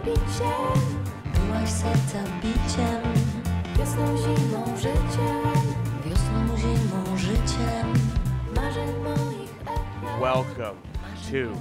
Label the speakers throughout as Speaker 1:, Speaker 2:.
Speaker 1: życiem,
Speaker 2: Byłaś serca biciem,
Speaker 1: wiosną, zimą, życiem,
Speaker 2: wiosną, zimą, życiem.
Speaker 1: marzeń moich echem.
Speaker 3: Welcome to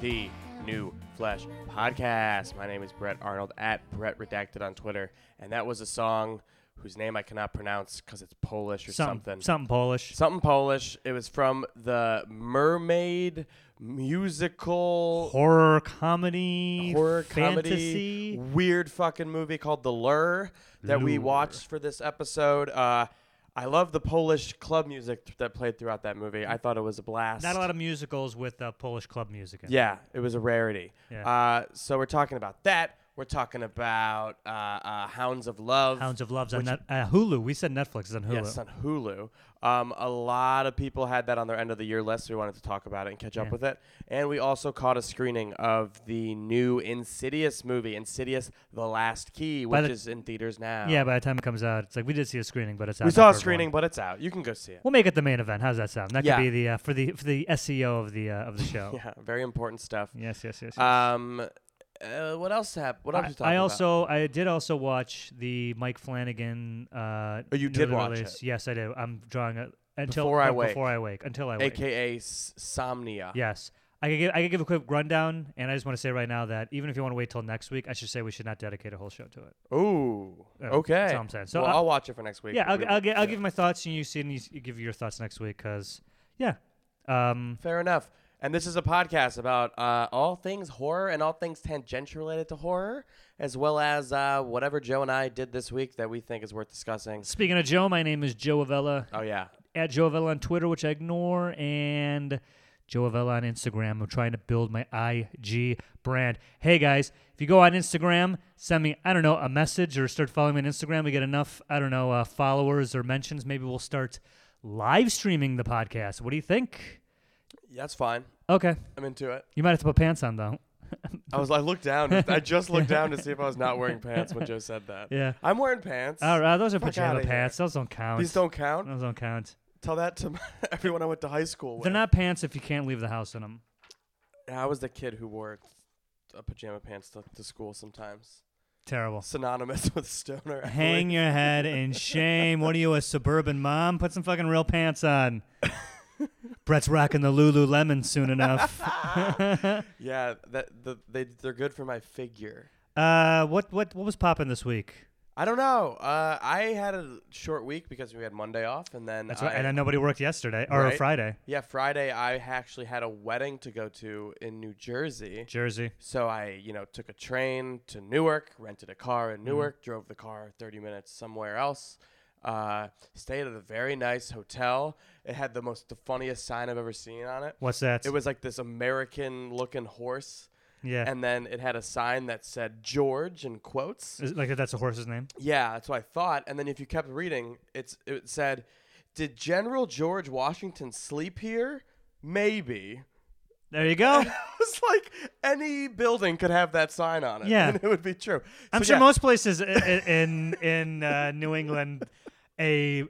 Speaker 3: the New Flesh Podcast. My name is Brett Arnold at Brett Redacted on Twitter, and that was a song whose name I cannot pronounce because it's Polish or something.
Speaker 4: something, something Polish.
Speaker 3: Something Polish. It was from the Mermaid musical
Speaker 4: horror comedy,
Speaker 3: horror
Speaker 4: fantasy.
Speaker 3: comedy weird fucking movie called The Lure that we
Speaker 4: Lure.
Speaker 3: watched for this episode. Uh, I love the Polish club music th- that played throughout that movie. I thought it was a blast.
Speaker 4: Not a lot of musicals with uh, Polish club music. In. it.
Speaker 3: Yeah, it was a rarity.
Speaker 4: Yeah.
Speaker 3: Uh, so we're talking about that. We're talking about uh, uh, Hounds of Love.
Speaker 4: Hounds of Love's on
Speaker 3: Which-
Speaker 4: net, uh, Hulu. We said Netflix is on Hulu.
Speaker 3: Yes, on Hulu. Um, a lot of people had that on their end of the year list. so we wanted to talk about it and catch up
Speaker 4: Yeah.
Speaker 3: with it. And we also caught a screening of the new Insidious movie, Insidious: The Last Key,
Speaker 4: By
Speaker 3: which
Speaker 4: the-
Speaker 3: is in theaters now.
Speaker 4: yeah, by the time it comes out, it's like we did see a screening, but it's out
Speaker 3: we
Speaker 4: now for
Speaker 3: saw a
Speaker 4: everyone.
Speaker 3: screening, but it's out. You can go see it.
Speaker 4: We'll make it the main event. How's that sound? That
Speaker 3: Yeah.
Speaker 4: could be the uh, for the for the SEO of the uh, of the show.
Speaker 3: Yeah, very important stuff.
Speaker 4: Yes, yes, yes. yes.
Speaker 3: Um, uh, what else happened? What else? you
Speaker 4: I, I
Speaker 3: talking about?
Speaker 4: also I did also watch the Mike Flanagan. Uh,
Speaker 3: Oh, you
Speaker 4: new
Speaker 3: did watch
Speaker 4: release. Yes, I did. I'm drawing it until
Speaker 3: Before I
Speaker 4: but
Speaker 3: Wake.
Speaker 4: Before I wake. Until I wake.
Speaker 3: AKA S- Somnia.
Speaker 4: Yes. I could, give, I could give a quick rundown, and I just want to say right now that even if you want to wait till next week, I should say we should not dedicate a whole show to it.
Speaker 3: Ooh.
Speaker 4: Yeah,
Speaker 3: okay.
Speaker 4: that's all I'm saying. So
Speaker 3: well,
Speaker 4: I-
Speaker 3: I'll watch it for next week.
Speaker 4: yeah, I'll,
Speaker 3: We-
Speaker 4: I'll, gi- I'll give my thoughts, and you see, and you, s- you give your thoughts next week, because, yeah. Um,
Speaker 3: Fair enough. And this is a podcast about uh, all things horror and all things tangential related to horror, as well as uh, whatever Joe and I did this week that we think is worth discussing.
Speaker 4: speaking of Joe, my name is Joe Avella,
Speaker 3: Oh yeah,
Speaker 4: at Joe Avella on Twitter, which I ignore, and Joe Avella on Instagram. I'm trying to build my IG brand. Hey, guys, if you go on Instagram, send me, I don't know, a message or start following me on Instagram. We get enough, I don't know, uh, followers or mentions. Maybe we'll start live streaming the podcast. What do you think?
Speaker 3: that's fine.
Speaker 4: Okay.
Speaker 3: I'm into it.
Speaker 4: You might have to put pants on, though.
Speaker 3: I was I looked down. I just looked down to see if I was not wearing pants when Joe said that.
Speaker 4: Yeah.
Speaker 3: I'm wearing pants.
Speaker 4: All right, Ah, those are
Speaker 3: Fuck
Speaker 4: pajama
Speaker 3: outta here.
Speaker 4: pants. Those don't count.
Speaker 3: These don't count.
Speaker 4: Those don't count.
Speaker 3: Tell that to my, everyone I went to high school with.
Speaker 4: They're not pants if you can't leave the house in them.
Speaker 3: I was the kid who wore uh, pajama pants to, to school sometimes,
Speaker 4: Terrible.
Speaker 3: synonymous with stoner. I
Speaker 4: Hang
Speaker 3: believe.
Speaker 4: your head in shame. What are you, a suburban mom? Put some fucking real pants on. Brett's rocking the Lululemon soon enough.
Speaker 3: Yeah, that the, they they're good for my figure.
Speaker 4: uh, what what what was popping this week?
Speaker 3: I don't know. Uh, I had a short week because we had Monday off, and then
Speaker 4: That's
Speaker 3: I,
Speaker 4: right. And then nobody worked yesterday or
Speaker 3: Right.
Speaker 4: Friday.
Speaker 3: yeah, Friday I actually had a wedding to go to in New Jersey.
Speaker 4: Jersey.
Speaker 3: So I, you know, took a train to Newark, rented a car
Speaker 4: Mm-hmm.
Speaker 3: in Newark, drove the car 30 minutes somewhere else, uh, stayed at a very nice hotel. It had the most the funniest sign I've ever seen on it.
Speaker 4: What's that?
Speaker 3: It was like this American looking horse,
Speaker 4: yeah.
Speaker 3: and then it had a sign that said George in quotes.
Speaker 4: Is- like that's a horse's name.
Speaker 3: Yeah, that's what I thought. And then if you kept reading, it's it said, "Did General George Washington sleep here? Maybe."
Speaker 4: There you go.
Speaker 3: It was like any building could have that sign on it.
Speaker 4: Yeah.
Speaker 3: and it would be true.
Speaker 4: I'm
Speaker 3: So,
Speaker 4: sure
Speaker 3: yeah,
Speaker 4: most places i- i- in in uh, New England, a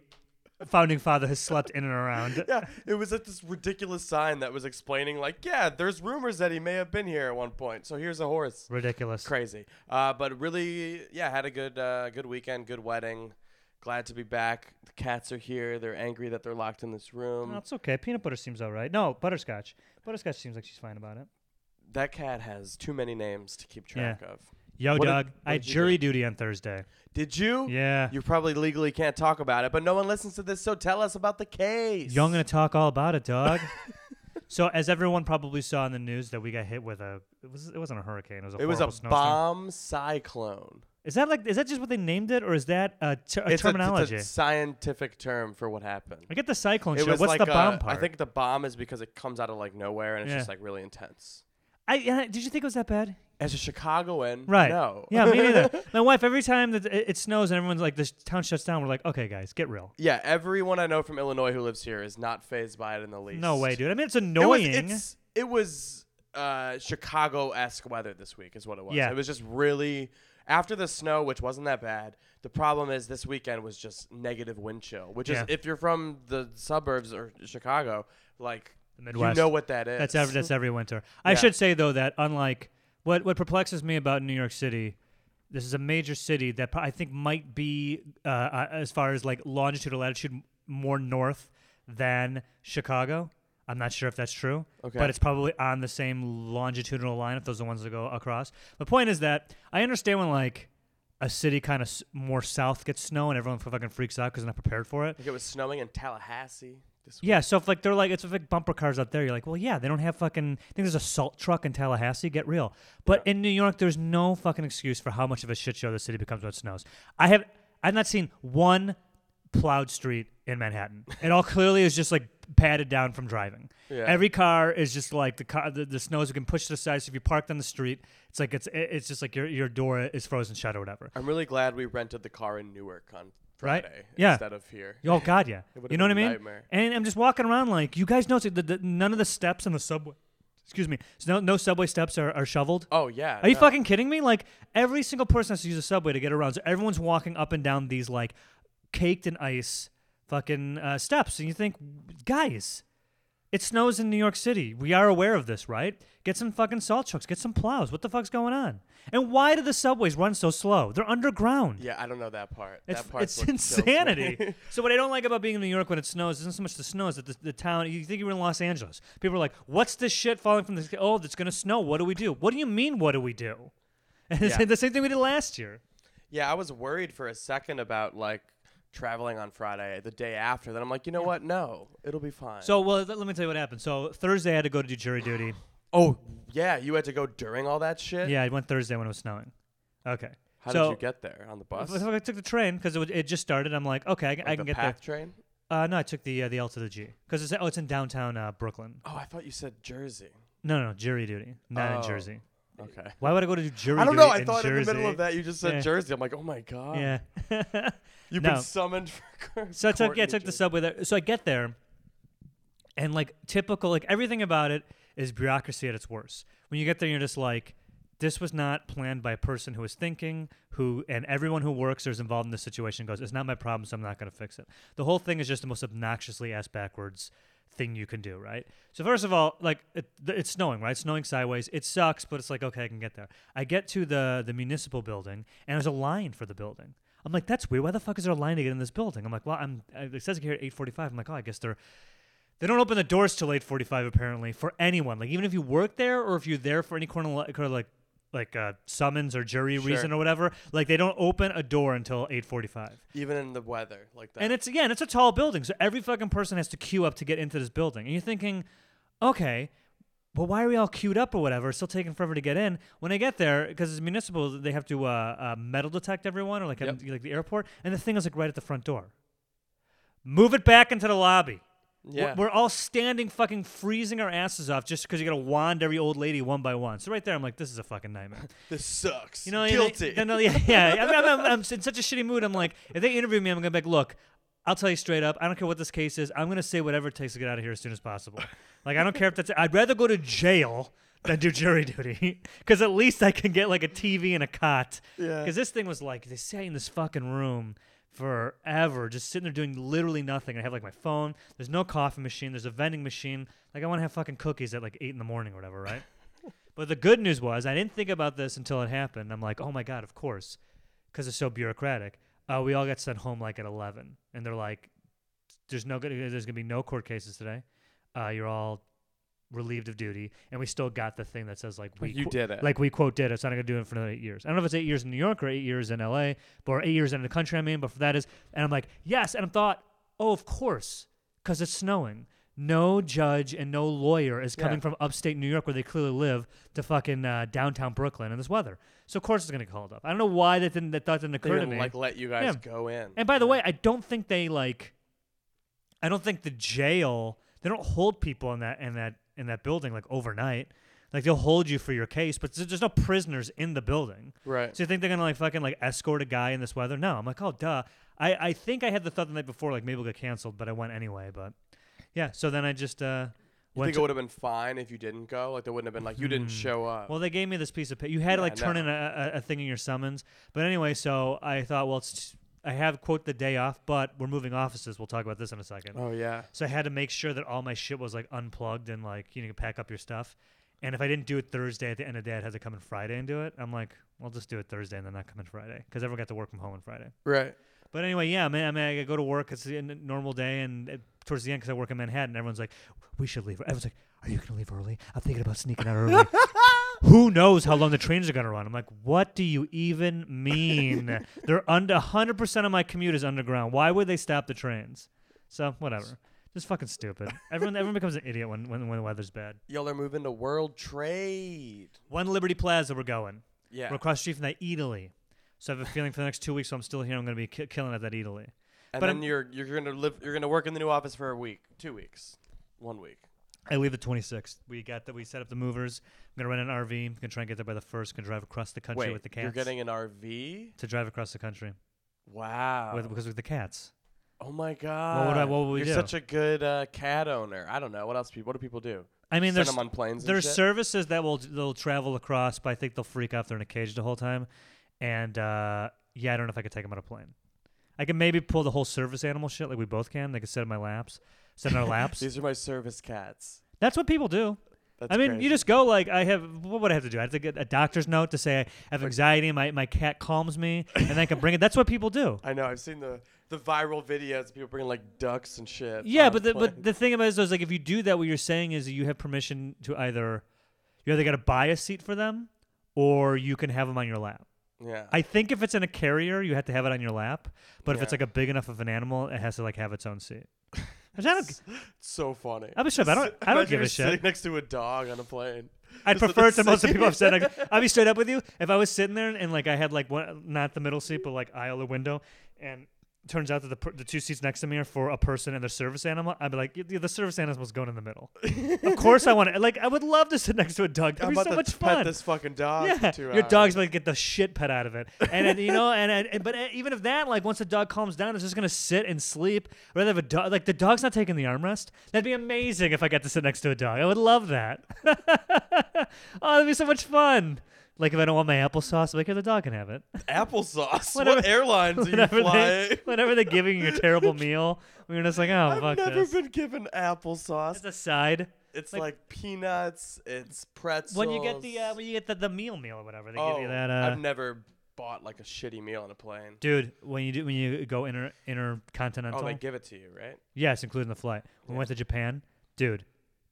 Speaker 4: founding father has slept in and around.
Speaker 3: Yeah, it was at this ridiculous sign that was explaining, like, yeah, there's rumors that he may have been here at one point. So here's a horse.
Speaker 4: Ridiculous.
Speaker 3: Crazy, uh, but really, yeah, had a good, uh, good weekend, good wedding. Glad to be back. The cats are here. They're angry that they're locked in this room.
Speaker 4: That's okay. Peanut butter seems all right. No, butterscotch. Butterscotch seems like she's fine about it.
Speaker 3: That cat has too many names to keep track of.
Speaker 4: Yo,
Speaker 3: What did-
Speaker 4: Doug,
Speaker 3: what
Speaker 4: I had
Speaker 3: did you
Speaker 4: jury duty on Thursday.
Speaker 3: Did you?
Speaker 4: Yeah.
Speaker 3: You probably legally can't talk about it, but no one listens to this, so tell us about the case.
Speaker 4: Yo, I'm going to talk all about it, Doug. so, as everyone probably saw in the news, that we got hit with a. It, was, it wasn't a hurricane. It was a
Speaker 3: It was a
Speaker 4: horrible snowstorm.
Speaker 3: bomb cyclone.
Speaker 4: Is that like? Is that just what they named it, or is that a, ter- a
Speaker 3: It's a-
Speaker 4: terminology? I
Speaker 3: it's a scientific term for what happened.
Speaker 4: get the cyclone
Speaker 3: It
Speaker 4: show.
Speaker 3: was
Speaker 4: What's
Speaker 3: like
Speaker 4: the
Speaker 3: a-
Speaker 4: bomb part?
Speaker 3: I think the bomb is because it comes out of like nowhere and it's
Speaker 4: Yeah.
Speaker 3: just like really intense.
Speaker 4: I, and I- did you think it was that bad?
Speaker 3: As a Chicagoan,
Speaker 4: Right.
Speaker 3: No.
Speaker 4: Yeah, me neither. My wife. Every time that it, it snows and everyone's like, "This town shuts down," we're like, "Okay, guys, get real."
Speaker 3: yeah, everyone I know from Illinois who lives here is not phased by it in the least.
Speaker 4: No way, dude. I mean, it's
Speaker 3: It was,
Speaker 4: annoying.
Speaker 3: it's, it was uh, Chicago-esque weather this week is what it was.
Speaker 4: Yeah.
Speaker 3: It was just really after the snow, which wasn't that bad. The problem is this weekend was just negative wind chill, which
Speaker 4: Yeah.
Speaker 3: is if you're from the suburbs or Chicago, like
Speaker 4: Midwest.
Speaker 3: you know what that is.
Speaker 4: That's every that's every winter. I
Speaker 3: Yeah.
Speaker 4: should say though that unlike what what perplexes me about New York City This is a major city that pro- I think might be, uh, uh, as far as like longitude or latitude, m- more north than Chicago. I'm not sure if that's true,
Speaker 3: Okay.
Speaker 4: but it's probably on the same longitudinal line if those are the ones that go across. The point is that I understand when like a city kind of s- more south gets snow and everyone fucking freaks out because they're not prepared for it.
Speaker 3: Like it was snowing in Tallahassee this week.
Speaker 4: Yeah, so if like they're like it's like bumper cars out there, you're like, well, yeah, they don't have fucking. I think there's a salt truck in Tallahassee. Get real, but in New York, there's no fucking excuse for how much of a shit show the city becomes when it snows. I have I've not seen one plowed street in Manhattan. It all clearly is just like padded down from driving.
Speaker 3: Yeah.
Speaker 4: Every car is just like the car. The, the snows we can push to the side. So if you parked on the street, it's like it's it's just like your your door is frozen shut or whatever.
Speaker 3: I'm really glad we rented the car in Newark on
Speaker 4: Right?
Speaker 3: Friday
Speaker 4: Yeah.
Speaker 3: instead of here.
Speaker 4: Oh God, yeah.
Speaker 3: would've
Speaker 4: You know what I
Speaker 3: been a
Speaker 4: mean?
Speaker 3: nightmare.
Speaker 4: And I'm just walking around like you guys notice that the, none of the steps on the subway. Excuse me. So no, no subway steps are, are shoveled.
Speaker 3: Oh yeah.
Speaker 4: Are you
Speaker 3: no.
Speaker 4: fucking kidding me? Like every single person has to use a subway to get around. So everyone's walking up and down these like caked in ice fucking uh, steps, and you think, guys, it snows in New York City. We are aware of this, right? Get some fucking salt trucks. Get some plows. What the fuck's going on? And why do the subways run so slow? They're underground.
Speaker 3: Yeah, I don't know that part.
Speaker 4: It's,
Speaker 3: that part
Speaker 4: it's insanity. so what I don't like about being in New York when it snows isn't so much the snow is that the, the town. You think you were in Los Angeles. People are like, "What's this shit falling from the sky? Oh, it's gonna snow. What do we do? What do you mean? What do we do?" And it's
Speaker 3: Yeah.
Speaker 4: the same thing we did last year.
Speaker 3: Yeah, I was worried for a second about like traveling on Friday, the day after. Then I'm like, you know what? No, it'll be fine.
Speaker 4: So well, let, let me tell you what happened. So Thursday I had to go to do jury duty.
Speaker 3: oh yeah, you had to go during all that shit.
Speaker 4: yeah, I went Thursday when it was snowing. Okay.
Speaker 3: How
Speaker 4: so,
Speaker 3: did you get there on the bus?
Speaker 4: I I took the train because it, was- it just started. I'm like, okay, I, can- I
Speaker 3: Like
Speaker 4: can
Speaker 3: the
Speaker 4: get
Speaker 3: PATH train.
Speaker 4: there. Uh, no, I took the uh, the L to the G because it's oh, it's in downtown uh, Brooklyn.
Speaker 3: Oh, I thought you said Jersey.
Speaker 4: No, no, no, jury duty, not in
Speaker 3: Oh.
Speaker 4: Jersey.
Speaker 3: Okay.
Speaker 4: Why would I go to do jury?
Speaker 3: I don't
Speaker 4: duty
Speaker 3: know. I
Speaker 4: in
Speaker 3: thought in the middle
Speaker 4: Jersey?
Speaker 3: of that you just said
Speaker 4: Yeah.
Speaker 3: Jersey. I'm like, oh my god.
Speaker 4: Yeah.
Speaker 3: You've
Speaker 4: No.
Speaker 3: been summoned for.
Speaker 4: so I took
Speaker 3: court
Speaker 4: yeah, I
Speaker 3: in New
Speaker 4: took the
Speaker 3: Jersey.
Speaker 4: subway there. So I get there, and like typical, like everything about it is bureaucracy at its worst. When you get there, you're just like, this was not planned by a person who is thinking, who and everyone who works or is involved in this situation goes, it's not my problem, so I'm not going to fix it. The whole thing is just the most obnoxiously ass backwards thing you can do, right? So first of all, like it, th- it's snowing, right? It's snowing sideways. It sucks, but it's like okay, I can get there. I get to the the municipal building, and there's a line for the building. I'm like, that's weird. Why the fuck is there a line to get in this building? I'm like, well, I'm I- it says here at 8:45. I'm like, oh, I guess they're they don't open the doors till 8:45 apparently for anyone. Like even if you work there or if you're there for any kind of like, kind of like like uh, summons or jury
Speaker 3: Sure.
Speaker 4: reason or whatever, like they don't open a door until 8:45.
Speaker 3: Even in the weather like that.
Speaker 4: And it's again, it's a tall building, so every fucking person has to queue up to get into this building. And you're thinking, okay, but why are we all queued up or whatever? It's still taking forever to get in. When I get there, because it's municipal, they have to uh, uh, metal detect everyone or like at, like the airport, and the thing is like right at the front door. Move it back into the lobby. We're-
Speaker 3: yeah.
Speaker 4: We're all standing fucking freezing our asses off just because you gotta wand every old lady one by one. So right there, I'm like, this is a fucking nightmare.
Speaker 3: this sucks.
Speaker 4: You know, and they-
Speaker 3: guilty.
Speaker 4: then they'll- yeah, yeah. I'm, I'm, I'm, I'm in such a shitty mood. I'm like, if they interview me, I'm gonna be like, look, I'll tell you straight up. I don't care what this case is. I'm gonna say whatever it takes to get out of here as soon as possible. Like, I don't care if that's. I'd rather go to jail than do jury duty because at least I can get like a TV and a cot.
Speaker 3: Yeah.
Speaker 4: Because this thing was like they sat in this fucking room forever, just sitting there doing literally nothing. I have like my phone. There's no coffee machine. There's a vending machine. Like I want to have fucking cookies at like eight in the morning or whatever, right? But the good news was I didn't think about this until it happened. I'm like, oh my god, of course, because it's so bureaucratic. Uh, we all got sent home like at 11, and they're like, there's no gonna, there's gonna be no court cases today. Uh, you're all relieved of duty, and we still got the thing that says like we
Speaker 3: you
Speaker 4: qu-
Speaker 3: did it.
Speaker 4: like we quote did. it. It's not gonna do it for another eight years. I don't know if it's eight years in New York or eight years in L.A. but or eight years in the country. I mean, but for that is, and I'm like, yes, and I thought, oh, of course, because it's snowing. No judge and no lawyer is coming
Speaker 3: Yeah.
Speaker 4: from upstate New York, where they clearly live, to fucking uh, downtown Brooklyn in this weather. So of course it's gonna get called up. I don't know why that didn't that thought didn't
Speaker 3: they
Speaker 4: occur to
Speaker 3: didn't
Speaker 4: me.
Speaker 3: like let you guys
Speaker 4: Yeah.
Speaker 3: go in.
Speaker 4: And by the way, I don't think they like. I don't think the jail. They don't hold people in that in that in that building like overnight. Like they'll hold you for your case, but there's there's no prisoners in the building.
Speaker 3: right.
Speaker 4: So you think they're gonna like fucking like escort a guy in this weather? No, I'm like, oh duh. I I think I had the thought the night before like maybe we'll get canceled, but I went anyway. But yeah, so then I just uh
Speaker 3: You think
Speaker 4: went.
Speaker 3: it
Speaker 4: to- Hmm.
Speaker 3: would have been fine if you didn't go? Like, they wouldn't have been like, you didn't show up.
Speaker 4: well, they gave me this piece of paper. You had to
Speaker 3: Yeah,
Speaker 4: like turn
Speaker 3: no.
Speaker 4: in a, a, a thing in your summons. But anyway, so I thought, well, it's I have quote the day off, but we're moving offices. We'll talk about this in a second.
Speaker 3: oh, yeah.
Speaker 4: So I had to make sure that all my shit was like unplugged and like you know you pack up your stuff. And if I didn't do it Thursday at the end of the day, I'd have to come in Friday and do it. I'm like, I'll just do it Thursday and then not come in Friday because everyone got to work from home on Friday.
Speaker 3: Right.
Speaker 4: But anyway, yeah, I mean, I, mean, I go to work. It's a n- normal day, and it, towards the end, because I work in Manhattan, everyone's like, "We should leave." Everyone's like, "Are you gonna leave early?" I'm thinking about sneaking out early. Who knows how long the trains are gonna run? I'm like, "What do you even mean?" They're under 100 percent of my commute is underground. Why would they stop the trains? So whatever, just fucking stupid. Everyone, everyone becomes an idiot when, when when the weather's bad.
Speaker 3: Y'all are moving to World Trade.
Speaker 4: One Liberty Plaza, we're going.
Speaker 3: Yeah.
Speaker 4: We're across the street from that Italy. So I have a feeling for the next two weeks, so I'm still here. I'm gonna be ki- killing at that Italy.
Speaker 3: and
Speaker 4: but
Speaker 3: then
Speaker 4: I'm-
Speaker 3: you're you're gonna live you're gonna work in the new office for a week, two weeks, one week.
Speaker 4: I leave the 26th. We got that. We set up the movers. I'm gonna rent an RV. I'm gonna try and get there by the first. Gonna drive across the country
Speaker 3: Wait,
Speaker 4: with the cats.
Speaker 3: you're getting an RV?
Speaker 4: to drive across the country
Speaker 3: Wow.
Speaker 4: with, because with the cats.
Speaker 3: oh my god.
Speaker 4: I- what would we
Speaker 3: you're
Speaker 4: do?
Speaker 3: such a good uh, cat owner. I don't know what else. People, what do people do?
Speaker 4: I mean,
Speaker 3: Send
Speaker 4: there's
Speaker 3: them on planes. and
Speaker 4: there's
Speaker 3: shit?
Speaker 4: services that will they'll travel across, but I think they'll freak out if they're in a cage the whole time. And uh, yeah, I don't know if I could take them on a plane. I can maybe pull the whole service animal shit like we both can. They could sit in my laps, sit in our laps.
Speaker 3: These are my service cats.
Speaker 4: That's what people do.
Speaker 3: That's
Speaker 4: I mean,
Speaker 3: crazy.
Speaker 4: you just go like I have. What would I have to do? I have to get a doctor's note to say I have anxiety. My my cat calms me, and then I can bring it. That's what people do.
Speaker 3: I know. I've seen the the viral videos. of People bringing like ducks and shit.
Speaker 4: Yeah,
Speaker 3: on
Speaker 4: but the, but
Speaker 3: planes.
Speaker 4: the thing about it is, is like if you do that, what you're saying is you have permission to either you either got to buy a seat for them, or you can have them on your lap.
Speaker 3: yeah.
Speaker 4: I think if it's in a carrier, you have to have it on your lap. But if it's
Speaker 3: Yeah.
Speaker 4: like a big enough of an animal, it has to like have its own seat. Which I don't.
Speaker 3: It's so funny.
Speaker 4: I'm a chef. I don't. I
Speaker 3: Imagine
Speaker 4: don't give
Speaker 3: you're
Speaker 4: a shit.
Speaker 3: Sitting next to a dog on a plane.
Speaker 4: I'd
Speaker 3: Just at
Speaker 4: prefer it
Speaker 3: the
Speaker 4: to most of the people I've
Speaker 3: same-
Speaker 4: said. Like, I'll be straight up with you. If I was sitting there and like I had like one, not the middle seat, but like aisle or window, and turns out that the, per- the two seats next to me are for a person and their service animal, I'd be like, "Yeah, the service animal's going in the middle. of course I want to. Like, I would love to sit next to a dog.
Speaker 3: I'm
Speaker 4: That'd be
Speaker 3: about
Speaker 4: so
Speaker 3: to
Speaker 4: much
Speaker 3: pet
Speaker 4: fun.
Speaker 3: this fucking dog.
Speaker 4: Yeah,
Speaker 3: for two
Speaker 4: your
Speaker 3: hours.
Speaker 4: dog's gonna get the shit pet out of it, and, then you know, and, and but eh, even if that, like, once the dog calms down, it's just gonna sit and sleep. I'd rather have a dog, like the dog's not taking the armrest. That'd be amazing if I got to sit next to a dog. I would love that. oh, that'd be so much fun. Like if I don't want my applesauce, I'm like, here the dog can have it.
Speaker 3: applesauce.
Speaker 4: Whatever-
Speaker 3: what airlines are you
Speaker 4: Whenever
Speaker 3: flying?
Speaker 4: they, whenever they're giving you a terrible meal, we were just like, oh
Speaker 3: I've
Speaker 4: fuck
Speaker 3: never
Speaker 4: this.
Speaker 3: been given applesauce.
Speaker 4: It's a side.
Speaker 3: It's
Speaker 4: like-
Speaker 3: like, peanuts. It's pretzels.
Speaker 4: When you get the uh, when you get the, the meal meal or whatever, they give
Speaker 3: oh,
Speaker 4: you that. Uh,
Speaker 3: I've never bought like a shitty meal on a plane.
Speaker 4: Dude, when you do when you go inter intercontinental,
Speaker 3: Oh, they give it to you, right?
Speaker 4: yes, including the flight. We went to Japan, dude.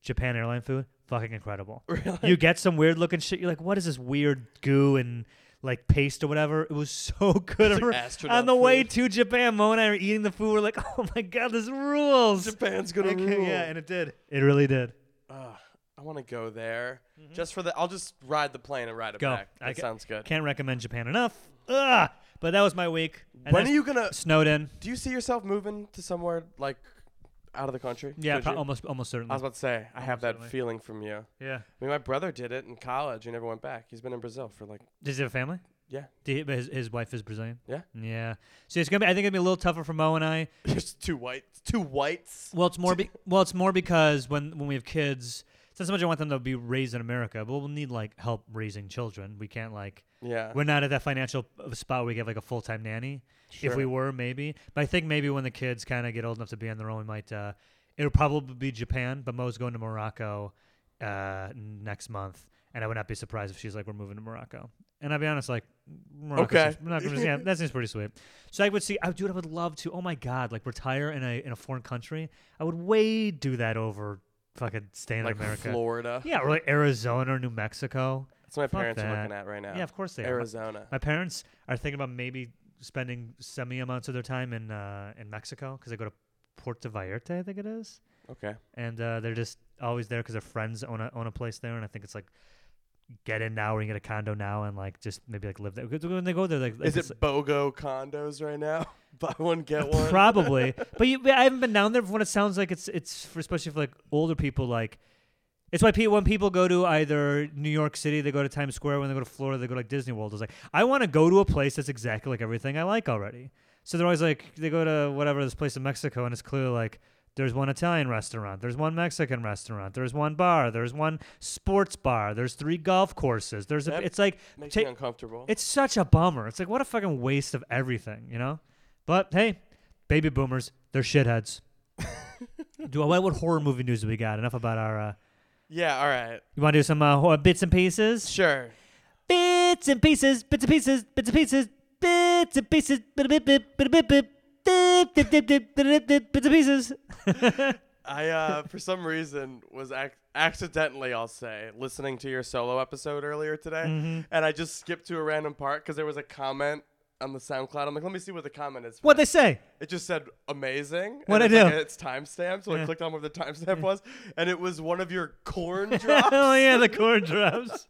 Speaker 4: Japan airline food, fucking incredible.
Speaker 3: Really?
Speaker 4: You get some weird looking shit. You're like, what is this weird goo and like paste or whatever? It was so good.
Speaker 3: like
Speaker 4: I remember
Speaker 3: astronaut
Speaker 4: on the way
Speaker 3: food.
Speaker 4: to Japan, Mo and I were eating the food. We're like, oh my god, this rules.
Speaker 3: Japan's gonna
Speaker 4: I can't-
Speaker 3: rule.
Speaker 4: Yeah, and it did. It really did.
Speaker 3: Ugh, I want to go there just for the. I'll just ride the plane and ride it
Speaker 4: Mm-hmm. Go.
Speaker 3: back.
Speaker 4: I
Speaker 3: That
Speaker 4: ca-
Speaker 3: sounds good.
Speaker 4: Can't recommend Japan enough. Ugh. But that was my week. And
Speaker 3: when are
Speaker 4: that's
Speaker 3: you gonna?
Speaker 4: Snowden?
Speaker 3: Do you see yourself moving to somewhere like out of the country?
Speaker 4: Yeah,
Speaker 3: Could
Speaker 4: pro-
Speaker 3: you?
Speaker 4: almost almost certainly.
Speaker 3: I was about to say I have that
Speaker 4: certainly.
Speaker 3: feeling from you. I
Speaker 4: yeah.
Speaker 3: mean, my brother did it in college. He never went back. He's been in Brazil for like
Speaker 4: Does he have a family?
Speaker 3: yeah.
Speaker 4: Do you- but his, his wife is Brazilian.
Speaker 3: Yeah.
Speaker 4: Yeah. So it's gonna be. I think it'd be a little tougher for Mo and I.
Speaker 3: There's two whites. Two whites.
Speaker 4: Well, it's more. Be, well, it's more because when when we have kids, it's not so much I want them to be raised in America, but we'll need like help raising children. We can't like.
Speaker 3: Yeah.
Speaker 4: We're not at that financial uh, spot where we get like a full time nanny. If we
Speaker 3: Sure.
Speaker 4: were, maybe. But I think maybe when the kids kind of get old enough to be on their own, we might. Uh, it'll probably be Japan, but Mo's going to Morocco uh, next month, and I would not be surprised if she's like, "We're moving to Morocco." And I'll be honest, like, Morocco
Speaker 3: Okay.
Speaker 4: seems- Morocco seems- yeah, that seems pretty sweet. So I would see, I dude, I would love to. Oh my god, like retire in a in a foreign country. I would way do that over fucking staying
Speaker 3: like
Speaker 4: in America.
Speaker 3: Florida.
Speaker 4: Yeah, or like Arizona or New Mexico.
Speaker 3: That's what my
Speaker 4: Fuck
Speaker 3: parents are looking
Speaker 4: that.
Speaker 3: at right now.
Speaker 4: Yeah, of course they are.
Speaker 3: Arizona.
Speaker 4: My parents are thinking about maybe spending semi amounts of their time in uh, in Mexico because they go to Puerto Vallarta, I think it is,
Speaker 3: Okay.
Speaker 4: and uh, they're just always there because their friends own a own a place there, and I think it's like get in now or you can get a condo now and like just maybe like live there. 'Cause When they go there, like
Speaker 3: Is
Speaker 4: it's
Speaker 3: it BOGO condos right now? Buy one get one.
Speaker 4: probably, but you, but I haven't been down there. From what it sounds like, it's it's for especially for like older people. Like it's why people when people go to either New York City, they go to Times Square. When they go to Florida, they go to like Disney World. It's like I want to go to a place that's exactly like everything I like already. So they're always like they go to whatever this place in Mexico, and it's clearly like. There's one Italian restaurant. There's one Mexican restaurant. There's one bar. There's one sports bar. There's three golf courses. There's a.
Speaker 3: That
Speaker 4: It's like
Speaker 3: Makes
Speaker 4: take-
Speaker 3: me uncomfortable.
Speaker 4: it's such a bummer. It's like what a fucking waste of everything, you know? But hey, baby boomers, they're shitheads. Do what, what horror movie news do we got? Enough about our uh,
Speaker 3: Yeah, all right.
Speaker 4: You want to do some uh, ho- bits and pieces?
Speaker 3: Sure.
Speaker 4: Bits and pieces, bits and pieces, bits and pieces, bits and pieces, bit bit bit bit bit bit. Dip, dip, dip, dip, dip, dip, dip, bits and pieces.
Speaker 3: I uh, for some reason was ac- accidentally, I'll say, listening to your solo episode earlier today,
Speaker 4: Mm-hmm.
Speaker 3: and I just skipped to a random part because there was a comment on the SoundCloud. I'm like, let me see what the comment is.
Speaker 4: what they say?
Speaker 3: It just said amazing.
Speaker 4: What'd
Speaker 3: and
Speaker 4: I
Speaker 3: it's
Speaker 4: do?
Speaker 3: Like, it's timestamped, so I clicked on where the timestamp was, and it was one of your corn drops.
Speaker 4: oh yeah, the chord drops.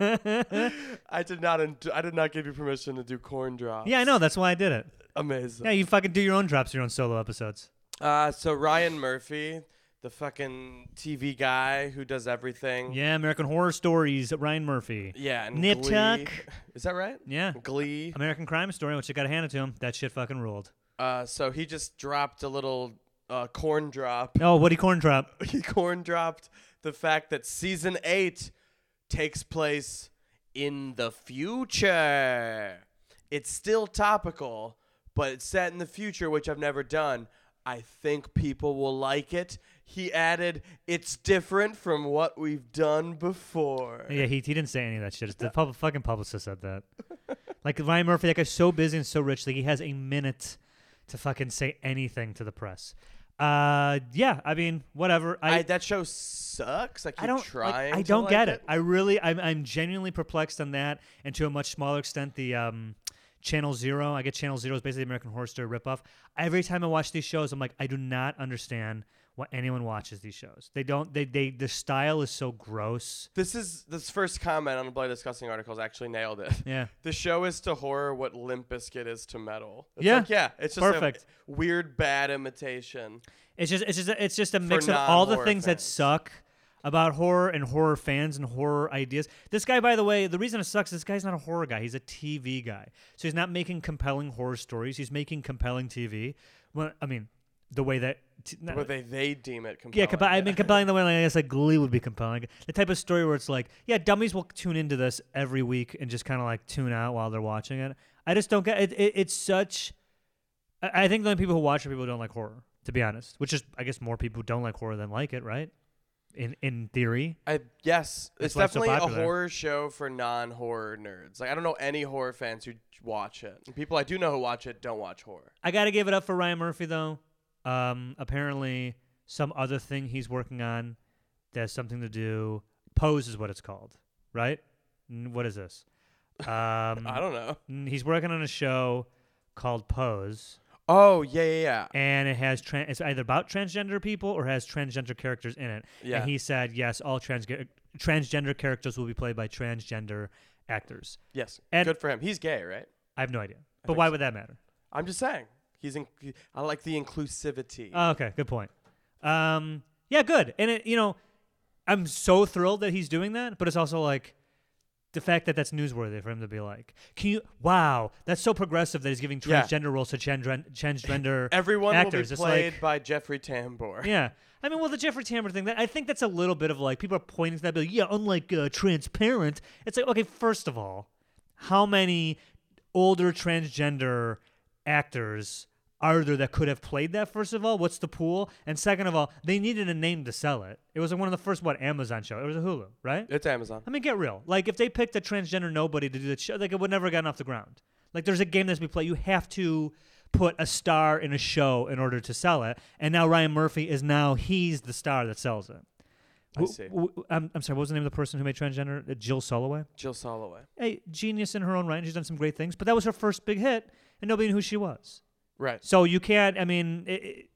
Speaker 3: I did not. In- I did not give you permission to do corn drops.
Speaker 4: yeah, I know. That's why I did it.
Speaker 3: Amazing.
Speaker 4: Yeah, you fucking do your own drops, your own solo episodes.
Speaker 3: Uh, so Ryan Murphy, the fucking TV guy who does everything.
Speaker 4: Yeah, American Horror Stories. Ryan Murphy.
Speaker 3: Yeah. And
Speaker 4: Nip
Speaker 3: Glee.
Speaker 4: Tuck.
Speaker 3: Is that right?
Speaker 4: Yeah.
Speaker 3: Glee.
Speaker 4: American Crime Story, which you gotta hand it to him. That shit fucking ruled.
Speaker 3: Uh, so he just dropped a little uh, corn drop.
Speaker 4: Oh, Woody Corn Drop.
Speaker 3: he corn dropped the fact that season eight takes place in the future. It's still topical, but it's set in the future, which I've never done. I think people will like it. He added, "It's different from what we've done before."
Speaker 4: Yeah, he, he didn't say any of that shit. The pub, fucking publicist said that. Like Ryan Murphy, that guy's so busy and so rich, like he has a minute to fucking say anything to the press. Uh, yeah, I mean, whatever. I,
Speaker 3: I, that show sucks. I keep
Speaker 4: I don't like,
Speaker 3: trying.
Speaker 4: I
Speaker 3: to
Speaker 4: don't
Speaker 3: like
Speaker 4: get it. I really, I'm, I'm genuinely perplexed on that, and to a much smaller extent, the um, Channel Zero. I get Channel Zero is basically American Horror Story ripoff. Every time I watch these shows, I'm like, I do not understand why anyone watches these shows. They don't. They they the style is so gross.
Speaker 3: This is this first comment on the Bloody Discussing articles actually nailed it.
Speaker 4: Yeah.
Speaker 3: The show is to horror what Limp Bizkit is to metal. It's
Speaker 4: Yeah.
Speaker 3: like, yeah. It's just a
Speaker 4: Perfect.
Speaker 3: weird bad imitation.
Speaker 4: It's just it's just a- it's just a mix of all the
Speaker 3: non-horror
Speaker 4: things that
Speaker 3: fans.
Speaker 4: suck about horror and horror fans and horror ideas. This guy, by the way, the reason it sucks, this guy's not a horror guy. He's a TV guy, so he's not making compelling horror stories. He's making compelling TV. Well, I mean, the way that. T- not-
Speaker 3: But they they deem it compelling.
Speaker 4: yeah, compa- I mean, compelling the way like, I guess like Glee would be compelling. The type of story where it's like, yeah, dummies will tune into this every week and just kind of like tune out while they're watching it. I just don't get it. it it's such. I, I think the only people who watch it are people who don't like horror, to be honest. Which is, I guess, more people who don't like horror than like it, right? In in theory,
Speaker 3: I yes,
Speaker 4: That's
Speaker 3: it's
Speaker 4: why it's so
Speaker 3: definitely a
Speaker 4: popular.
Speaker 3: horror show for non-horror nerds. Like I don't know any horror fans who watch it. And people I do know who watch it don't watch horror.
Speaker 4: I gotta give it up for Ryan Murphy though. Um, apparently, some other thing he's working on that has something to do. Pose is what it's called, right? N- What is this? Um,
Speaker 3: I don't know.
Speaker 4: Mm, He's working on a show called Pose,
Speaker 3: Oh yeah yeah yeah.
Speaker 4: and it has tran it's either about transgender people or has transgender characters in it.
Speaker 3: Yeah.
Speaker 4: And he said, yes, all trans- transgender characters will be played by transgender actors.
Speaker 3: Yes.
Speaker 4: And-
Speaker 3: Good for him. He's gay, right?
Speaker 4: I have no idea, but why
Speaker 3: so.
Speaker 4: would that matter?
Speaker 3: I'm just saying. He's in, I like the inclusivity.
Speaker 4: Oh, okay, good point. Um, yeah, good. And it, you know, I'm so thrilled that he's doing that, but it's also like the fact that that's newsworthy for him to be like, "Can you? Wow, that's so progressive that he's giving
Speaker 3: Yeah.
Speaker 4: transgender roles to transgen- transgender
Speaker 3: Everyone
Speaker 4: actors."
Speaker 3: will
Speaker 4: It's
Speaker 3: be played
Speaker 4: like-
Speaker 3: by Jeffrey Tambor.
Speaker 4: Yeah. I mean, well, the Jeffrey Tambor thing, that, I think that's a little bit of like, people are pointing to that, be like, yeah, unlike uh, Transparent. It's like, okay, first of all, how many older transgender actors are there that could have played that, first of all? What's the pool? And second of all, they needed a name to sell it. It was like one of the first, what, Amazon show? It was a Hulu, right?
Speaker 3: It's Amazon.
Speaker 4: I mean, get real. Like, if they picked a transgender nobody to do that show, like, it would never have gotten off the ground. Like, there's a game that's been played. You have to put a star in a show in order to sell it. And now Ryan Murphy is now, he's the star that sells it.
Speaker 3: I see.
Speaker 4: am I'm sorry, what was the name of the person who made transgender? Uh, Jill Soloway?
Speaker 3: Jill Soloway.
Speaker 4: A genius in her own right. And she's done some great things, but that was her first big hit, and nobody knew who she was.
Speaker 3: Right.
Speaker 4: So you can't. I mean, it, it-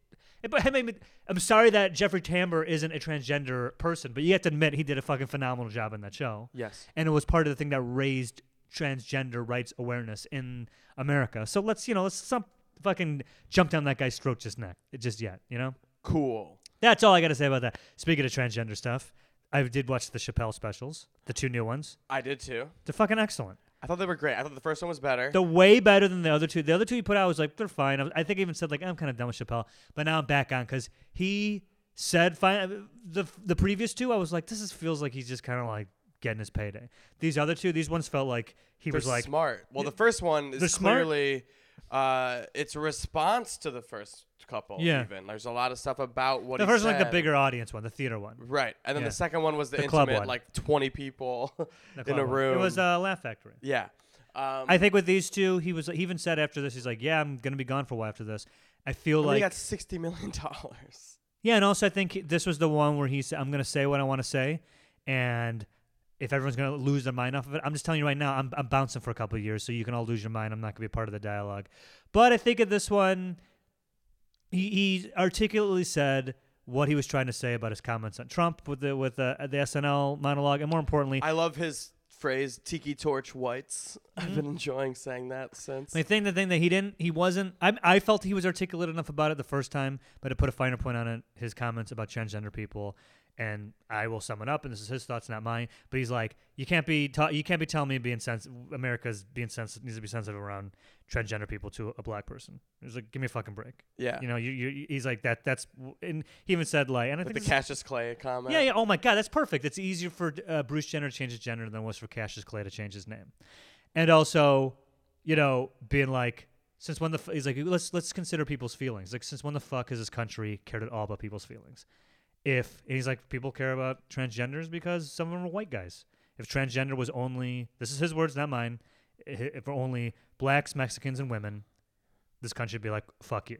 Speaker 4: it, but I mean, I'm sorry that Jeffrey Tambor isn't a transgender person, but you have to admit he did a fucking phenomenal job in that show.
Speaker 3: Yes.
Speaker 4: and it was part of the thing that raised transgender rights awareness in America. So let's you know let's some fucking jump down that guy's throat just neck just yet. You know,
Speaker 3: Cool.
Speaker 4: that's all I got to say about that. Speaking of transgender stuff, I did watch the Chappelle specials, the two new ones.
Speaker 3: I did too.
Speaker 4: They're fucking excellent.
Speaker 3: I thought they were great. I thought the first one was better.
Speaker 4: They're way better than the other two. The other two he put out I was like, they're fine. I, was- I think I even said like, I'm kind of done with Chappelle, but now I'm back on because he said fine. The the previous two, I was like, this is, feels like he's just kind of like getting his payday. These other two, these ones felt like he
Speaker 3: They're
Speaker 4: was like,
Speaker 3: smart. Well, the first one
Speaker 4: They're
Speaker 3: is
Speaker 4: smart?
Speaker 3: clearly uh, it's a response to the first couple.
Speaker 4: Yeah.
Speaker 3: Even there's a lot of stuff about what
Speaker 4: The
Speaker 3: he
Speaker 4: first one, like the
Speaker 3: said.
Speaker 4: bigger audience one, the theater one,
Speaker 3: Right, and then
Speaker 4: Yeah.
Speaker 3: the second one was the,
Speaker 4: The club
Speaker 3: intimate,
Speaker 4: one.
Speaker 3: like twenty people
Speaker 4: the
Speaker 3: in
Speaker 4: club
Speaker 3: a
Speaker 4: one.
Speaker 3: room.
Speaker 4: It was uh, Laugh Factory.
Speaker 3: yeah. Um,
Speaker 4: I think with these two, he was. He even said after this, he's like, "Yeah, I'm gonna be gone for a while after this." I feel
Speaker 3: and
Speaker 4: like
Speaker 3: we got sixty million dollars.
Speaker 4: Yeah, and also I think this was the one where he said, "I'm gonna say what I want to say," and if everyone's gonna lose their mind off of it, I'm just telling you right now, I'm, I'm bouncing for a couple of years, so you can all lose your mind. I'm not gonna be a part of the dialogue. But I think at this one, he, he articulately said what he was trying to say about his comments on Trump with the with the, the SNL monologue, and more importantly,
Speaker 3: I love his phrase "tiki torch whites."
Speaker 4: Mm-hmm.
Speaker 3: I've been enjoying saying that since.
Speaker 4: I think the thing that he didn't, he wasn't. I, I felt he was articulate enough about it the first time, but to put a finer point on it, his comments about transgender people, and I will sum it up, and this is his thoughts, not mine. But he's like, you can't be, ta- you can't be telling me being sens- America's being sensitive needs to be sensitive around transgender people to a black person. He's like, give me a fucking break.
Speaker 3: yeah,
Speaker 4: You know, you, you, he's like that. That's, and he even said like, and I
Speaker 3: like
Speaker 4: think
Speaker 3: the
Speaker 4: this is-
Speaker 3: Cassius Clay comment.
Speaker 4: yeah, yeah. Oh my God, that's perfect. It's easier for uh, Bruce Jenner to change his gender than it was for Cassius Clay to change his name. And also, you know, being like, since when the f-, he's like, let's let's consider people's feelings. Like, since when the fuck has this country cared at all about people's feelings? If and he's like, people care about transgenders because some of them are white guys. If transgender was only, this is his words, not mine. i- If only blacks, Mexicans, and women, this country would be like, fuck you.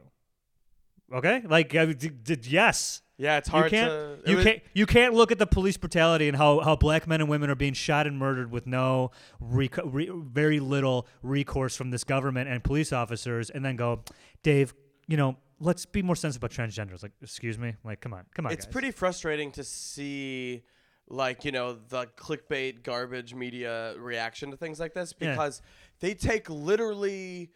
Speaker 4: Okay, like, I, d- d- yes,
Speaker 3: Yeah, it's hard
Speaker 4: you can't,
Speaker 3: to. it
Speaker 4: you
Speaker 3: was-
Speaker 4: can't you can't look at the police brutality and how, how black men and women are being shot and murdered with no rec- re- very little recourse from this government and police officers and then go Dave you know let's be more sensitive about transgenders like excuse me like come on come on
Speaker 3: It's
Speaker 4: guys.
Speaker 3: pretty frustrating to see, like you know, the clickbait garbage media reaction to things like this
Speaker 4: Yeah.
Speaker 3: because they take literally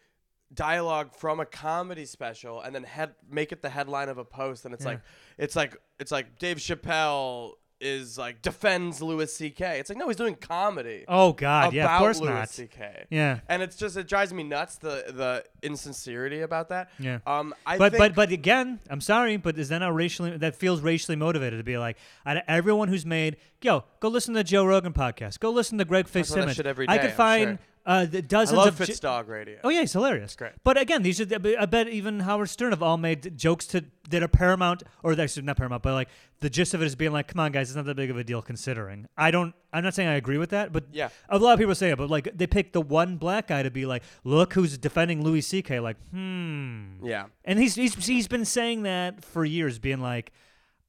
Speaker 3: dialogue from a comedy special and then head make it the headline of a post, and it's
Speaker 4: Yeah.
Speaker 3: like, it's like, it's like Dave Chappelle is like defends Louis C.K. It's like no, he's doing comedy.
Speaker 4: oh god yeah of
Speaker 3: about
Speaker 4: course
Speaker 3: Louis
Speaker 4: not
Speaker 3: C.K.
Speaker 4: yeah
Speaker 3: And it's just it drives me nuts the the insincerity about that.
Speaker 4: Yeah.
Speaker 3: Um. I
Speaker 4: but
Speaker 3: think,
Speaker 4: but but again, I'm sorry, but is that not racially? That feels racially motivated to be like out of everyone who's made. Yo, go listen to the Joe Rogan podcast. Go listen to Greg
Speaker 3: listen to that
Speaker 4: Fitzsimmons.
Speaker 3: shit every
Speaker 4: I
Speaker 3: day,
Speaker 4: could
Speaker 3: I'm
Speaker 4: find
Speaker 3: sure.
Speaker 4: uh, the
Speaker 3: I
Speaker 4: dozens
Speaker 3: love
Speaker 4: of. j-
Speaker 3: Fitzdog Radio.
Speaker 4: Oh yeah, he's hilarious.
Speaker 3: great.
Speaker 4: But again, these are the- I bet even Howard Stern have all made jokes to that are Paramount or that's not Paramount, but like the gist of it is being like, come on guys, it's not that big of a deal considering. I don't. I'm not saying I agree with that, but
Speaker 3: Yeah.
Speaker 4: a lot of people say it. But like they pick the one black guy to be like, look who's defending Louis C.K. Like, hmm.
Speaker 3: Yeah.
Speaker 4: And he's, he's he's been saying that for years, being like,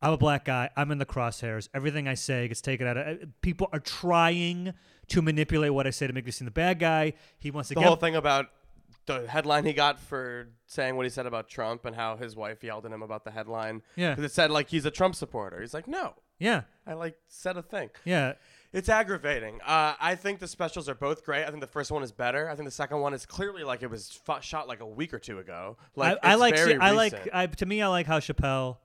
Speaker 4: "I'm a black guy. I'm in the crosshairs. Everything I say gets taken out of. uh, People are trying to manipulate what I say to make me seem the bad guy. He wants to
Speaker 3: the
Speaker 4: get
Speaker 3: whole thing about the headline he got for saying what he said about Trump and how his wife yelled at him about the headline.
Speaker 4: Yeah.
Speaker 3: 'Cause it said like he's a Trump supporter. He's like, no,
Speaker 4: yeah,
Speaker 3: I like said a thing.
Speaker 4: yeah.
Speaker 3: It's aggravating. Uh, I think the specials are both great. I think the first one is better. I think the second one is clearly like it was fo- shot like a week or two ago. Like
Speaker 4: I, I
Speaker 3: it's
Speaker 4: like
Speaker 3: very
Speaker 4: I like uh,
Speaker 3: recent.
Speaker 4: I, to me I like how Chappelle.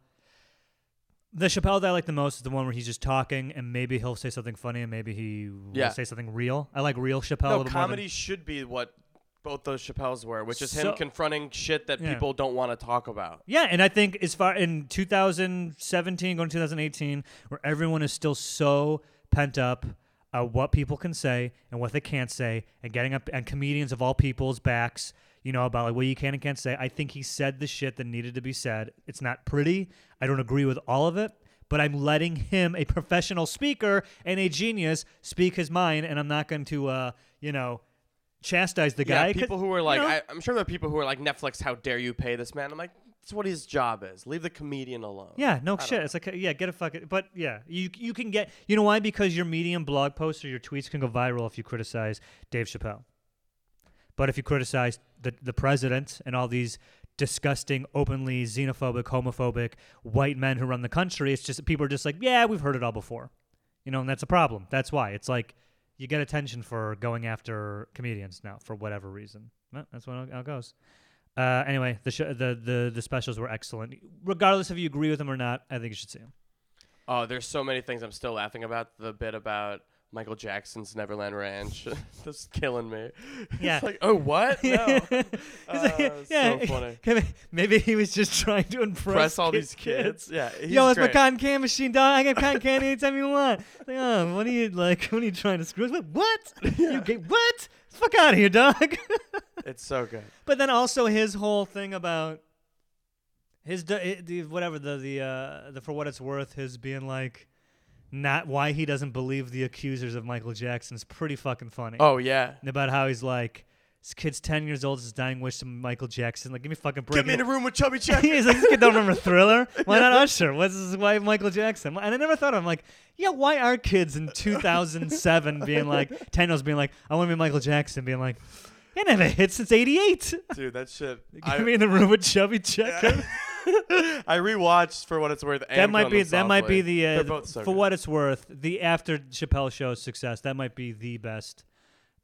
Speaker 4: The Chappelle that I like the most is the one where he's just talking and maybe he'll say something funny and maybe he
Speaker 3: Yeah.
Speaker 4: will say something real. I like real Chappelle. a
Speaker 3: no
Speaker 4: little more than-
Speaker 3: comedy should be what both those Chappelles were, which is him
Speaker 4: So-
Speaker 3: confronting shit that
Speaker 4: Yeah.
Speaker 3: people don't want to talk about.
Speaker 4: Yeah, and I think as far in 2017 going to 2018, where everyone is still so pent up uh, what people can say and what they can't say, and getting up and comedians of all people's backs, you know, about like what you can and can't say. I think he said the shit that needed to be said. It's not pretty. I don't agree with all of it, but I'm letting him, a professional speaker and a genius, speak his mind, and I'm not going to, uh, you know, chastise the guy.
Speaker 3: Yeah,
Speaker 4: 'cause-
Speaker 3: people who are like,
Speaker 4: know?
Speaker 3: I, I'm sure there are people who are like, Netflix, how dare you pay this man? I'm like, that's what his job is. Leave the comedian alone.
Speaker 4: Yeah, no shit. It's like yeah, get a fucking. But yeah, you you can get. You know why? Because your Medium blog posts or your tweets can go viral if you criticize Dave Chappelle. But if you criticize the the president and all these disgusting, openly xenophobic, homophobic white men who run the country, it's just people are just like, yeah, we've heard it all before, you know, and that's a problem. That's why it's like you get attention for going after comedians now for whatever reason. Well, that's what how it goes. Uh, anyway, the, show the the the specials were excellent. Regardless if you agree with them or not, I think you should see them.
Speaker 3: Oh, there's so many things I'm still laughing about. The bit about Michael Jackson's Neverland Ranch. that's killing me.
Speaker 4: Yeah.
Speaker 3: It's like, oh, what? No. it's so funny.
Speaker 4: Maybe he was just trying to impress
Speaker 3: Press all
Speaker 4: kid-
Speaker 3: these kids. Yeah. He's
Speaker 4: Yo, it's
Speaker 3: great.
Speaker 4: my cotton candy machine, dog. I get cotton candy anytime you want. Like, oh, what are you like? What are you trying to screw us? with? What? You get what? Fuck out of here, dog.
Speaker 3: It's so good.
Speaker 4: But then also his whole thing about his d- i- the- whatever the the uh, the for what it's worth, his being like not why he doesn't believe the accusers of Michael Jackson is pretty fucking funny.
Speaker 3: Oh yeah.
Speaker 4: And about how he's like this kid's ten years old, his dying wish to Michael Jackson. Like, give me a fucking break.
Speaker 3: Get me in a room with Chubby Checker.
Speaker 4: he's like, this kid don't remember Thriller. Why not Usher? What's this, why Michael Jackson? And I never thought of him like, yeah, why are kids in 2007 being like, ten year olds being like, I want to be Michael Jackson, being like. I never hit since '88.
Speaker 3: Dude, that shit.
Speaker 4: Get me in the room with Chubby Checker.
Speaker 3: I rewatched for what it's worth.
Speaker 4: That might be that might be the uh,
Speaker 3: They're
Speaker 4: the-
Speaker 3: both so
Speaker 4: for
Speaker 3: good.
Speaker 4: what it's worth. The after Chappelle show's success, that might be the best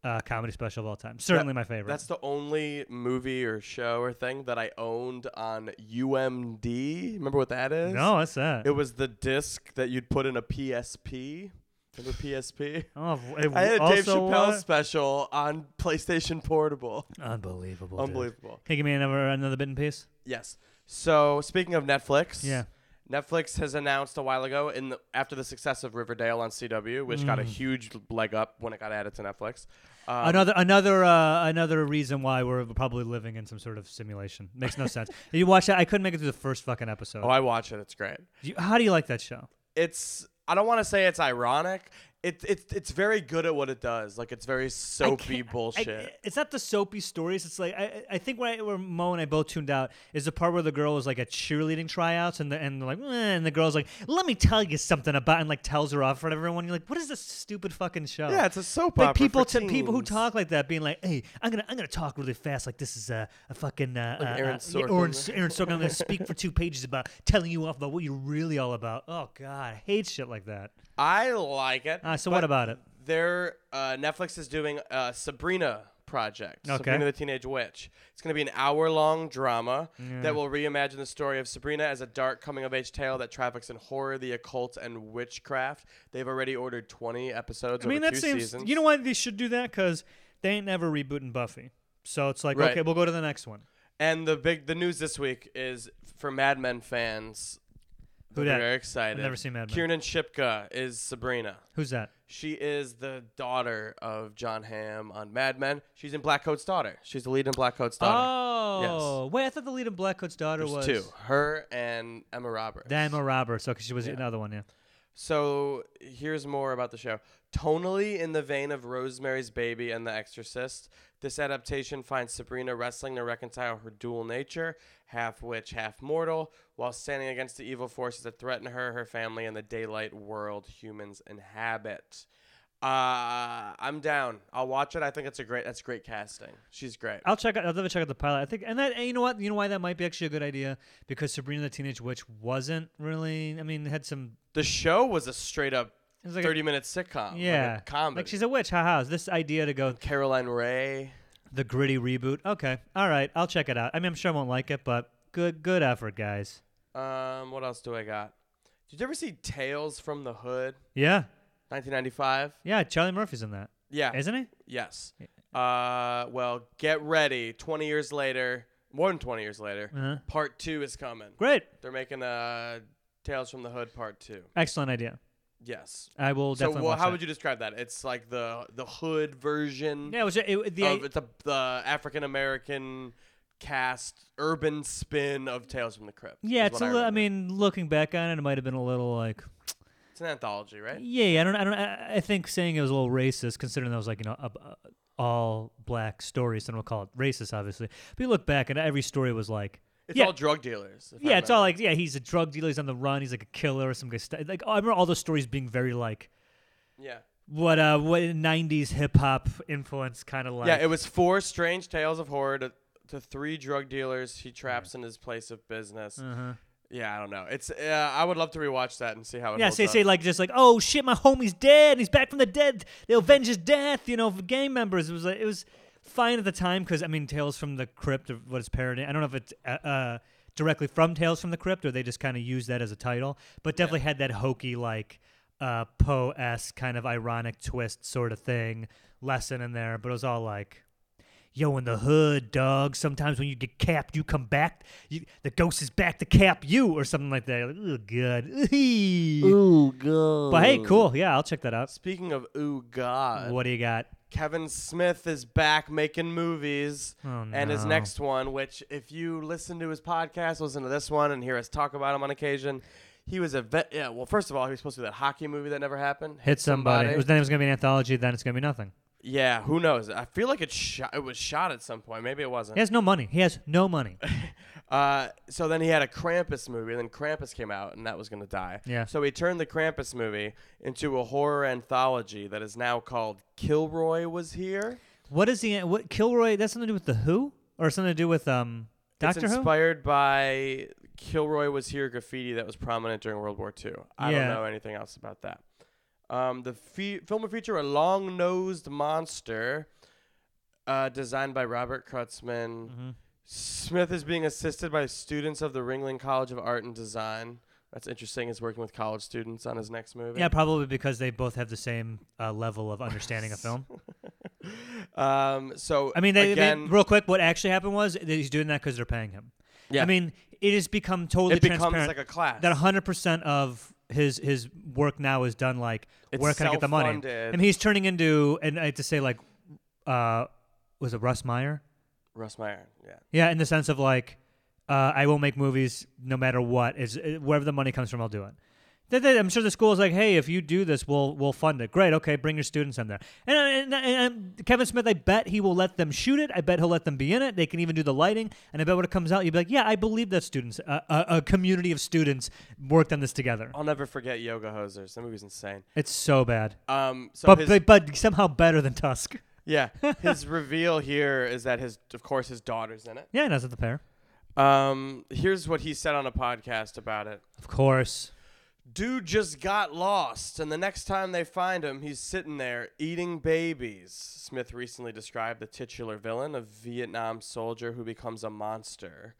Speaker 4: uh, comedy special of all time. Certainly my favorite.
Speaker 3: That's the only movie or show or thing that I owned on UMD. Remember what that is?
Speaker 4: no, that's that.
Speaker 3: It was the disc that you'd put in a PSP. Remember PSP?
Speaker 4: oh, v- it
Speaker 3: I had a
Speaker 4: also
Speaker 3: Dave Chappelle
Speaker 4: was-
Speaker 3: special on PlayStation Portable.
Speaker 4: Unbelievable. dude.
Speaker 3: Unbelievable.
Speaker 4: Can you give me another another bit in piece?
Speaker 3: Yes. So speaking of Netflix,
Speaker 4: Yeah.
Speaker 3: Netflix has announced a while ago, in the, after the success of Riverdale on CW, which
Speaker 4: Mm.
Speaker 3: got a huge leg up when it got added to Netflix. Um,
Speaker 4: another another uh, another reason why we're probably living in some sort of simulation. Makes no sense. You watch that? I couldn't make it through the first fucking episode.
Speaker 3: Oh, I watch it. It's great.
Speaker 4: You- how do you like that show?
Speaker 3: It's. I don't want to say it's ironic. It, it, it's very good at what it does. Like it's very
Speaker 4: I
Speaker 3: soapy
Speaker 4: can't- I-
Speaker 3: bullshit.
Speaker 4: I- it's not the soapy stories. It's like I, I- I think when I, where Mo and I both tuned out is the part where the girl was like at cheerleading tryouts and the and they're like "Eh," and the girl's like, let me tell you something about and like tells her off for everyone. You're like, what is this stupid fucking show?
Speaker 3: yeah, it's a soap
Speaker 4: like
Speaker 3: opera.
Speaker 4: people
Speaker 3: for
Speaker 4: to people who
Speaker 3: teens.
Speaker 4: talk like that being like, hey, I'm gonna I'm gonna talk really fast like this is a, a fucking uh,
Speaker 3: Like
Speaker 4: uh,
Speaker 3: Aaron
Speaker 4: uh,
Speaker 3: Sorkin.
Speaker 4: Aaron, S- Aaron Sorkin. I'm gonna speak for two pages about telling you off about what you're really all about. Oh God, I hate shit like that.
Speaker 3: I like it.
Speaker 4: Uh, so
Speaker 3: but
Speaker 4: what about it?
Speaker 3: They're uh, Netflix is doing a Sabrina project.
Speaker 4: Okay.
Speaker 3: Sabrina the Teenage Witch. It's going to be an hour-long drama that will reimagine the story of Sabrina as a dark coming-of-age tale that traffics in horror, the occult, and witchcraft. They've already ordered 20 episodes.
Speaker 4: I mean,
Speaker 3: over
Speaker 4: that
Speaker 3: two
Speaker 4: seems.
Speaker 3: Seasons.
Speaker 4: You know why they should do that? Because they ain't never rebooting Buffy. So it's like,
Speaker 3: Right.
Speaker 4: okay, we'll go to the next one.
Speaker 3: And the big the news this week is for Mad Men fans.
Speaker 4: Who
Speaker 3: they're
Speaker 4: dat?
Speaker 3: very excited.
Speaker 4: never seen Mad Men.
Speaker 3: Kiernan Shipka is Sabrina.
Speaker 4: Who's that?
Speaker 3: She is the daughter of John Hamm on Mad Men. She's in Black Coat's daughter. She's the lead in Black Coat's daughter.
Speaker 4: Oh, wait, I thought the lead in Black Hood's daughter
Speaker 3: There's
Speaker 4: Oh, was
Speaker 3: two, her and Emma Roberts.
Speaker 4: Diana Roberts. Okay, she was in another one. Yeah.
Speaker 3: So here's more about the show. Tonally in the vein of Rosemary's Baby and The Exorcist, this adaptation finds Sabrina wrestling to reconcile her dual nature, half witch, half mortal, while standing against the evil forces that threaten her, her family, and the daylight world humans inhabit. Uh, I'm down. I'll watch it. I think it's a great. That's great casting. She's great.
Speaker 4: I'll check. Out, I'll definitely check out the pilot. I think, and that, and you know what, you know why that might be actually a good idea because Sabrina the Teenage Witch wasn't really. I mean, had some.
Speaker 3: The show was a straight up
Speaker 4: It was like a-
Speaker 3: thirty minute sitcom. like a
Speaker 4: Yeah,
Speaker 3: comedy.
Speaker 4: Like she's a witch. Ha ha. Is this idea to go
Speaker 3: Caroline Ray.
Speaker 4: the gritty reboot? Okay, all right. I'll check it out. I mean, I'm sure I won't like it, but good, good effort, guys.
Speaker 3: Um, what else do I got? Did you ever see Tales from the Hood,
Speaker 4: Yeah,
Speaker 3: 1995?
Speaker 4: Yeah, Charlie Murphy's in that,
Speaker 3: Yeah.
Speaker 4: isn't he?
Speaker 3: yes. Uh, well, get ready. 20 years later, more than 20 years later,
Speaker 4: Uh-huh.
Speaker 3: part two is coming.
Speaker 4: Great,
Speaker 3: They're making uh, Tales from the Hood part two.
Speaker 4: excellent idea.
Speaker 3: Yes.
Speaker 4: I will
Speaker 3: So,
Speaker 4: definitely.
Speaker 3: well,
Speaker 4: watch
Speaker 3: how
Speaker 4: that.
Speaker 3: would you describe that? It's like the the Hood version
Speaker 4: Yeah, it was it, it- the
Speaker 3: of it's a, Oh, the African American cast urban spin of Tales from the Crypt.
Speaker 4: yeah.
Speaker 3: is
Speaker 4: It's
Speaker 3: what
Speaker 4: a little. I
Speaker 3: remember.
Speaker 4: mean, looking back on it, it might have been a little like
Speaker 3: it's an anthology, right?
Speaker 4: Yeah, I don't, I don't, I I think saying it was a little racist, considering that was like you know a, a- all black stories, and we'll call it racist, obviously. But you look back, and every story was like,
Speaker 3: It's
Speaker 4: yeah,
Speaker 3: all drug dealers. if I
Speaker 4: yeah, it's all
Speaker 3: remember.
Speaker 4: like, yeah, he's a drug dealer, he's on the run, he's like a killer, or some guy. St- like I remember all those stories being very like
Speaker 3: yeah.
Speaker 4: what uh what '90s hip hop influence kind of like.
Speaker 3: Yeah, it was four strange tales of horror to, to three drug dealers he traps in his place of business.
Speaker 4: Mm-hmm.
Speaker 3: Yeah, I don't know. It's uh, I would love to rewatch that and see how it.
Speaker 4: Yeah,
Speaker 3: holds
Speaker 4: say
Speaker 3: up.
Speaker 4: say like just like oh shit, my homie's dead. He's back from the dead. They'll avenge his death. You know, for gang members. It was like, it was fine at the time because I mean, Tales from the Crypt of what is parody. I don't know if it's uh, uh, directly from Tales from the Crypt or they just kind of used that as a title, but definitely had that hokey like uh, Poe esque kind of ironic twist sort of thing lesson in there. But it was all like. yo in the hood, dog. Sometimes when you get capped, you come back. You, the ghost is back to cap you or something like that. Like, oh god.
Speaker 5: Ooh, go.
Speaker 4: But hey, cool. Yeah, I'll check that out.
Speaker 3: Speaking of ooh god,
Speaker 4: What do you got?
Speaker 3: Kevin Smith is back making movies,
Speaker 4: Oh,
Speaker 3: and his
Speaker 4: no.
Speaker 3: next one, which if you listen to his podcast, listen to this one, and hear us talk about him on occasion. He was a vet. Yeah, well, first of all, he was supposed to do that hockey movie that never happened.
Speaker 4: Hit somebody. It was, then it was gonna be an anthology. Then it's gonna be nothing.
Speaker 3: yeah, who knows? I feel like it shot. It was shot at some point. Maybe it wasn't.
Speaker 4: He has no money. He has no money.
Speaker 3: Uh, so then he had a Krampus movie, and then Krampus came out, and that was going to die.
Speaker 4: Yeah.
Speaker 3: So he turned the Krampus movie into a horror anthology that is now called Kilroy Was Here.
Speaker 4: What is he? What Kilroy? That's something to do with the Who, or something to do with um Doctor
Speaker 3: it's
Speaker 4: Who?
Speaker 3: inspired by Kilroy Was Here graffiti that was prominent during World War II. I
Speaker 4: Yeah.
Speaker 3: don't know anything else about that. Um, the fe- film will feature a long nosed monster uh, designed by Robert Kurtzman.
Speaker 4: Mm-hmm.
Speaker 3: Smith is being assisted by students of the Ringling College of Art and Design. That's interesting. He's working with college students on his next movie.
Speaker 4: Yeah, probably because they both have the same uh, level of understanding of film.
Speaker 3: Um, so
Speaker 4: I mean, they, they-
Speaker 3: again,
Speaker 4: real quick, what actually happened was that he's doing that because they're paying him.
Speaker 3: Yeah.
Speaker 4: I mean, it has become totally
Speaker 3: it becomes
Speaker 4: transparent
Speaker 3: like a class.
Speaker 4: that 100 percent of his his work now is done like
Speaker 3: It's
Speaker 4: where can I get the money?
Speaker 3: self-funded.
Speaker 4: I mean, he's turning into and I have to say like, uh, was it Russ Meyer?
Speaker 3: Russ Meyer. Yeah.
Speaker 4: Yeah, in the sense of like, uh, I will make movies no matter what. Is wherever the money comes from, I'll do it. Th- th- I'm sure the school is like, hey, if you do this, we'll we'll fund it. Great, okay, bring your students in there. And, and, and, and Kevin Smith, I bet he will let them shoot it. I bet he'll let them be in it. They can even do the lighting. And I bet when it comes out, you'll be like, yeah, I believe that students, uh, a, a community of students, worked on this together.
Speaker 3: I'll never forget Yoga Hosers. That movie's insane.
Speaker 4: It's so bad,
Speaker 3: Um, so
Speaker 4: but,
Speaker 3: his-
Speaker 4: but but somehow better than Tusk.
Speaker 3: Yeah, his reveal here is that his, of course, his daughter's in it.
Speaker 4: Yeah, and that's the pair.
Speaker 3: Um, here's what he said on a podcast about it.
Speaker 4: Of course.
Speaker 3: Dude just got lost, and the next time they find him, he's sitting there eating babies. Smith recently described the titular villain, a Vietnam soldier who becomes a monster.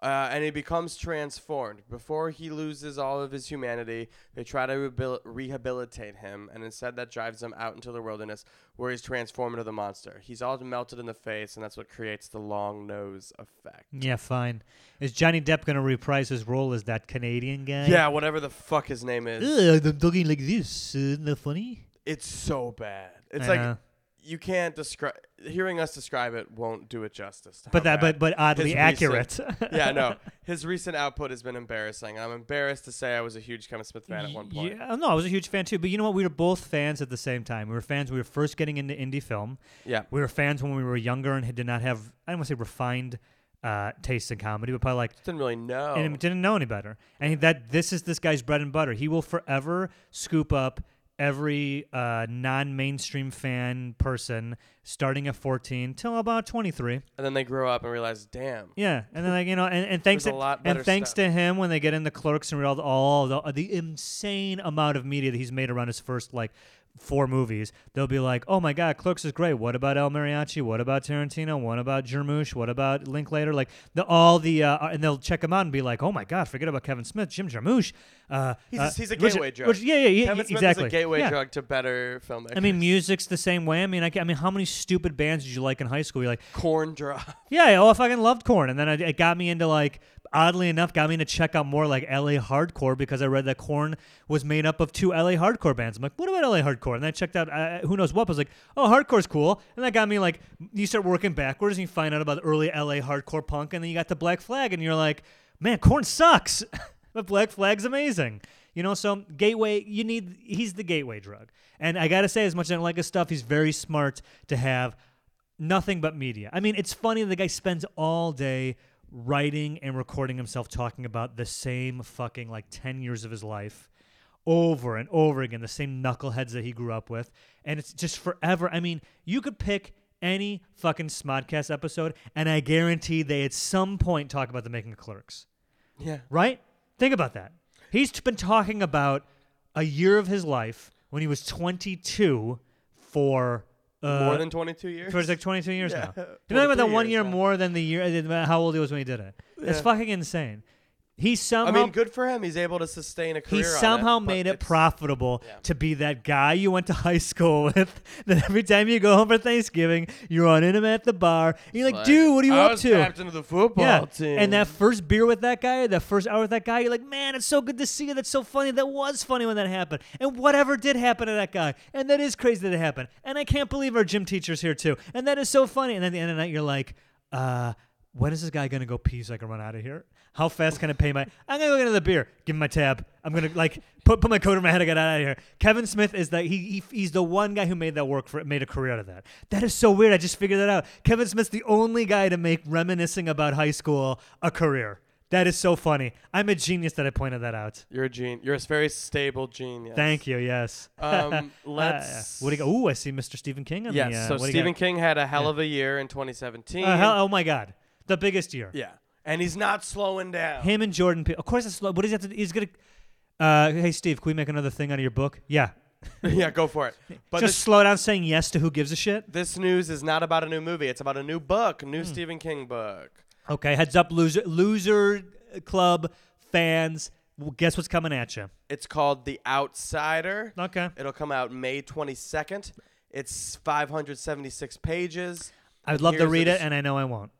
Speaker 3: Uh, and he becomes transformed. Before he loses all of his humanity, they try to rehabil- rehabilitate him, and instead that drives him out into the wilderness where he's transformed into the monster. He's all melted in the face, and that's what creates the long nose effect.
Speaker 4: Yeah, fine. Is Johnny Depp going to reprise his role as that Canadian guy?
Speaker 3: Yeah, whatever the fuck his name is.
Speaker 4: Ugh, I'm talking like this. Isn't that funny?
Speaker 3: It's so bad. It's
Speaker 4: I
Speaker 3: like
Speaker 4: know.
Speaker 3: you can't describe. Hearing us describe it won't do it justice. to
Speaker 4: But
Speaker 3: how
Speaker 4: that, but
Speaker 3: bad
Speaker 4: but oddly
Speaker 3: oh, his
Speaker 4: accurate.
Speaker 3: recent- yeah, no. His recent output has been embarrassing. I'm embarrassed to say I was a huge Kevin Smith fan at one point.
Speaker 4: Yeah, no, I was a huge fan too. But you know what? We were both fans at the same time. We were fans. We were first getting into indie film.
Speaker 3: Yeah.
Speaker 4: We were fans when we were younger and had- did not have. I don't want to say refined uh, tastes in comedy, but probably like
Speaker 3: Didn't really know.
Speaker 4: and didn't know any better. And that this is this guy's bread and butter. He will forever scoop up every uh, non-mainstream fan person starting at 14 till about 23.
Speaker 3: and then they grow up and realize, damn.
Speaker 4: Yeah, and then like you know, and, and thanks
Speaker 3: There's
Speaker 4: to
Speaker 3: a lot better
Speaker 4: and thanks
Speaker 3: stuff.
Speaker 4: to him when they get into Clerks and read all the, the insane amount of media that he's made around his first like four movies, they'll be like, oh my god, Clerks is great. What about El Mariachi? What about Tarantino? What about Jarmusch? What about Linklater? Like the all the uh, and they'll check him out and be like, oh my god, forget about Kevin Smith, Jim Jarmusch. Uh,
Speaker 3: He's,
Speaker 4: uh,
Speaker 3: a, he's a
Speaker 4: Richard-
Speaker 3: gateway drug.
Speaker 4: Richard- yeah, yeah, yeah,
Speaker 3: Kevin
Speaker 4: yeah,
Speaker 3: Smith
Speaker 4: exactly.
Speaker 3: is a gateway
Speaker 4: yeah.
Speaker 3: drug to better filmmakers.
Speaker 4: I mean, music's the same way. I mean, I, ca- I mean, how many stupid bands did you like in high school? You're like,
Speaker 3: corn drop.
Speaker 4: yeah, oh, I fucking loved corn, and then I, it got me into like, oddly enough, got me to check out more like LA hardcore because I read that corn was made up of two LA hardcore bands. I'm like, what about LA hardcore? And then I checked out uh, who knows what. But I was like, oh, hardcore's cool, and that got me like, you start working backwards and you find out about early LA hardcore punk, and then you got the Black Flag, and you're like, man, corn sucks, but Black Flag's amazing. You know, so gateway, you need. He's the gateway drug, and I gotta say, as much as I don't like his stuff, he's very smart to have nothing but media. I mean, it's funny the guy spends all day writing and recording himself talking about the same fucking like 10 years of his life over and over again, the same knuckleheads that he grew up with. And it's just forever. I mean, you could pick any fucking Smodcast episode, and I guarantee they at some point talk about the making of clerks
Speaker 3: Yeah.
Speaker 4: right? Think about that. He's t- been talking about a year of his life when he was 22 for uh,
Speaker 3: More than 22 years.
Speaker 4: for like 22 years now.
Speaker 3: Yeah.
Speaker 4: You're talking about that
Speaker 3: 23
Speaker 4: one
Speaker 3: years
Speaker 4: year
Speaker 3: now.
Speaker 4: more than the year uh, how old he was when he did it. That's
Speaker 3: Yeah.
Speaker 4: fucking insane. He somehow
Speaker 3: I mean, good for him. He's able to sustain a
Speaker 4: he
Speaker 3: career. on
Speaker 4: somehow
Speaker 3: but
Speaker 4: made it
Speaker 3: it's-
Speaker 4: profitable
Speaker 3: yeah.
Speaker 4: to be that guy you went to high school with. That every time you go home for Thanksgiving, you're on him at the bar. And you're like, dude, what are you
Speaker 3: I
Speaker 4: up
Speaker 3: was
Speaker 4: to?
Speaker 3: Captain of the football
Speaker 4: yeah,
Speaker 3: team.
Speaker 4: and that first beer with that guy, that first hour with that guy, you're like, man, it's so good to see you. That's so funny. That was funny when that happened, and whatever did happen to that guy, and that is crazy that it happened. And I can't believe our gym teacher's here too, and that is so funny. And then at the end of the night, you're like, uh, when is this guy gonna go pee so I can run out of here? How fast can I pay my? I'm gonna go get another beer. Give him my tab. I'm gonna like put put my coat over my head. I got out of here. Kevin Smith is that he, he he's the one guy who made that work for made a career out of that. That is so weird. I just figured that out. Kevin Smith's the only guy to make reminiscing about high school a career. That is so funny. I'm a genius that I pointed that out.
Speaker 3: you're a gene. You're a very stable genius.
Speaker 4: Thank you. Yes.
Speaker 3: Um,
Speaker 4: Uh,
Speaker 3: let's.
Speaker 4: what do you got? Ooh, I see Mr. Stephen King on
Speaker 3: Yes.
Speaker 4: the. Uh,
Speaker 3: so
Speaker 4: what do you
Speaker 3: Stephen
Speaker 4: got?
Speaker 3: King had a hell of a year in 2017.
Speaker 4: Uh, hell, oh my God, the biggest year.
Speaker 3: yeah, and he's not slowing down.
Speaker 4: Him and Jordan Peele. Of course, it's, what does he have to do? He's going to. Uh, hey, Steve, can we make another thing out of your book? Yeah.
Speaker 3: yeah, go for it. But
Speaker 4: Just
Speaker 3: this,
Speaker 4: slow down saying yes to who gives a shit.
Speaker 3: this news is not about a new movie. It's about a new book, a new
Speaker 4: Hmm.
Speaker 3: Stephen King book.
Speaker 4: Okay, heads up, loser, loser uh, club fans. Well, guess what's coming at you?
Speaker 3: It's called The Outsider.
Speaker 4: Okay.
Speaker 3: It'll come out May 22nd. It's 576 pages.
Speaker 4: I would love to
Speaker 3: Here's
Speaker 4: read
Speaker 3: the
Speaker 4: it,
Speaker 3: dis-
Speaker 4: and I know I won't.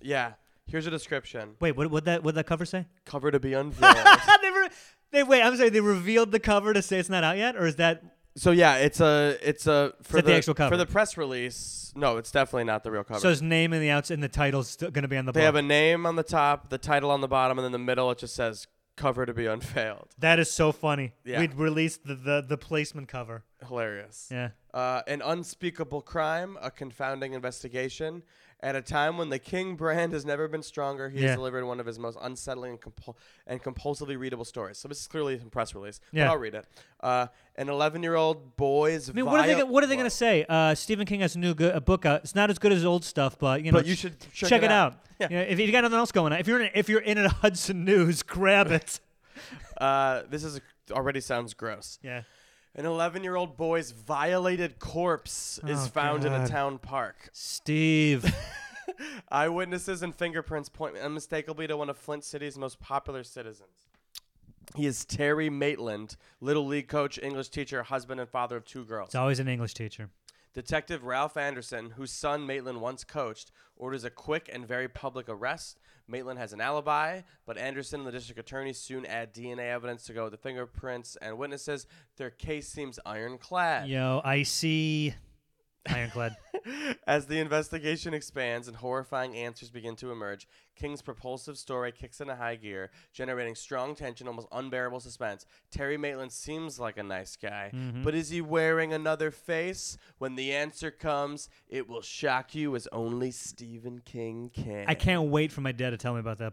Speaker 3: Yeah. Here's a description.
Speaker 4: Wait, what would that what that cover say?
Speaker 3: Cover to be unveiled.
Speaker 4: they, re- they wait. I'm sorry. They revealed the cover to say it's not out yet, or is that
Speaker 3: so yeah, it's a it's a for
Speaker 4: that the actual cover?
Speaker 3: for the press release. No, it's definitely not the real cover.
Speaker 4: so his name in the outs and the title's still going to be on the
Speaker 3: they
Speaker 4: book?
Speaker 3: have a name on the top, the title on the bottom, and then the middle it just says cover to be unveiled.
Speaker 4: that is so funny.
Speaker 3: Yeah.
Speaker 4: We'd released the, the the placement cover.
Speaker 3: Hilarious.
Speaker 4: Yeah.
Speaker 3: Uh, an unspeakable crime, a confounding investigation. At a time when the King brand has never been stronger, he
Speaker 4: Yeah.
Speaker 3: has delivered one of his most unsettling and, compul- and compulsively readable stories. So this is clearly a press release,
Speaker 4: Yeah.
Speaker 3: but I'll read it. Uh, an 11-year-old boy's.
Speaker 4: I mean, what are they?
Speaker 3: viol-
Speaker 4: gonna- What are they going
Speaker 3: Whoa.
Speaker 4: to say? Uh, Stephen King has a new good, a book out. It's not as good as his old stuff, but you know,
Speaker 3: But you
Speaker 4: ch-
Speaker 3: should
Speaker 4: check, it, out. You know, if you got nothing else going on, if you're in, if you're in at Hudson News, grab it.
Speaker 3: Uh, this is already sounds gross.
Speaker 4: yeah.
Speaker 3: An 11-year-old boy's violated corpse is
Speaker 4: Oh,
Speaker 3: found in a
Speaker 4: God.
Speaker 3: town park.
Speaker 4: Steve,
Speaker 3: Eyewitnesses and fingerprints point unmistakably to one of Flint City's most popular citizens. He is Terry Maitland, little league coach, English teacher, husband, and father of two girls.
Speaker 4: it's always an English teacher.
Speaker 3: Detective Ralph Anderson, whose son Maitland once coached, orders a quick and very public arrest. Maitland has an alibi, but Anderson and the district attorney soon add DNA evidence to go with the fingerprints and witnesses. Their case seems ironclad.
Speaker 4: Yo, I see. Ironclad.
Speaker 3: As the investigation expands and horrifying answers begin to emerge, King's propulsive story kicks into high gear, generating strong tension, almost unbearable suspense. Terry Maitland seems like a nice guy,
Speaker 4: Mm-hmm.
Speaker 3: but is he wearing another face? When the answer comes, it will shock you as only Stephen King can.
Speaker 4: I can't wait for my dad to tell me about that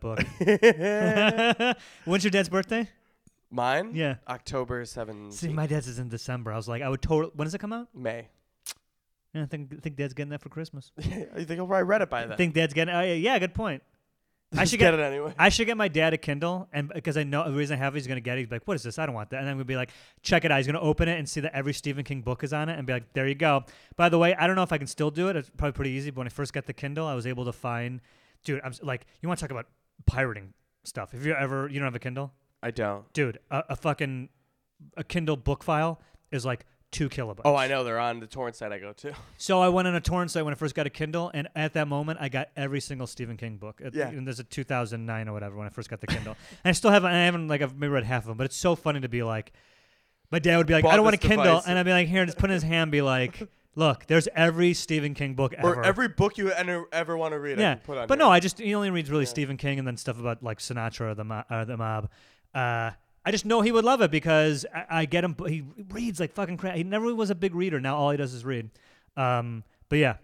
Speaker 4: book. When's your dad's birthday?
Speaker 3: Mine?
Speaker 4: Yeah.
Speaker 3: October 7th.
Speaker 4: See, my dad's is in December. I was like, I would totally. When does it come out?
Speaker 3: May.
Speaker 4: Yeah, I think I think dad's getting that for Christmas.
Speaker 3: you think I'll probably read it by then?
Speaker 4: I think dad's getting. Uh, yeah, good point. I
Speaker 3: Just
Speaker 4: should
Speaker 3: get,
Speaker 4: get
Speaker 3: it anyway.
Speaker 4: I should get my dad a Kindle, and because I know the reason I have it, he's gonna get it. He's like, "What is this? I don't want that." And I'm gonna be like, "Check it out." He's gonna open it and see that every Stephen King book is on it, and be like, "There you go." By the way, I don't know if I can still do it. It's probably pretty easy. But when I first got the Kindle, I was able to find, dude. I'm s- like, you want to talk about pirating stuff? If you ever, you don't have a Kindle,
Speaker 3: I don't.
Speaker 4: dude. A, a fucking a Kindle book file is like two kilobytes.
Speaker 3: Oh, I know. They're on the torrent site I go to.
Speaker 4: So I went on a torrent site when I first got a Kindle, and at that moment, I got every single Stephen King book. It-
Speaker 3: Yeah.
Speaker 4: And there's a 2009 or whatever when I first got the Kindle. and I still haven't, I haven't, like, I've maybe read half of them, but it's so funny to be like, my dad would be like,
Speaker 3: Bought
Speaker 4: I don't want a
Speaker 3: this
Speaker 4: Kindle.
Speaker 3: device.
Speaker 4: And I'd be like, here, and just put it in his hand, be like, look, there's every Stephen King book ever.
Speaker 3: Or every book you ever, ever want to read, I
Speaker 4: yeah.
Speaker 3: can put on
Speaker 4: But
Speaker 3: here.
Speaker 4: no, I just, he only reads really Stephen King and then stuff about, like, Sinatra or the, mo- or the mob. Uh, I just know he would love it because I, I get him, he reads like fucking crap. He never was a big reader. Now all he does is read. Um, but yeah,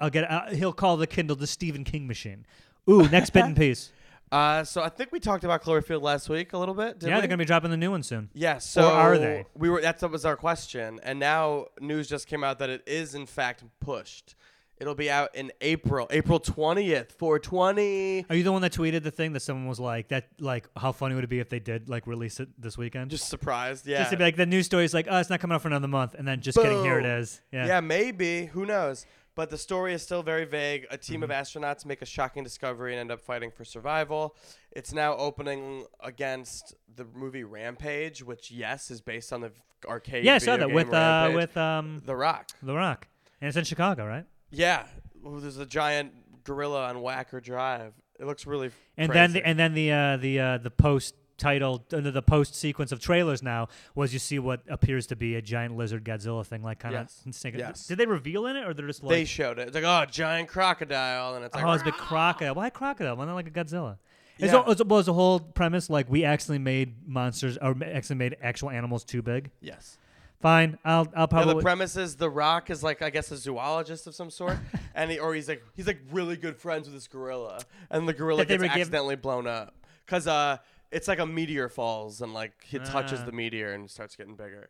Speaker 4: I'll get. Uh, he'll call the Kindle the Stephen King machine. Ooh, next bit in peace.
Speaker 3: Uh, so I think we talked about Cloverfield last week a little bit. Did
Speaker 4: yeah,
Speaker 3: we?
Speaker 4: they're gonna be dropping the new one soon.
Speaker 3: Yeah. So
Speaker 4: are they?
Speaker 3: We were. That was our question, and now news just came out that it is in fact pushed. It'll be out in April, April twentieth, four twenty.
Speaker 4: Are you the one that tweeted the thing that someone was like that? Like, how funny would it be if they did like release it this weekend?
Speaker 3: Just surprised. Yeah.
Speaker 4: Just to be like the news story is like, oh, it's not coming out for another month, and then just kidding, here it
Speaker 3: Boom.
Speaker 4: is. Yeah.
Speaker 3: maybe. Who knows? but the story is still very vague. A team of
Speaker 4: Mm-hmm.
Speaker 3: astronauts make a shocking discovery and end up fighting for survival. It's now opening against the movie Rampage, which yes is based on the arcade.
Speaker 4: Yeah, I saw
Speaker 3: video
Speaker 4: that
Speaker 3: game
Speaker 4: with uh,
Speaker 3: Rampage.
Speaker 4: with um,
Speaker 3: The Rock.
Speaker 4: The Rock, and it's in Chicago, right?
Speaker 3: Yeah, Ooh, there's a giant gorilla on Wacker Drive. It looks really.
Speaker 4: And
Speaker 3: crazy.
Speaker 4: then the, and then the uh, the uh, the post title uh, the post sequence of trailers now was you see what appears to be a giant lizard Godzilla thing, like kind of
Speaker 3: Yes. Yes.
Speaker 4: Did they reveal in it or they're just like?
Speaker 3: they showed it. It's like oh, giant crocodile, and it's like
Speaker 4: Oh, it's a big crocodile. Why crocodile? Why not like a Godzilla? It's
Speaker 3: Yeah.
Speaker 4: all, it's, well, it's a whole premise like we actually made monsters or ma- actually made actual animals too big.
Speaker 3: yes.
Speaker 4: Fine, I'll I'll
Speaker 3: Yeah,
Speaker 4: probably
Speaker 3: the premise is The Rock is like I guess a zoologist of some sort, and he, or he's like he's like really good friends with this gorilla, and the gorilla
Speaker 4: That they
Speaker 3: gets
Speaker 4: were given-
Speaker 3: accidentally blown up because uh it's like a meteor falls and like he touches
Speaker 4: Ah.
Speaker 3: the meteor and starts getting bigger.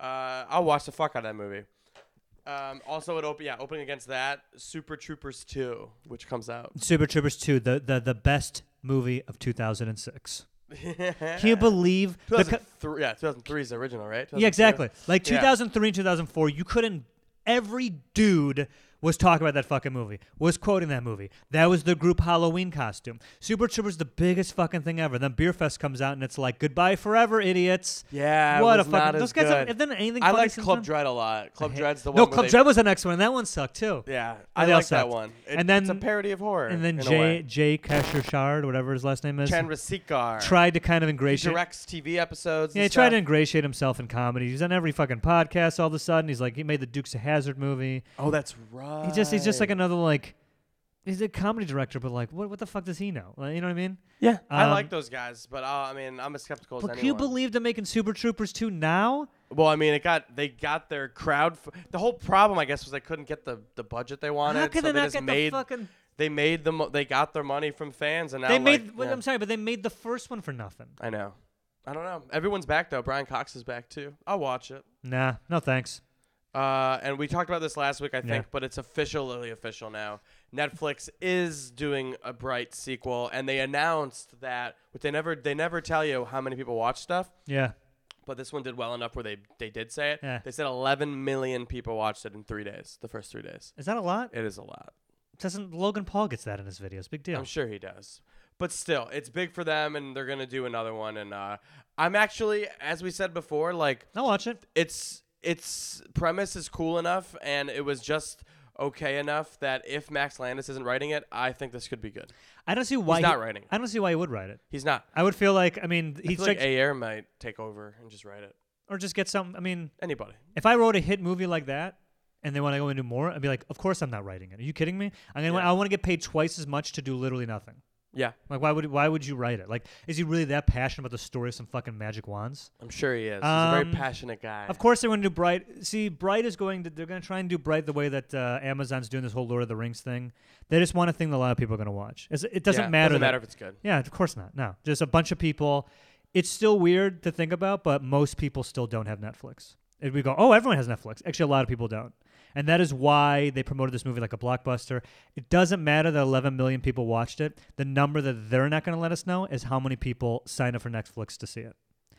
Speaker 3: Uh, I'll watch the fuck out of that movie. Um, also, it op- yeah opening against that Super Troopers two, which comes out.
Speaker 4: Super Troopers two, the the the best movie of 2006. Can you believe the co-
Speaker 3: 2003, yeah, 2003 is the original, right? 2002?
Speaker 4: Yeah, exactly. Like
Speaker 3: Yeah.
Speaker 4: 2003 and 2004, you couldn't. Every dude was talking about that fucking movie, was quoting that movie. That was the group Halloween costume. Super Troopers, the biggest fucking thing ever. Then Beer Fest comes out and it's like, goodbye forever, idiots.
Speaker 3: Yeah, it
Speaker 4: what
Speaker 3: was
Speaker 4: a
Speaker 3: not
Speaker 4: fucking. Those
Speaker 3: as
Speaker 4: guys
Speaker 3: good.
Speaker 4: have, have done anything.
Speaker 3: I
Speaker 4: funny
Speaker 3: liked
Speaker 4: since
Speaker 3: Club
Speaker 4: then?
Speaker 3: Dread a lot. Club Dread's the one.
Speaker 4: No,
Speaker 3: where
Speaker 4: Club
Speaker 3: they-
Speaker 4: Dread was the next one, and that one sucked too.
Speaker 3: Yeah, I
Speaker 4: they all
Speaker 3: like that
Speaker 4: sucked.
Speaker 3: one. It-
Speaker 4: And then-
Speaker 3: it's a parody of horror.
Speaker 4: And then
Speaker 3: in a
Speaker 4: Jay
Speaker 3: way.
Speaker 4: Jay Kesher whatever his last name is,
Speaker 3: Chandra Sekhar
Speaker 4: tried to kind of ingratiate.
Speaker 3: directs TV episodes.
Speaker 4: Yeah,
Speaker 3: and
Speaker 4: he tried to
Speaker 3: stuff.
Speaker 4: ingratiate himself in comedy. He's on every fucking podcast. All of a sudden, he's like, he made the Dukes of Hazard movie.
Speaker 3: Oh, that's right.
Speaker 4: He just he's just like another like he's a comedy director, but like what what the fuck does he know? Like, you know what I mean?
Speaker 3: yeah. I
Speaker 4: um,
Speaker 3: like those guys, but uh, I mean, I'm as skeptical as
Speaker 4: But
Speaker 3: anyone.
Speaker 4: can you believe they're making Super Troopers two now?
Speaker 3: Well, I mean, it got they got their crowd. F- the whole problem, I guess, was they couldn't get the, the budget they wanted.
Speaker 4: How could
Speaker 3: so
Speaker 4: they
Speaker 3: they
Speaker 4: not
Speaker 3: just
Speaker 4: get
Speaker 3: made
Speaker 4: the fucking?
Speaker 3: they made the mo- they got their money from fans, and now
Speaker 4: They made.
Speaker 3: like,
Speaker 4: well,
Speaker 3: yeah.
Speaker 4: I'm sorry, but they made the first one for nothing.
Speaker 3: I know. I don't know. Everyone's back though. Brian Cox is back too. I'll watch it.
Speaker 4: Nah, no thanks.
Speaker 3: Uh, and we talked about this last week, I think,
Speaker 4: Yeah.
Speaker 3: but it's officially official now. Netflix is doing a Bright sequel, and they announced that, but they never they never tell you how many people watch stuff.
Speaker 4: Yeah,
Speaker 3: But this one did well enough where they they did say it.
Speaker 4: Yeah.
Speaker 3: They said 11 million people watched it in three days, the first three days.
Speaker 4: is that a lot?
Speaker 3: It is a lot.
Speaker 4: Doesn't Logan Paul gets that in his videos? Big deal.
Speaker 3: I'm sure he does. But still, it's big for them, and they're gonna do another one. And uh, I'm actually, as we said before, like
Speaker 4: I'll watch it.
Speaker 3: it's its premise is cool enough and it was just okay enough that if Max Landis isn't writing it, I think this could be good.
Speaker 4: I don't see why he-
Speaker 3: not writing it.
Speaker 4: I don't see why he would write it.
Speaker 3: He's not.
Speaker 4: I would feel like I mean
Speaker 3: I
Speaker 4: he's
Speaker 3: feel like Ayer might take over and just write it.
Speaker 4: or just get some. I mean,
Speaker 3: Anybody.
Speaker 4: If I wrote a hit movie like that and they want to go into more, I'd be like, of course I'm not writing it. Are you kidding me? I'm gonna,
Speaker 3: Yeah.
Speaker 4: I want to get paid twice as much to do literally nothing.
Speaker 3: Yeah,
Speaker 4: Like, why would why would you write it? Like, is he really that passionate about the story of some fucking magic wands?
Speaker 3: I'm sure he is. He's a very
Speaker 4: Um,
Speaker 3: passionate guy.
Speaker 4: Of course, they want to do Bright. See, Bright is going to. They're going to try and do Bright the way that uh, Amazon's doing this whole Lord of the Rings thing. They just want a thing that a lot of people are going to watch. It's, it doesn't
Speaker 3: Yeah,
Speaker 4: matter.
Speaker 3: Doesn't
Speaker 4: that-
Speaker 3: matter if it's good.
Speaker 4: yeah, of course not. No, just a bunch of people. It's still weird to think about, but most people still don't have Netflix. And we go, oh, everyone has Netflix. Actually, a lot of people don't, and that is why they promoted this movie like a blockbuster. It doesn't matter that 11 million people watched it. The number that they're not going to let us know is how many people sign up for Netflix to see it.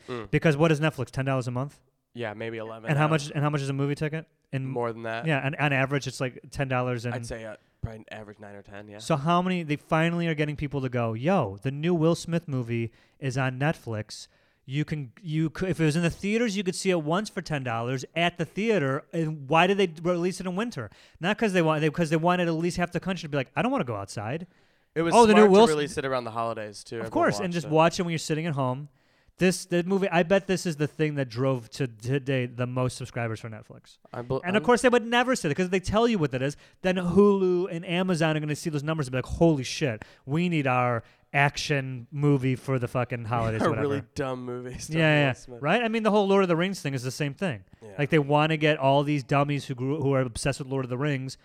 Speaker 3: Mm.
Speaker 4: Because what is Netflix? Ten dollars a month,
Speaker 3: Yeah, maybe 11.
Speaker 4: and how
Speaker 3: now.
Speaker 4: much? And how much is a movie ticket? And
Speaker 3: More than that.
Speaker 4: Yeah, and on average, it's like ten dollars. And
Speaker 3: I'd say uh, probably an average 9 or 10, yeah.
Speaker 4: so how many they finally are getting people to go, "Yo, the new Will Smith movie is on Netflix. You can you could, if it was in the theaters, you could see it once for $10 at the theater. And why did they release it in winter? Not cuz they want they because they wanted at least half the country to be like, "I don't want to go outside."
Speaker 3: it was
Speaker 4: oh, the new
Speaker 3: smart
Speaker 4: Will
Speaker 3: to
Speaker 4: Smith-
Speaker 3: release it around the holidays, too.
Speaker 4: Of course, and just watch it when you're sitting at home. This the movie, I bet this is the thing that drove to today the most subscribers for Netflix.
Speaker 3: I bel-
Speaker 4: And of
Speaker 3: I'm-
Speaker 4: course, they would never say that because if they tell you what that is, then Hulu and Amazon are going to see those numbers and be like, "Holy shit, we need our action movie for the fucking holidays."
Speaker 3: a
Speaker 4: whatever.
Speaker 3: really dumb movie. starring Will
Speaker 4: yeah, yeah,
Speaker 3: Smith.
Speaker 4: right. I mean, the whole Lord of the Rings thing is the same thing.
Speaker 3: Yeah.
Speaker 4: Like they want to get all these dummies who grew who are obsessed with Lord of the Rings.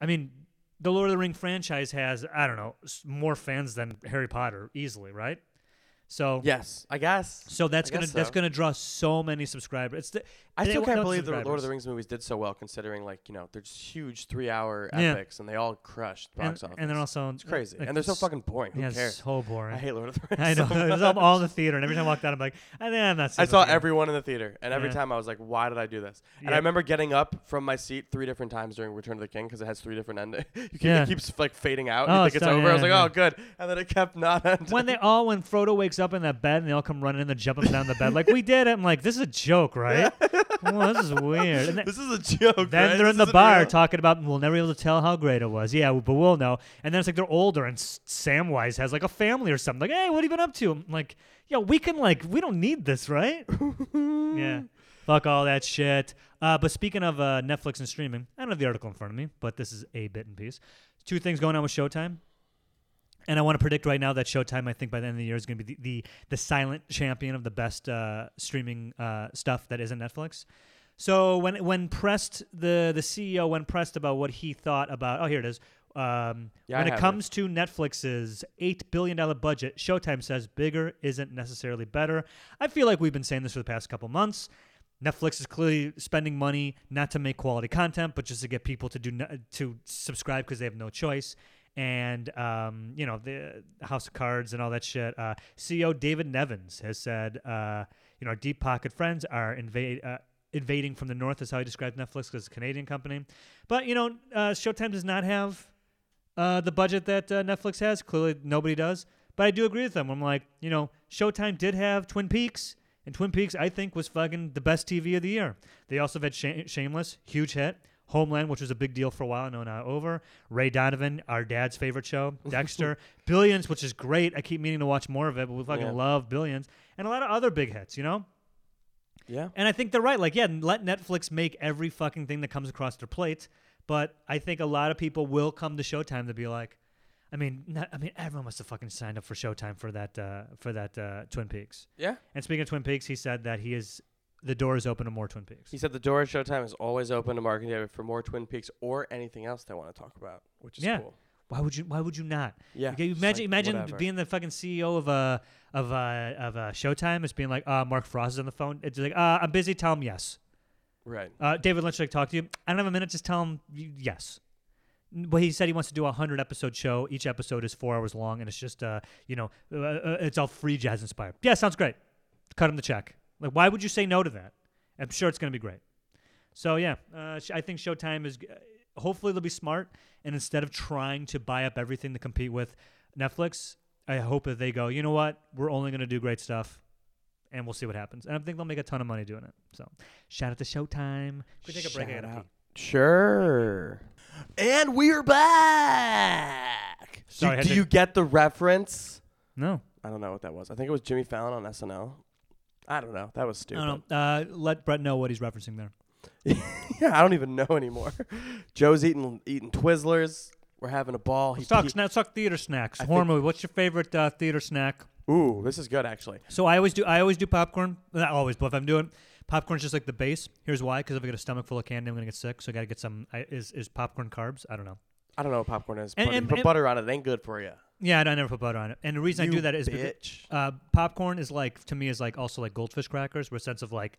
Speaker 4: I mean, the Lord of the Ring franchise has I don't know s- more fans than Harry Potter easily, right? So
Speaker 3: Yes, I guess.
Speaker 4: So that's
Speaker 3: I
Speaker 4: gonna
Speaker 3: guess
Speaker 4: that's
Speaker 3: so.
Speaker 4: gonna draw so many subscribers. It's the,
Speaker 3: I
Speaker 4: they-
Speaker 3: still
Speaker 4: well,
Speaker 3: can't
Speaker 4: not
Speaker 3: believe the Lord of
Speaker 4: subscribers.
Speaker 3: the Rings movies did so well, considering like you know they're just huge three-hour
Speaker 4: Yeah.
Speaker 3: epics, and they all crushed
Speaker 4: and,
Speaker 3: box office.
Speaker 4: and they're also
Speaker 3: it's crazy,
Speaker 4: like,
Speaker 3: and they're so
Speaker 4: s-
Speaker 3: fucking boring. Who
Speaker 4: yeah,
Speaker 3: cares?
Speaker 4: so boring.
Speaker 3: I hate Lord of the
Speaker 4: I
Speaker 3: Rings.
Speaker 4: know.
Speaker 3: so
Speaker 4: it was
Speaker 3: much.
Speaker 4: up all in the theater, and every time I walked out, I'm like, I think I'm not.
Speaker 3: I
Speaker 4: seeing this
Speaker 3: saw
Speaker 4: again."
Speaker 3: everyone in the theater, and every
Speaker 4: Yeah.
Speaker 3: time I was like, "Why did I do this?" And
Speaker 4: Yeah.
Speaker 3: I remember getting up from my seat three different times during Return of the King because it has three different endings.
Speaker 4: Yeah.
Speaker 3: It keeps like fading out.
Speaker 4: Oh,
Speaker 3: you
Speaker 4: it's
Speaker 3: think it's
Speaker 4: done,
Speaker 3: over. I was
Speaker 4: yeah,
Speaker 3: like,
Speaker 4: yeah.
Speaker 3: "Oh, good," and then it kept not ending.
Speaker 4: When they all, when Frodo wakes up in that bed and they all come running in, they jump up and down the bed like we did it. I'm like, this is a joke, right? well, this is weird. And then,
Speaker 3: this is a joke.
Speaker 4: then
Speaker 3: right?
Speaker 4: they're
Speaker 3: This
Speaker 4: in the
Speaker 3: isn't
Speaker 4: bar
Speaker 3: real.
Speaker 4: talking about we'll never be able to tell how great it was. Yeah, but we'll know. And then it's like they're older, and S- Samwise has like a family or something. Like, hey, what have you been up to? I'm like, yo, we can like we don't need this, right? yeah. Fuck all that shit. Uh, but speaking of uh, Netflix and streaming, I don't have the article in front of me, but this is a bit in piece. Two things going on with Showtime. And I want to predict right now that Showtime, I think by the end of the year, is going to be the, the, the silent champion of the best uh, streaming uh, stuff that isn't Netflix. So when when pressed the the CEO when pressed about what he thought about oh here it is um,
Speaker 3: Yeah, I
Speaker 4: when
Speaker 3: have
Speaker 4: it
Speaker 3: it.
Speaker 4: comes to Netflix's eight billion dollar budget Showtime says bigger isn't necessarily better I feel like we've been saying this for the past couple months Netflix is clearly spending money not to make quality content but just to get people to do no- to subscribe because they have no choice and um, you know the House of Cards and all that shit. Uh, CEO David Nevins has said, uh, you know, our deep pocket friends are invade. Uh, Invading from the north is how he described Netflix because it's a Canadian company, but you know uh, Showtime does not have uh, the budget that uh, Netflix has. Clearly, nobody does. But I do agree with them. I'm like, you know, Showtime did have Twin Peaks, and Twin Peaks, I think, was fucking the best TV of the year. They also had Shame- Shameless, huge hit. Homeland, which was a big deal for a while, no, now over. Ray Donovan, our dad's favorite show. Dexter, Billions, which is great. I keep meaning to watch more of it, but we fucking
Speaker 3: Yeah.
Speaker 4: love Billions, and a lot of other big hits, you know.
Speaker 3: Yeah.
Speaker 4: And I think they're right. Like, yeah, let Netflix make every fucking thing that comes across their plate. But I think a lot of people will come to Showtime to be like, I mean, not, I mean, everyone must have fucking signed up for Showtime for that uh, for that uh, Twin Peaks.
Speaker 3: Yeah.
Speaker 4: And speaking of Twin Peaks, he said that he is the door is open to more Twin Peaks.
Speaker 3: He said the door of Showtime is always open to Mark and David for more Twin Peaks or anything else they want to talk about, which is
Speaker 4: Yeah.
Speaker 3: cool.
Speaker 4: why would you? Why would you not?
Speaker 3: Yeah,
Speaker 4: You, can- you
Speaker 3: just
Speaker 4: imagine
Speaker 3: like,
Speaker 4: imagine
Speaker 3: whatever.
Speaker 4: being the fucking CEO of uh, of uh, of uh, Showtime. It's being like, uh, Mark Frost is on the phone. It's like, uh, I'm busy. Tell him yes.
Speaker 3: Right.
Speaker 4: Uh, David Lynch, should I talk to you? I don't have a minute. Just tell him y- yes. N- Well, he said he wants to do a hundred episode show. Each episode is four hours long, and it's just uh, you know, uh, uh, it's all free jazz inspired. Yeah, sounds great. Cut him the check. Like, why would you say no to that? I'm sure it's gonna be great. So yeah, uh, sh- I think Showtime is. uh, Hopefully, they'll be smart, and instead of trying to buy up everything to compete with Netflix, I hope that they go. You know what? We're only gonna do great stuff, and we'll see what happens. And I think they'll make a ton of money doing it. So shout out to Showtime. Could we take a break? I
Speaker 3: Shout
Speaker 4: gotta
Speaker 3: out.
Speaker 4: pee.
Speaker 3: Sure. And we're back. do
Speaker 4: Sorry, I had
Speaker 3: do
Speaker 4: to-
Speaker 3: you get the reference?
Speaker 4: No,
Speaker 3: I don't know what that was. I think it was Jimmy Fallon on SNL. I don't know. That was stupid.
Speaker 4: no, no. Uh, let Brett know what he's referencing there.
Speaker 3: yeah, I don't even know anymore. Joe's eating eating Twizzlers. We're having a ball. He
Speaker 4: Let's talk,
Speaker 3: peed-
Speaker 4: sna- let's talk theater snacks.
Speaker 3: I
Speaker 4: Horror
Speaker 3: think-
Speaker 4: movie. What's your favorite uh, theater snack?
Speaker 3: Ooh, this is good actually.
Speaker 4: So I always do. I always do popcorn. Not always, but if I'm doing popcorn's just like the base. Here's why: because if I get a stomach full of candy, I'm gonna get sick. So I gotta get some. I, is is popcorn carbs? I don't know.
Speaker 3: I don't know what popcorn is.
Speaker 4: And-
Speaker 3: but if
Speaker 4: and-
Speaker 3: you put
Speaker 4: and-
Speaker 3: butter on it. It ain't good for you.
Speaker 4: Yeah, I, don't- I never put butter on it. And the reason I do that is because-
Speaker 3: bitch.
Speaker 4: uh, popcorn is like to me is like also like goldfish crackers, with a sense of like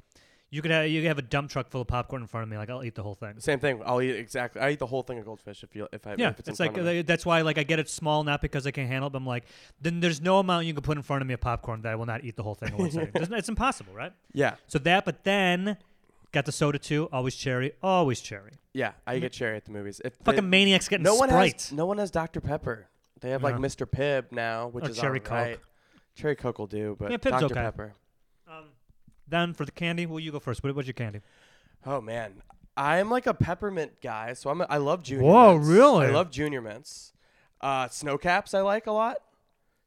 Speaker 4: you could have, you could have a dump truck full of popcorn in front of me, like I'll eat the whole thing.
Speaker 3: Same thing. I'll eat exactly. I eat the whole thing of goldfish if you if I
Speaker 4: Yeah,
Speaker 3: if
Speaker 4: it's,
Speaker 3: it's, in
Speaker 4: like
Speaker 3: front of me.
Speaker 4: uh, that's why like I get it small, not because I can handle it. But I'm like, then there's no amount you can put in front of me of popcorn that I will not eat the whole thing in one second. There's- It's impossible, right?
Speaker 3: yeah
Speaker 4: So that, but then got the soda too. Always cherry, always cherry.
Speaker 3: yeah. I get cherry at the movies. If
Speaker 4: Fucking
Speaker 3: they-
Speaker 4: maniacs getting
Speaker 3: no one
Speaker 4: Sprite.
Speaker 3: has no one has Dr Pepper. They have like
Speaker 4: No.
Speaker 3: Mr Pibb now, which
Speaker 4: Or
Speaker 3: is
Speaker 4: Cherry
Speaker 3: all right.
Speaker 4: Coke.
Speaker 3: Cherry Coke will do, but
Speaker 4: Yeah, Pibb's
Speaker 3: Dr
Speaker 4: okay.
Speaker 3: Pepper.
Speaker 4: Um, then for the candy, well, you go first. What, what's your candy?
Speaker 3: Oh man, I'm like a peppermint guy, so I'm a, I love junior.
Speaker 4: Whoa,
Speaker 3: mints.
Speaker 4: really?
Speaker 3: I love junior mints. Uh, snow caps I like a lot.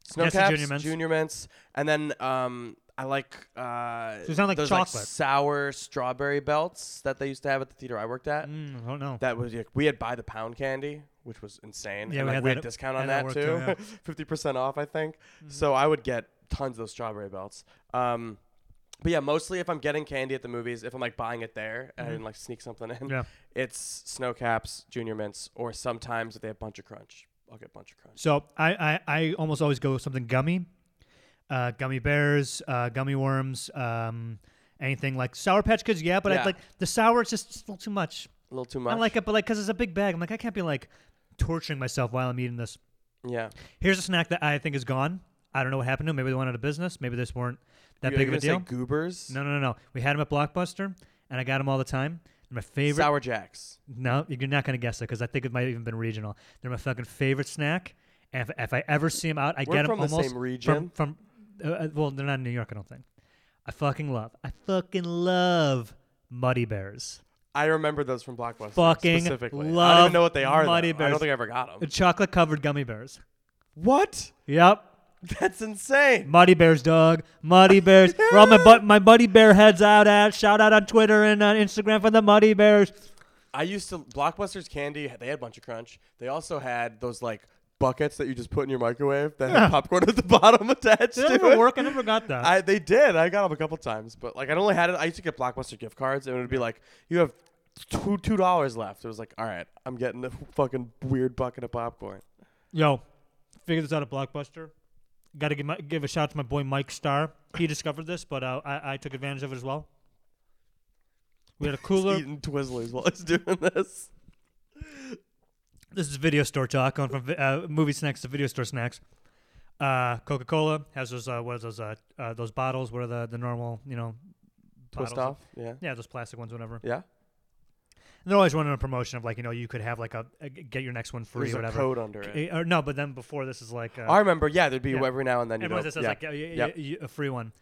Speaker 3: Snow
Speaker 4: Yes, the
Speaker 3: caps,
Speaker 4: Junior Mints.
Speaker 3: Mints. and then um, I like uh,
Speaker 4: So you sound like
Speaker 3: those
Speaker 4: chocolate.
Speaker 3: sour strawberry belts that they used to have at the theater Hmm, I worked at.
Speaker 4: Mm, I don't know.
Speaker 3: That was like, we had buy the pound candy, which was insane.
Speaker 4: Yeah,
Speaker 3: and,
Speaker 4: we
Speaker 3: like,
Speaker 4: had
Speaker 3: we
Speaker 4: that
Speaker 3: had
Speaker 4: at-
Speaker 3: discount
Speaker 4: had
Speaker 3: on
Speaker 4: that Mm-hmm.
Speaker 3: that
Speaker 4: at
Speaker 3: too,
Speaker 4: work too,
Speaker 3: fifty percent off, I think. So I would get tons of those strawberry belts. Um, but yeah, mostly if I'm getting candy at the movies, if I'm like buying it there and I didn't like sneak something in,
Speaker 4: Mm-hmm. Yeah.
Speaker 3: it's snow caps, junior mints, or sometimes if they have bunch of crunch, I'll get bunch of crunch.
Speaker 4: So I, I, I almost always go with something gummy. uh, gummy bears, uh, gummy worms, um, anything like Sour Patch Kids. Yeah, but I
Speaker 3: Yeah.
Speaker 4: like the sour. It's just a little too much.
Speaker 3: A little too much.
Speaker 4: I like it, but like because it's a big bag, I'm like I can't be like torturing myself while I'm eating this.
Speaker 3: Yeah.
Speaker 4: Here's a snack that I think is gone. I don't know what happened to. 'em. Maybe they went out of business. Maybe this weren't that
Speaker 3: You-
Speaker 4: big of
Speaker 3: you're
Speaker 4: a
Speaker 3: gonna
Speaker 4: deal.
Speaker 3: Say goobers.
Speaker 4: No, no, no, no. We had them at Blockbuster, and I got them all the time. And my favorite.
Speaker 3: Sour Jacks.
Speaker 4: No, you're not gonna guess it because I think it might have even been regional. They're my fucking favorite snack. And if, if I ever see them out, I
Speaker 3: We're
Speaker 4: get them
Speaker 3: from the
Speaker 4: almost
Speaker 3: same region.
Speaker 4: From, from uh, uh, well, they're not in New York. I don't think. I fucking love. I fucking love Muddy Bears.
Speaker 3: I remember those from Blockbuster.
Speaker 4: Fucking
Speaker 3: specifically. I don't
Speaker 4: love
Speaker 3: even know what they are. though.
Speaker 4: Mighty
Speaker 3: I
Speaker 4: Bears.
Speaker 3: don't think I ever got them.
Speaker 4: Chocolate covered gummy bears.
Speaker 3: What?
Speaker 4: Yep.
Speaker 3: That's insane.
Speaker 4: Muddy Bears, dog. Muddy Bears. Where all my bu- my Muddy Bear heads out at. Shout out on Twitter and on Instagram for the Muddy Bears.
Speaker 3: I used to Blockbuster's candy. They had a bunch of crunch. They also had those like buckets that you just put in your microwave that
Speaker 4: Yeah.
Speaker 3: had popcorn at the bottom attached
Speaker 4: Did that
Speaker 3: to
Speaker 4: ever
Speaker 3: it.
Speaker 4: work? I never got that.
Speaker 3: I they did. I got them a couple times, but like I only had it. I used to get Blockbuster gift cards, and it would be like you have two two dollars left. It was like, all right, I'm getting a fucking weird bucket of popcorn.
Speaker 4: Yo, figure this out at Blockbuster. Got to give my, give a shout out to my boy Mike Starr. He discovered this, but uh, I, I took advantage of it as well. We had a
Speaker 3: He's
Speaker 4: cooler.
Speaker 3: eating Twizzlers while he's doing this.
Speaker 4: this is video store talk going from vi- uh, movie snacks to video store snacks. Uh, Coca Cola has those uh, what is those uh, uh, those bottles? What are the the normal you know?
Speaker 3: Twist
Speaker 4: bottles?
Speaker 3: off. Yeah.
Speaker 4: Yeah, those plastic ones, whatever.
Speaker 3: Yeah.
Speaker 4: And they're always running a promotion of like you know you could have like a, a get your next one free
Speaker 3: There's
Speaker 4: or
Speaker 3: a
Speaker 4: whatever.
Speaker 3: code under it.
Speaker 4: Eh, Or, no, but then before this is like uh,
Speaker 3: I remember. Yeah, there'd be
Speaker 4: yeah.
Speaker 3: every now and then. You'd
Speaker 4: Everyone
Speaker 3: open-
Speaker 4: just says
Speaker 3: yeah.
Speaker 4: like a,
Speaker 3: Yep.
Speaker 4: a free one.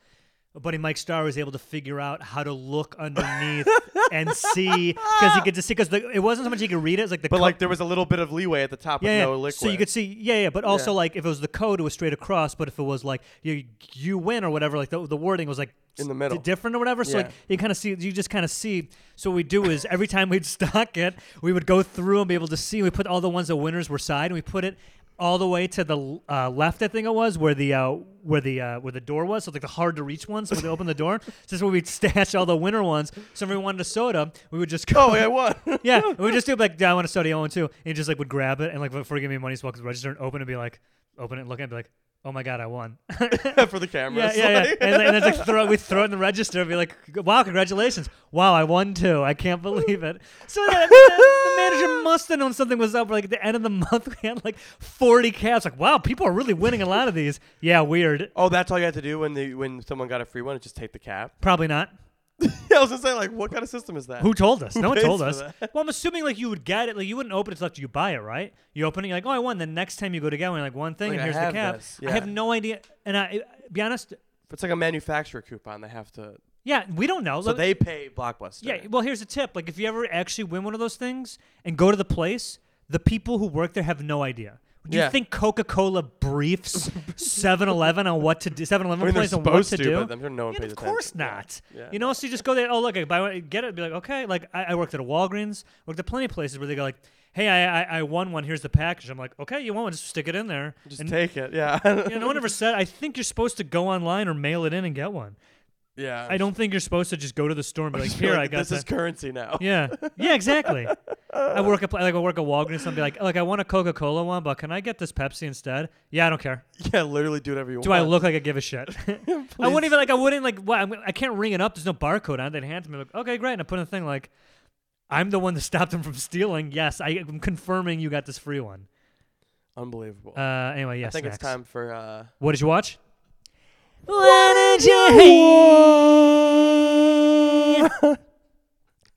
Speaker 4: But buddy Mike Starr was able to figure out how to look underneath and see because he could just see because it wasn't so much he could read it. It's like the
Speaker 3: But
Speaker 4: co-
Speaker 3: like there was a little bit of leeway at the top
Speaker 4: yeah,
Speaker 3: with
Speaker 4: yeah.
Speaker 3: no liquid.
Speaker 4: so you could see yeah yeah. But also like if it was the code, it was straight across. But if it was like you you win or whatever, like the, the wording was like
Speaker 3: In the
Speaker 4: s-
Speaker 3: middle.
Speaker 4: different or whatever. So like
Speaker 3: Yeah.
Speaker 4: you kind of see you just kind of see. So what we do is every time we'd stock it, we would go through and be able to see. We put all the ones that winners were side, and we put it all the way to the uh, left. I think it was where the uh, where the uh, where the door was. So like the hard to reach ones. So when they opened the door, so this is where we'd stash all the winner ones. So if we wanted a soda, we would just go.
Speaker 3: Oh yeah, what?
Speaker 4: Yeah, and we just do like, yeah, I want a soda, I want two. And he just like would grab it and like before he gave me money, he'd walk to the register and open it and be like, open it and look at it and be like, oh my god, I won. yeah,
Speaker 3: For the
Speaker 4: yeah,
Speaker 3: cameras.
Speaker 4: yeah.
Speaker 3: like-
Speaker 4: And, then- and then like throw we throw it in the register and be like, wow, congratulations, wow, I won two. I can't believe it. So the, the manager must have known something was up. Like at the end of the month, we had like forty caps. Like wow, people are really winning a lot of these. Yeah, weird.
Speaker 3: Oh, that's all you had to do when the when someone got a free one, is just take the cap.
Speaker 4: Probably not.
Speaker 3: yeah, I was gonna say like, what kind of system is that?
Speaker 4: Who told us? no one
Speaker 3: pays
Speaker 4: told
Speaker 3: for
Speaker 4: us.
Speaker 3: that?
Speaker 4: Well, I'm assuming like you would get it. Like you wouldn't open it till after you buy it, right? You open it, you're like, oh, I won. The next time you go to get one, you're like one thing,
Speaker 3: Like,
Speaker 4: and
Speaker 3: I
Speaker 4: here's
Speaker 3: have
Speaker 4: the cap.
Speaker 3: this,
Speaker 4: I have
Speaker 3: yeah.
Speaker 4: no idea. And I, be honest,
Speaker 3: It's like a manufacturer coupon. They have to.
Speaker 4: yeah, we don't know.
Speaker 3: So
Speaker 4: Look-
Speaker 3: they pay Blockbuster.
Speaker 4: yeah. Well, here's a tip. Like if you ever actually win one of those things and go to the place, the people who work there have no idea. Do
Speaker 3: Yeah.
Speaker 4: you think Coca-Cola briefs 7-Eleven on what to do? 7-Eleven
Speaker 3: I mean, they're
Speaker 4: place on what
Speaker 3: supposed
Speaker 4: to,
Speaker 3: to,
Speaker 4: do?
Speaker 3: but I'm sure no one
Speaker 4: Yeah,
Speaker 3: pays
Speaker 4: of course
Speaker 3: attention. Yeah.
Speaker 4: not.
Speaker 3: Yeah.
Speaker 4: You know, so you just go there. Oh, look, I buy one, get it. Be like, okay. Like I, I worked at a Walgreens. Worked at plenty of places where they go like, hey, I, I I won one. Here's the package. I'm like, okay, you want one? Just stick it in there.
Speaker 3: Just
Speaker 4: and,
Speaker 3: take it. Yeah.
Speaker 4: you know, no one ever said. I think you're supposed to go online or mail it in and get one.
Speaker 3: yeah.
Speaker 4: I don't think you're supposed to just go to the store and be like,
Speaker 3: Just feel
Speaker 4: here, I got
Speaker 3: this is currency now.
Speaker 4: yeah, yeah, exactly. I work at pla- like I work at Walgreens. and be like, like I want a Coca Cola one, but can I get this Pepsi instead? Yeah, I don't care.
Speaker 3: Yeah, literally do whatever you
Speaker 4: Do
Speaker 3: want.
Speaker 4: I look like I give a shit? I wouldn't even like. I wouldn't like. Well, I'm, I can't ring it up. There's no barcode on it. They'd hand it to me. Like, okay, great. And I put in a thing like, I'm the one that stopped them from stealing. Yes, I am confirming you got this free one.
Speaker 3: Unbelievable.
Speaker 4: Uh, anyway, yes.
Speaker 3: I think it's
Speaker 4: snacks.
Speaker 3: time for. uh
Speaker 4: What did you watch? What did you hate?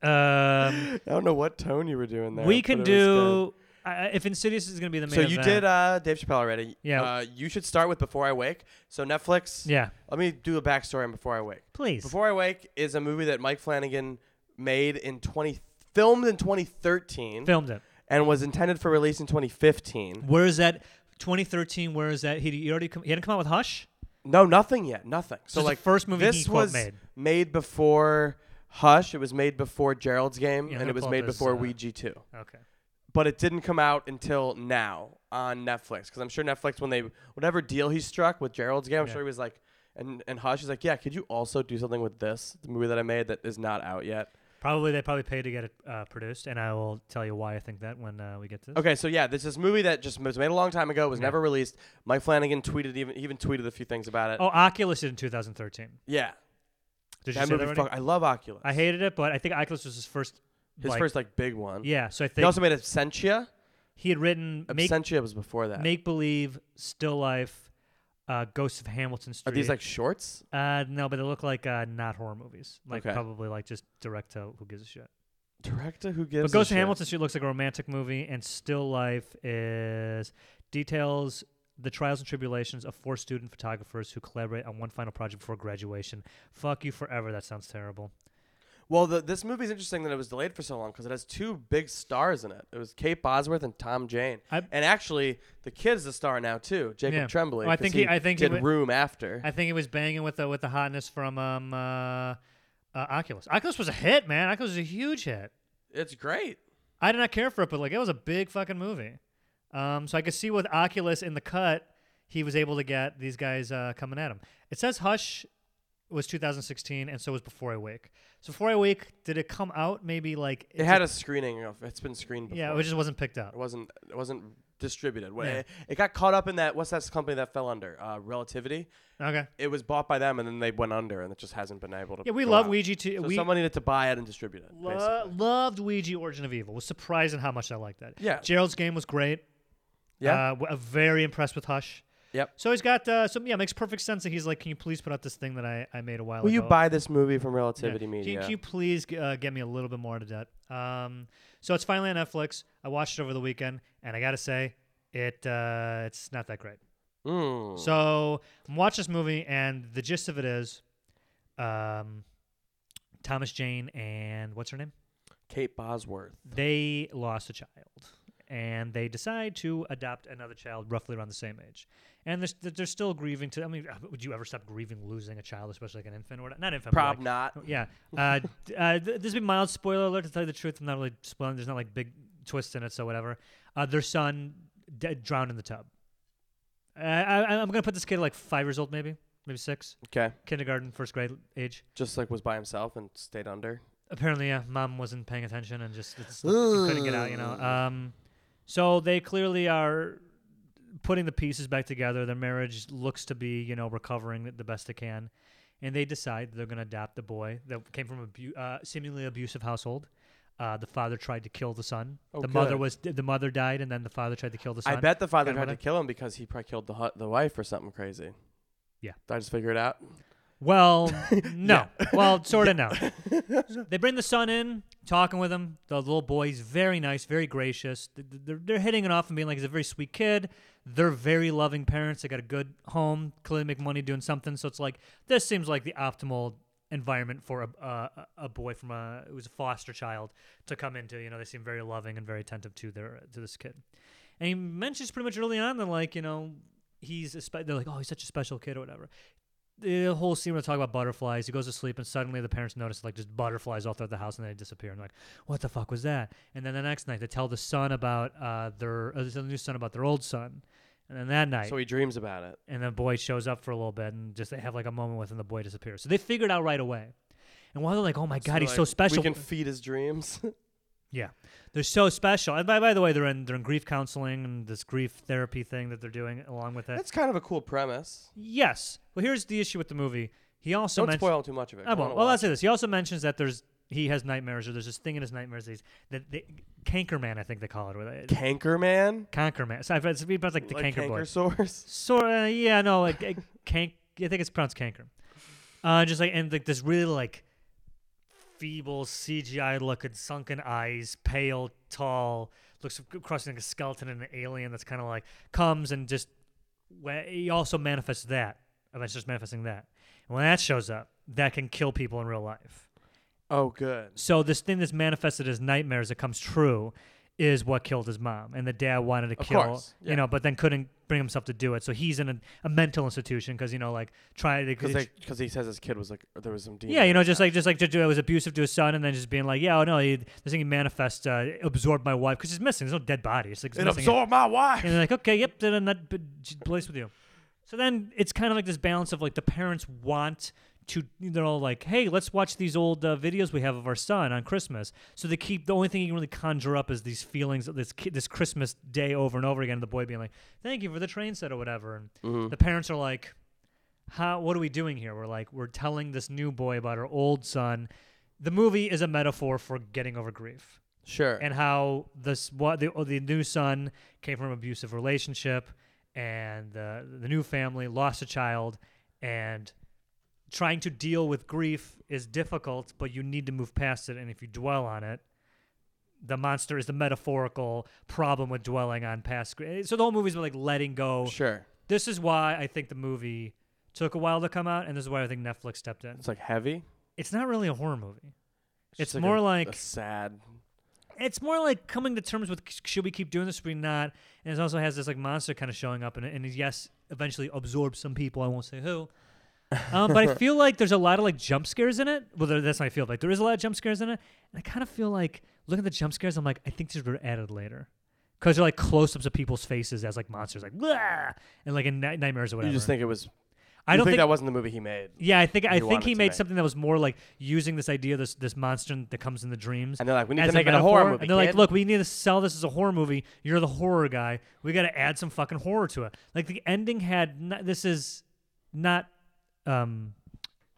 Speaker 4: um,
Speaker 3: I don't know what tone you were doing there.
Speaker 4: we
Speaker 3: but
Speaker 4: can
Speaker 3: it was good.
Speaker 4: do. I I- if Insidious is going to be the main
Speaker 3: So you
Speaker 4: event-
Speaker 3: did uh, Dave Chappelle already.
Speaker 4: Yeah.
Speaker 3: Uh, you should start with Before I Wake. So Netflix.
Speaker 4: yeah.
Speaker 3: Let me do a backstory on Before I Wake.
Speaker 4: Please.
Speaker 3: Before I Wake is a movie that Mike Flanagan made in 20 filmed in 2013
Speaker 4: filmed it.
Speaker 3: and was intended for release in 2015.
Speaker 4: Where is that? 2013. Where is that? He, he already come, he hadn't come out with Hush.
Speaker 3: No, nothing yet, nothing. So
Speaker 4: is the
Speaker 3: like
Speaker 4: first movie
Speaker 3: this
Speaker 4: he, quote,
Speaker 3: was
Speaker 4: made.
Speaker 3: made before Hush. It was made before Gerald's Game,
Speaker 4: Yeah, I'm
Speaker 3: and
Speaker 4: gonna
Speaker 3: it was
Speaker 4: pull up
Speaker 3: made
Speaker 4: his,
Speaker 3: before
Speaker 4: uh,
Speaker 3: Ouija 2.
Speaker 4: Okay.
Speaker 3: but it didn't come out until now on Netflix because I'm sure Netflix when they whatever deal he struck with Gerald's game, I'm
Speaker 4: Yeah.
Speaker 3: sure he was like, and and Hush is like, yeah, could you also do something with this the movie that I made that is not out yet?
Speaker 4: Probably they probably paid to get it uh, produced, and I will tell you why I think that when uh, we get to. This.
Speaker 3: Okay, so yeah, this is movie that just was made a long time ago, was never released. Mike Flanagan tweeted even he even tweeted a few things about it.
Speaker 4: Oh, Oculus did in 2013.
Speaker 3: yeah,
Speaker 4: Did you
Speaker 3: that
Speaker 4: say
Speaker 3: movie.
Speaker 4: that already?
Speaker 3: fuck, I love Oculus.
Speaker 4: I hated it, but I think Oculus was his first.
Speaker 3: his
Speaker 4: like-
Speaker 3: first like big one.
Speaker 4: Yeah, so I
Speaker 3: he
Speaker 4: think
Speaker 3: also made Absentia.
Speaker 4: he had written make
Speaker 3: Absentia was before that.
Speaker 4: make believe, still life, uh, Ghosts of Hamilton
Speaker 3: Are
Speaker 4: Street.
Speaker 3: these like shorts?
Speaker 4: Uh, no, but they look like uh, not horror movies. Like
Speaker 3: Okay.
Speaker 4: probably like just direct to who gives a shit.
Speaker 3: Director who gives
Speaker 4: But Ghost
Speaker 3: a
Speaker 4: of
Speaker 3: shit?
Speaker 4: Hamilton Street looks like a romantic movie, and Still Life is details the trials and tribulations of four student photographers who collaborate on one final project before graduation. Fuck you forever. That sounds terrible.
Speaker 3: Well, the, this movie's interesting that it was delayed for so long because it has two big stars in it. It was Kate Bosworth and Tom Jane,
Speaker 4: I-
Speaker 3: and actually the kid's the star now too, Jacob
Speaker 4: Yeah.
Speaker 3: Tremblay.
Speaker 4: Well, I
Speaker 3: 'cause
Speaker 4: think he- I think he
Speaker 3: did
Speaker 4: wa-
Speaker 3: Room after.
Speaker 4: I think he was banging with the with the hotness from um uh, uh Oculus. Oculus was a hit, man. Oculus was a huge hit.
Speaker 3: it's great.
Speaker 4: I did not care for it, but like it was a big fucking movie. Um, so I could see with Oculus in the cut, he was able to get these guys uh, coming at him. It says Hush was 2016, and so was Before I Wake. So Before I Wake, did it come out maybe like
Speaker 3: It had a screening of. It's been screened. Before.
Speaker 4: yeah, it just wasn't picked up.
Speaker 3: It wasn't. It wasn't distributed. Wha-
Speaker 4: Yeah.
Speaker 3: It, it got caught up in that. What's that company that fell under? Uh, Relativity.
Speaker 4: Okay,
Speaker 3: It was bought by them, and then they went under, and it just hasn't been able to.
Speaker 4: yeah, we
Speaker 3: go
Speaker 4: love
Speaker 3: out.
Speaker 4: Ouija too.
Speaker 3: Oh, So
Speaker 4: we
Speaker 3: someone needed to buy it and distribute it.
Speaker 4: lo-
Speaker 3: basically.
Speaker 4: loved Ouija Origin of Evil. Was surprising how much I liked that.
Speaker 3: Yeah.
Speaker 4: Gerald's game was great.
Speaker 3: Yeah.
Speaker 4: uh, w- very impressed with Hush.
Speaker 3: Yep.
Speaker 4: So he's got uh, some yeah makes perfect sense that he's like, can you please put out this thing that I, I made a while
Speaker 3: Will you
Speaker 4: ago?
Speaker 3: buy this movie from
Speaker 4: Yeah.
Speaker 3: Relativity
Speaker 4: Can you-
Speaker 3: Media?
Speaker 4: Can, you please g- uh, get me a little bit more into that? Um, so it's finally on Netflix. I watched it over the weekend, and I gotta say, it uh, it's not that great.
Speaker 3: Mm.
Speaker 4: So I'm watching this movie, and the gist of it is, um, Thomas Jane and what's her name?
Speaker 3: Kate Bosworth.
Speaker 4: They lost a child, and they decide to adopt another child roughly around the same age. And they're, st- they're still grieving. To I mean, uh, would you ever stop grieving losing a child, especially like an infant or what- not infant? but, like,
Speaker 3: Prob not.
Speaker 4: yeah. Uh, d- uh, th- this would be mild spoiler alert to tell you the truth. I'm not really spoiling. There's not like big twists in it, so whatever. Uh, their son d- drowned in the tub. Uh, I, I- I'm gonna put this kid at, like five years old, maybe, maybe six,
Speaker 3: Okay.
Speaker 4: kindergarten, first grade age.
Speaker 3: Just like was by himself and stayed under.
Speaker 4: Apparently, yeah, mom wasn't paying attention and just it's, you couldn't get out. You know. Um, so they clearly are putting the pieces back together. Their marriage looks to be, you know, recovering the- the best they can, and they decide they're going to adopt the boy that came from a abu- uh, seemingly abusive household. Uh, the father tried to kill the son.
Speaker 3: Oh,
Speaker 4: the mother
Speaker 3: good.
Speaker 4: was the mother died, and then the father tried to kill the son.
Speaker 3: I bet the father
Speaker 4: Kinda
Speaker 3: tried to
Speaker 4: what I-
Speaker 3: kill him because he probably killed the hu- the wife or something crazy.
Speaker 4: Yeah.
Speaker 3: Did I just figure it out?
Speaker 4: Well, no. Well, sort of no. They bring the son in, talking with him. The little boy's very nice, very gracious. Th- th- They're, they're hitting it off and being like, he's a very sweet kid. They're very loving parents. They got a good home, clearly make money doing something. So it's like, this seems like the optimal environment for a, a, a boy from a, who's a foster child to come into. You know, they seem very loving and very attentive to their, to this kid. And he mentions pretty much early on that, like, you know, he's, a spe- they're like, oh, he's such a special kid or whatever the whole scene where they talk about butterflies. He goes to sleep, and suddenly the parents notice like just butterflies all throughout the house, and they disappear. And they're like, what the fuck was that? And then the next night, they tell the son about uh, their uh, the new son about their old son, and then that night,
Speaker 3: So he dreams about it.
Speaker 4: and the boy shows up for a little bit, and just they have like a moment with, him, and the boy disappears. So they figure it out right away. And while they're like, oh my god, he's so
Speaker 3: like,
Speaker 4: special.
Speaker 3: We can feed his dreams.
Speaker 4: Yeah, they're so special. And by, by the way, they're in they're in grief counseling and this grief therapy thing that they're doing along with it.
Speaker 3: That's kind of a cool premise.
Speaker 4: yes. Well, here's the issue with the movie. He also
Speaker 3: Don't
Speaker 4: mentioned.
Speaker 3: spoil too much of it. 'cause
Speaker 4: I
Speaker 3: I
Speaker 4: won't.
Speaker 3: wanna
Speaker 4: Well,
Speaker 3: watch
Speaker 4: let's say this. He also mentions that there's he has nightmares or there's this thing in his nightmares that, he's, that the Cankerman, I think they call it. Where
Speaker 3: it.
Speaker 4: they,
Speaker 3: Canker Man.
Speaker 4: Conkerman. So I've it's about like the
Speaker 3: like
Speaker 4: canker, boy.
Speaker 3: source.
Speaker 4: Sort uh, yeah, no, like uh, cank. I think it's pronounced canker. Uh, just like and like this really like feeble CGI looking sunken eyes, pale, tall, looks ac- across like a skeleton and an alien that's kind of like comes and just wh- he also manifests that. And it's just manifesting that. And when that shows up, that can kill people in real life.
Speaker 3: Oh, good.
Speaker 4: So this thing that's manifested as nightmares that comes true is what killed his mom, and the dad wanted to
Speaker 3: Of
Speaker 4: kill,
Speaker 3: course, yeah.
Speaker 4: you know, but then couldn't bring himself to do it. So he's in a, a mental institution because you know, like trying to
Speaker 3: Because he says his kid was like, there was some demon.
Speaker 4: yeah, you know, just like just like just, it was abusive to his son, and then just being like, yeah, oh no, he, this thing he manifest uh, absorbed my wife because it's missing. There's no dead body. It's like it's
Speaker 3: It
Speaker 4: missing
Speaker 3: absorbed my wife.
Speaker 4: and they're like, okay, yep, then I'm not b- j- placed with you. So then it's kind of like this balance of like the parents want to they're all like, hey, let's watch these old uh, videos we have of our son on Christmas. So they keep the only thing you can really conjure up is these feelings of this ki- this Christmas day over and over again. And the boy being like, thank you for the train set or whatever, and
Speaker 3: Mm-hmm.
Speaker 4: the parents are like, how? What are we doing here? We're like, we're telling this new boy about our old son. The movie is a metaphor for getting over grief
Speaker 3: Sure.
Speaker 4: and how this what the, oh, the new son came from an abusive relationship and the the new family lost a child and trying to deal with grief is difficult but you need to move past it and if you dwell on it the monster is the metaphorical problem with dwelling on past gr- eh, so the whole movie's about like letting go
Speaker 3: sure.
Speaker 4: this is why i think the movie took a while to come out and this is why i think netflix stepped in
Speaker 3: It's like heavy.
Speaker 4: it's not really a horror movie It's
Speaker 3: just a-
Speaker 4: more
Speaker 3: a
Speaker 4: like-
Speaker 3: sad.
Speaker 4: it's more like coming to terms with "Sh- should we keep doing this should we not and it also has this like monster kind of showing up and, and it, yes eventually absorbs some people i won't say who um, but i feel like there's a lot of like jump scares in it well there- that's how i feel like there is a lot of jump scares in it and i kind of feel like looking at the jump scares i'm like i think these were added later because they're like close-ups of people's faces as like monsters like "Blah!" and like in Night- nightmares or whatever
Speaker 3: You just think it was.
Speaker 4: i
Speaker 3: you
Speaker 4: don't think
Speaker 3: that wasn't the movie he made.
Speaker 4: yeah, I think I think
Speaker 3: wanted
Speaker 4: he
Speaker 3: to
Speaker 4: made
Speaker 3: make.
Speaker 4: something that was more like using this idea, this this monster that comes in the dreams.
Speaker 3: And they're like, "We need
Speaker 4: as
Speaker 3: to make it a horror
Speaker 4: metaphor."
Speaker 3: movie,
Speaker 4: And they're like,
Speaker 3: kid.
Speaker 4: look, we need to sell this as a horror movie. You're the horror guy. We got to add some fucking horror to it. Like the ending had not, this is not um,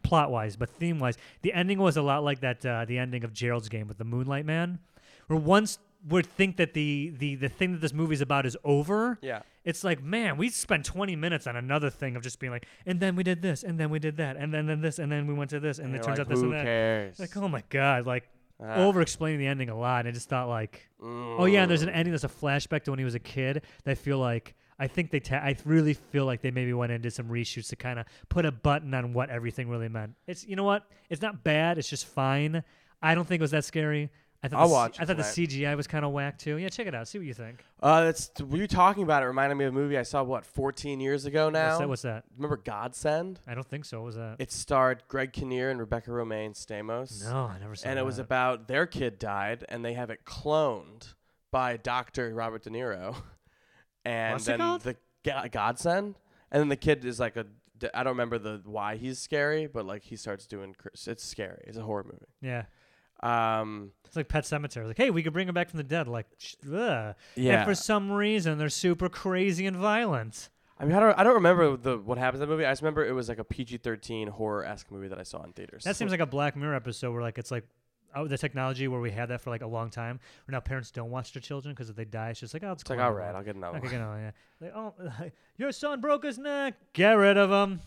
Speaker 4: plot wise, but theme wise. The ending was a lot like that. Uh, the ending of Gerald's Game with the Moonlight Man, where once we think that the the the thing that this movie's about is over
Speaker 3: Yeah.
Speaker 4: it's like man we spent 20 minutes on another thing of just being like and then we did this and then we did that and then, then this and then we went to this and, it
Speaker 3: You're
Speaker 4: turns
Speaker 3: like,
Speaker 4: out this
Speaker 3: who
Speaker 4: and that
Speaker 3: cares?
Speaker 4: like oh my god like
Speaker 3: Ah. mm.
Speaker 4: over explaining the ending a lot and i just thought like oh yeah and there's an ending that's a flashback to when he was a kid that I feel like i think they ta- i really feel like they maybe went and did some reshoots to kind of put a button on what everything really meant it's you know what it's not bad it's just fine i don't think it was that scary I thought
Speaker 3: I'll
Speaker 4: the, C-
Speaker 3: watch it
Speaker 4: I thought the
Speaker 3: tonight.
Speaker 4: CGI was kind of whack too. Yeah, check it out. See what you think.
Speaker 3: Uh, that's were you talking about? It reminded me of a movie I saw what 14 years ago now.
Speaker 4: What's that? What's that?
Speaker 3: Remember Godsend?
Speaker 4: I don't think so. What was that?
Speaker 3: It starred Greg Kinnear and Rebecca Romaine Stamos.
Speaker 4: No, I never saw
Speaker 3: and it was
Speaker 4: that.
Speaker 3: about their kid died, and they have it cloned by Doctor Robert De Niro, and
Speaker 4: What's it
Speaker 3: then
Speaker 4: called?
Speaker 3: the go- Godsend, and then the kid is like a. d- I don't remember the why he's scary, but like he starts doing. cr- It's scary. It's a horror movie.
Speaker 4: yeah.
Speaker 3: Um,
Speaker 4: It's like Pet Cemetery. Like, hey, we could bring him back from the dead. Like, sh- ugh.
Speaker 3: Yeah.
Speaker 4: And for some reason, they're super crazy and violent.
Speaker 3: I mean, I don't. I don't remember the what happens in the movie. I just remember it was like a PG-13 horror-esque movie that I saw in theaters.
Speaker 4: That seems like a Black Mirror episode where like it's like oh, the technology where we had that for like a long time. Where now parents don't watch their children because if they die, it's just like oh, it's,
Speaker 3: It's like all right, I'll get another
Speaker 4: Okay,
Speaker 3: one.
Speaker 4: you know, yeah. Like, oh, your son broke his neck. Get rid of him.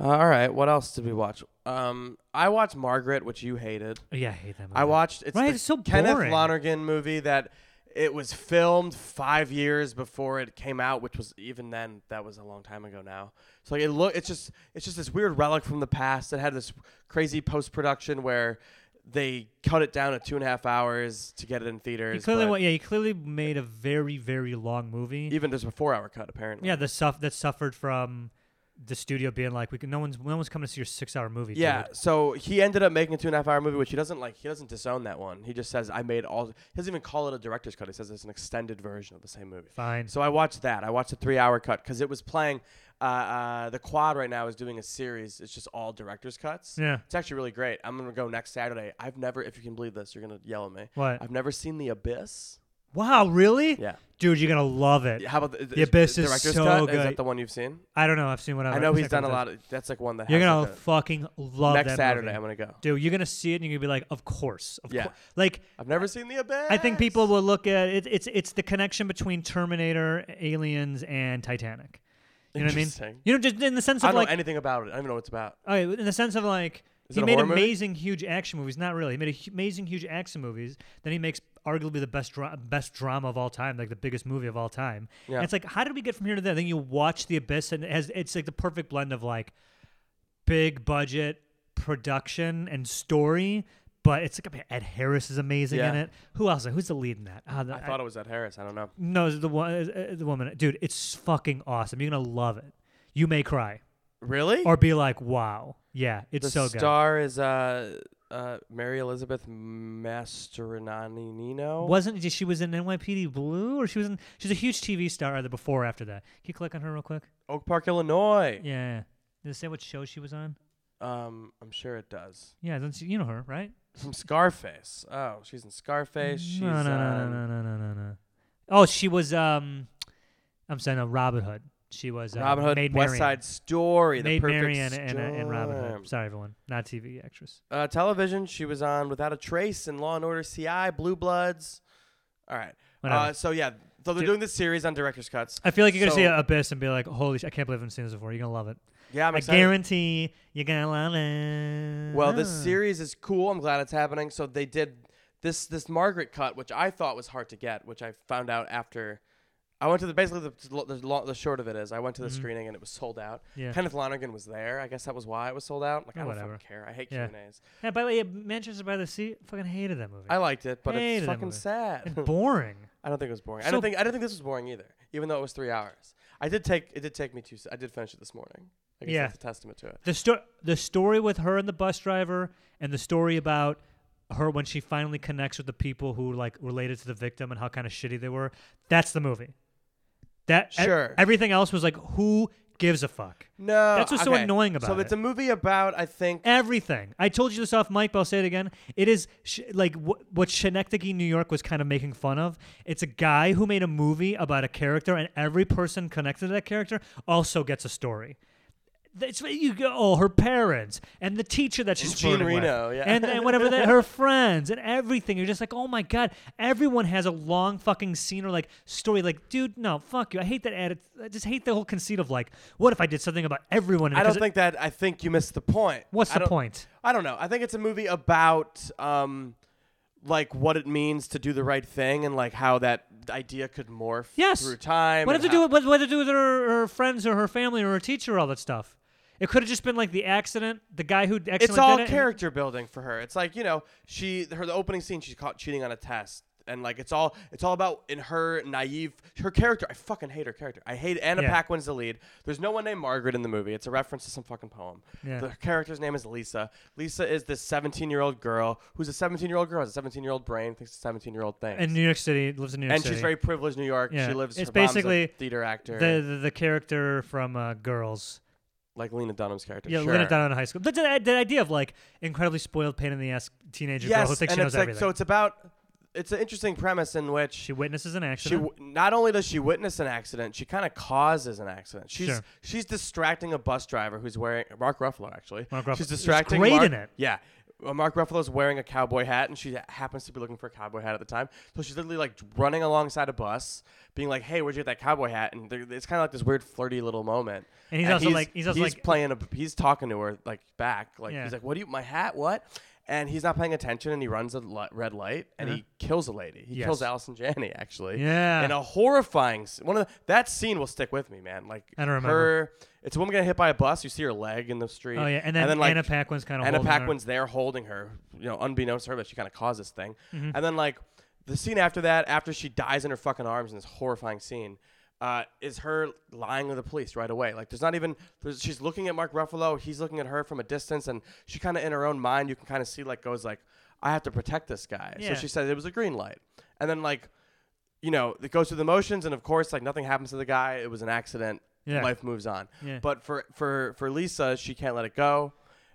Speaker 3: Uh, all right, what else did we watch? Um, I watched Margaret, which you hated.
Speaker 4: Yeah, I hate that movie.
Speaker 3: I watched it's
Speaker 4: Right,
Speaker 3: the
Speaker 4: it's so
Speaker 3: Kenneth
Speaker 4: boring.
Speaker 3: Lonergan movie that it was filmed five years before it came out, which was even then that was a long time ago now. So like it look it's just it's just this weird relic from the past that had this crazy post production where they cut it down to two and a half hours to get it in
Speaker 4: He
Speaker 3: theaters.
Speaker 4: clearly,
Speaker 3: but
Speaker 4: wa- yeah, he clearly made a very, very long movie.
Speaker 3: even there's a four hour cut apparently.
Speaker 4: Yeah, the stuff that suffered from the studio being like, we can, no one's no one's coming to see your six hour movie.
Speaker 3: Yeah,
Speaker 4: dude.
Speaker 3: so he ended up making a two and a half hour movie, which he doesn't like. He doesn't disown that one. He just says, "I made all." He doesn't even call it a director's cut. He says it's an extended version of the same movie.
Speaker 4: fine.
Speaker 3: So I watched that. I watched the three hour cut because it was playing. Uh, uh, the quad right now is doing a series. It's just all director's cuts.
Speaker 4: Yeah.
Speaker 3: It's actually really great. I'm gonna go next Saturday. I've never, if you can believe this, you're gonna yell at me.
Speaker 4: What?
Speaker 3: I've never seen The Abyss.
Speaker 4: Wow, really?
Speaker 3: Yeah.
Speaker 4: Dude, you're gonna love it.
Speaker 3: How about the,
Speaker 4: The Abyss is
Speaker 3: director's
Speaker 4: so
Speaker 3: cut? Is
Speaker 4: good.
Speaker 3: that the one you've seen?
Speaker 4: I don't know. I've seen whatever.
Speaker 3: I know
Speaker 4: It's
Speaker 3: he's
Speaker 4: like
Speaker 3: done a
Speaker 4: one of
Speaker 3: lot.
Speaker 4: those-
Speaker 3: Of, that's like one that
Speaker 4: You're
Speaker 3: has
Speaker 4: gonna
Speaker 3: like a-
Speaker 4: fucking love
Speaker 3: next
Speaker 4: that
Speaker 3: Saturday.
Speaker 4: movie.
Speaker 3: I'm gonna go.
Speaker 4: Dude, you're gonna see it and you're gonna be like, of course, of
Speaker 3: Yeah.
Speaker 4: course. Like,
Speaker 3: I've never seen The Abyss.
Speaker 4: I think people will look at it. It's it's the connection between Terminator, Aliens, and Titanic. You know what I mean?
Speaker 3: Interesting.
Speaker 4: You know, just in the sense
Speaker 3: I
Speaker 4: of
Speaker 3: don't
Speaker 4: like
Speaker 3: know anything about it. I don't even know what it's about.
Speaker 4: Okay, Oh, in the sense of like
Speaker 3: Is it
Speaker 4: he
Speaker 3: a
Speaker 4: made
Speaker 3: horror movie?
Speaker 4: amazing huge action movies. Not really. He made a, hu- amazing huge action movies. Then he makes arguably the best dra- best drama of all time, like the biggest movie of all time.
Speaker 3: Yeah.
Speaker 4: And it's like, how did we get from here to there? Then you watch The Abyss, and it has it's like the perfect blend of like big budget production and story. But it's like Ed Harris is amazing in
Speaker 3: Yeah.
Speaker 4: it. Who else? Who's the lead in that? Ah, the-
Speaker 3: I thought it was at Harris. I don't know.
Speaker 4: no, the one, uh, the woman, dude. It's fucking awesome. You're gonna love it. You may cry
Speaker 3: Really?
Speaker 4: or be like, wow, yeah, it's
Speaker 3: the
Speaker 4: so good.
Speaker 3: star is uh, uh, Mary Elizabeth Mastroianni.
Speaker 4: Wasn't she was in NYPD Blue or she was in she's a huge TV star either before or after that. Can you click on her real quick?
Speaker 3: Oak Park, Illinois.
Speaker 4: Yeah. Did it say what show she was on?
Speaker 3: Um, I'm sure it does.
Speaker 4: Yeah, then she, you know her, right?
Speaker 3: From Scarface. Oh, she's in Scarface. She's um,
Speaker 4: no, no, no,
Speaker 3: on-
Speaker 4: no, no, no, no, no. Oh, she was. Um, I'm saying uh, Robin Hood. She was uh,
Speaker 3: Robin Hood,
Speaker 4: Maid
Speaker 3: West
Speaker 4: Marian.
Speaker 3: Side Story, the
Speaker 4: Maid
Speaker 3: perfect
Speaker 4: Marian and, uh, and Robin
Speaker 3: storm.
Speaker 4: Hood. Sorry, everyone. Not TV actress.
Speaker 3: Uh, television, she was on Without a Trace and Law and Order CI, Blue Bloods. All right. Uh,
Speaker 4: Whatever.
Speaker 3: so yeah, so they're
Speaker 4: Dude.
Speaker 3: doing this series on director's cuts.
Speaker 4: I feel like you're gonna see
Speaker 3: so-
Speaker 4: Abyss and be like, "Holy! Sh- I can't believe I haven't seen this before." You're gonna love it.
Speaker 3: Yeah, I'm
Speaker 4: I
Speaker 3: excited.
Speaker 4: guarantee you're gonna love it.
Speaker 3: Well, this
Speaker 4: Ah.
Speaker 3: series is cool. I'm glad it's happening. So they did this this Margaret cut, which I thought was hard to get, which I found out after. I went to the basically the the, lo- the short of it is I went to the
Speaker 4: Mhm.
Speaker 3: screening and it was sold out.
Speaker 4: Yeah.
Speaker 3: Kenneth Lonergan was there. I guess that was why it was sold out. Like I
Speaker 4: Oh,
Speaker 3: don't
Speaker 4: whatever.
Speaker 3: fucking care. I hate
Speaker 4: Yeah.
Speaker 3: Q and A's.
Speaker 4: Yeah, by the way, Manchester by the Sea. Fucking hated that movie.
Speaker 3: I liked it, but
Speaker 4: Hated
Speaker 3: it's
Speaker 4: that
Speaker 3: fucking
Speaker 4: movie.
Speaker 3: sad.
Speaker 4: and boring.
Speaker 3: I don't think it was boring. I
Speaker 4: So-
Speaker 3: don't think I don't think this was boring either, even though it was three hours. I did take it did take me two. s- I did finish it this morning. I guess
Speaker 4: Yeah.
Speaker 3: that's a testament to it.
Speaker 4: The story, the story with her and the bus driver, and the story about her when she finally connects with the people who like related to the victim and how kind of shitty they were. That's the movie. That e-
Speaker 3: Sure.
Speaker 4: everything else was like, who gives a fuck?
Speaker 3: No,
Speaker 4: That's what's so
Speaker 3: okay.
Speaker 4: annoying
Speaker 3: So
Speaker 4: about
Speaker 3: it's
Speaker 4: it.
Speaker 3: a movie about I think
Speaker 4: Everything. I told you this off mic, but I'll say it again. It is sh- like wh- what Schenectady, New York was kind of making fun of. It's a guy who made a movie about a character, and every person connected to that character also gets a story. That's what you go. Oh, her parents and the teacher that she's
Speaker 3: Gene
Speaker 4: flirting with,
Speaker 3: Reno, yeah.
Speaker 4: and and whatever that her friends and everything. You're just like, oh my god, everyone has a long fucking scene or like story. Like, dude, no, fuck you. I hate that edit. I just hate the whole conceit of like, what if I did something about everyone? in it?
Speaker 3: I don't
Speaker 4: 'Cause it-
Speaker 3: think that. I think you missed the point.
Speaker 4: What's
Speaker 3: I
Speaker 4: the
Speaker 3: don't-
Speaker 4: point?
Speaker 3: I don't know. I think it's a movie about um, like what it means to do the right thing and like how that idea could morph
Speaker 4: Yes.
Speaker 3: through time.
Speaker 4: What
Speaker 3: and
Speaker 4: did it
Speaker 3: how-
Speaker 4: do? What, what did it do with her, her friends or her family or her teacher? All that stuff. It could have just been like the accident, the guy who accidentally
Speaker 3: It's all
Speaker 4: did it, and-
Speaker 3: character building for her. It's like you know, she her the opening scene she's caught cheating on a test, and like it's all it's all about in her naive her character. I fucking hate her character. I hate Anna
Speaker 4: Yeah.
Speaker 3: Paquin's the lead. There's no one named Margaret in the movie. It's a reference to some fucking poem.
Speaker 4: Yeah.
Speaker 3: The character's name is Lisa. Lisa is this 17 year old girl who's a 17 year old girl has a 17 year old brain thinks 17 year old thing.
Speaker 4: And New York City lives in New York
Speaker 3: and
Speaker 4: City.
Speaker 3: she's very privileged New York.
Speaker 4: Yeah.
Speaker 3: She lives.
Speaker 4: It's
Speaker 3: her mom's a
Speaker 4: basically
Speaker 3: theater actor,
Speaker 4: the, the the character from uh, Girls.
Speaker 3: like Lena Dunham's character.
Speaker 4: Yeah,
Speaker 3: sure.
Speaker 4: Lena Dunham in high school. That's the, the idea of like incredibly spoiled, pain in the ass teenager girl who
Speaker 3: Yes, and
Speaker 4: thinks
Speaker 3: it's
Speaker 4: she knows
Speaker 3: like
Speaker 4: everything.
Speaker 3: so. It's about. It's an interesting premise in which
Speaker 4: she witnesses an
Speaker 3: she
Speaker 4: accident.
Speaker 3: w- not only does she witness an accident, she kind of causes an accident. She's
Speaker 4: Sure.
Speaker 3: she's distracting a bus driver who's wearing Mark Ruffalo actually.
Speaker 4: Mark Ruffalo.
Speaker 3: She's
Speaker 4: He's
Speaker 3: distracting.
Speaker 4: great
Speaker 3: Mark-
Speaker 4: in it.
Speaker 3: Yeah. Uh, Mark Ruffalo's wearing a cowboy hat, and she happens to be looking for a cowboy hat at the time. So she's literally like running alongside a bus, being like, "Hey, where'd you get that cowboy hat?" And they're- it's kind of like this weird flirty little moment.
Speaker 4: And he's also like- he's also like-
Speaker 3: playing a, he's talking to her like back, like
Speaker 4: Yeah.
Speaker 3: he's like, "What do you my hat? What?" And he's not paying attention, and he runs a li- red light, and
Speaker 4: Uh-huh.
Speaker 3: he kills a lady. He
Speaker 4: Yes.
Speaker 3: kills Allison Janney actually.
Speaker 4: Yeah.
Speaker 3: In a horrifying s- one of the, that scene will stick with me, man. Like
Speaker 4: I don't remember.
Speaker 3: her it's a woman getting hit by a bus, you see her leg in the street.
Speaker 4: oh yeah, and then, Anna Paquin's kind of
Speaker 3: Anna Paquin's there holding her, you know, unbeknownst to her, but she kind of caused this thing.
Speaker 4: Mm-hmm.
Speaker 3: And then like the scene after that, after she dies in her fucking arms in this horrifying scene, uh, is her lying to the police right away. Like there's not even there's, she's looking at Mark Ruffalo, he's looking at her from a distance, and she kind of in her own mind, you can kind of see like goes like, I have to protect this guy.
Speaker 4: Yeah.
Speaker 3: So she says it was a green light, and then like. You know, it goes through the motions, and of course, like nothing happens to the guy. It was an accident.
Speaker 4: Yeah.
Speaker 3: Life moves on.
Speaker 4: Yeah.
Speaker 3: But for for for Lisa, she can't let it go,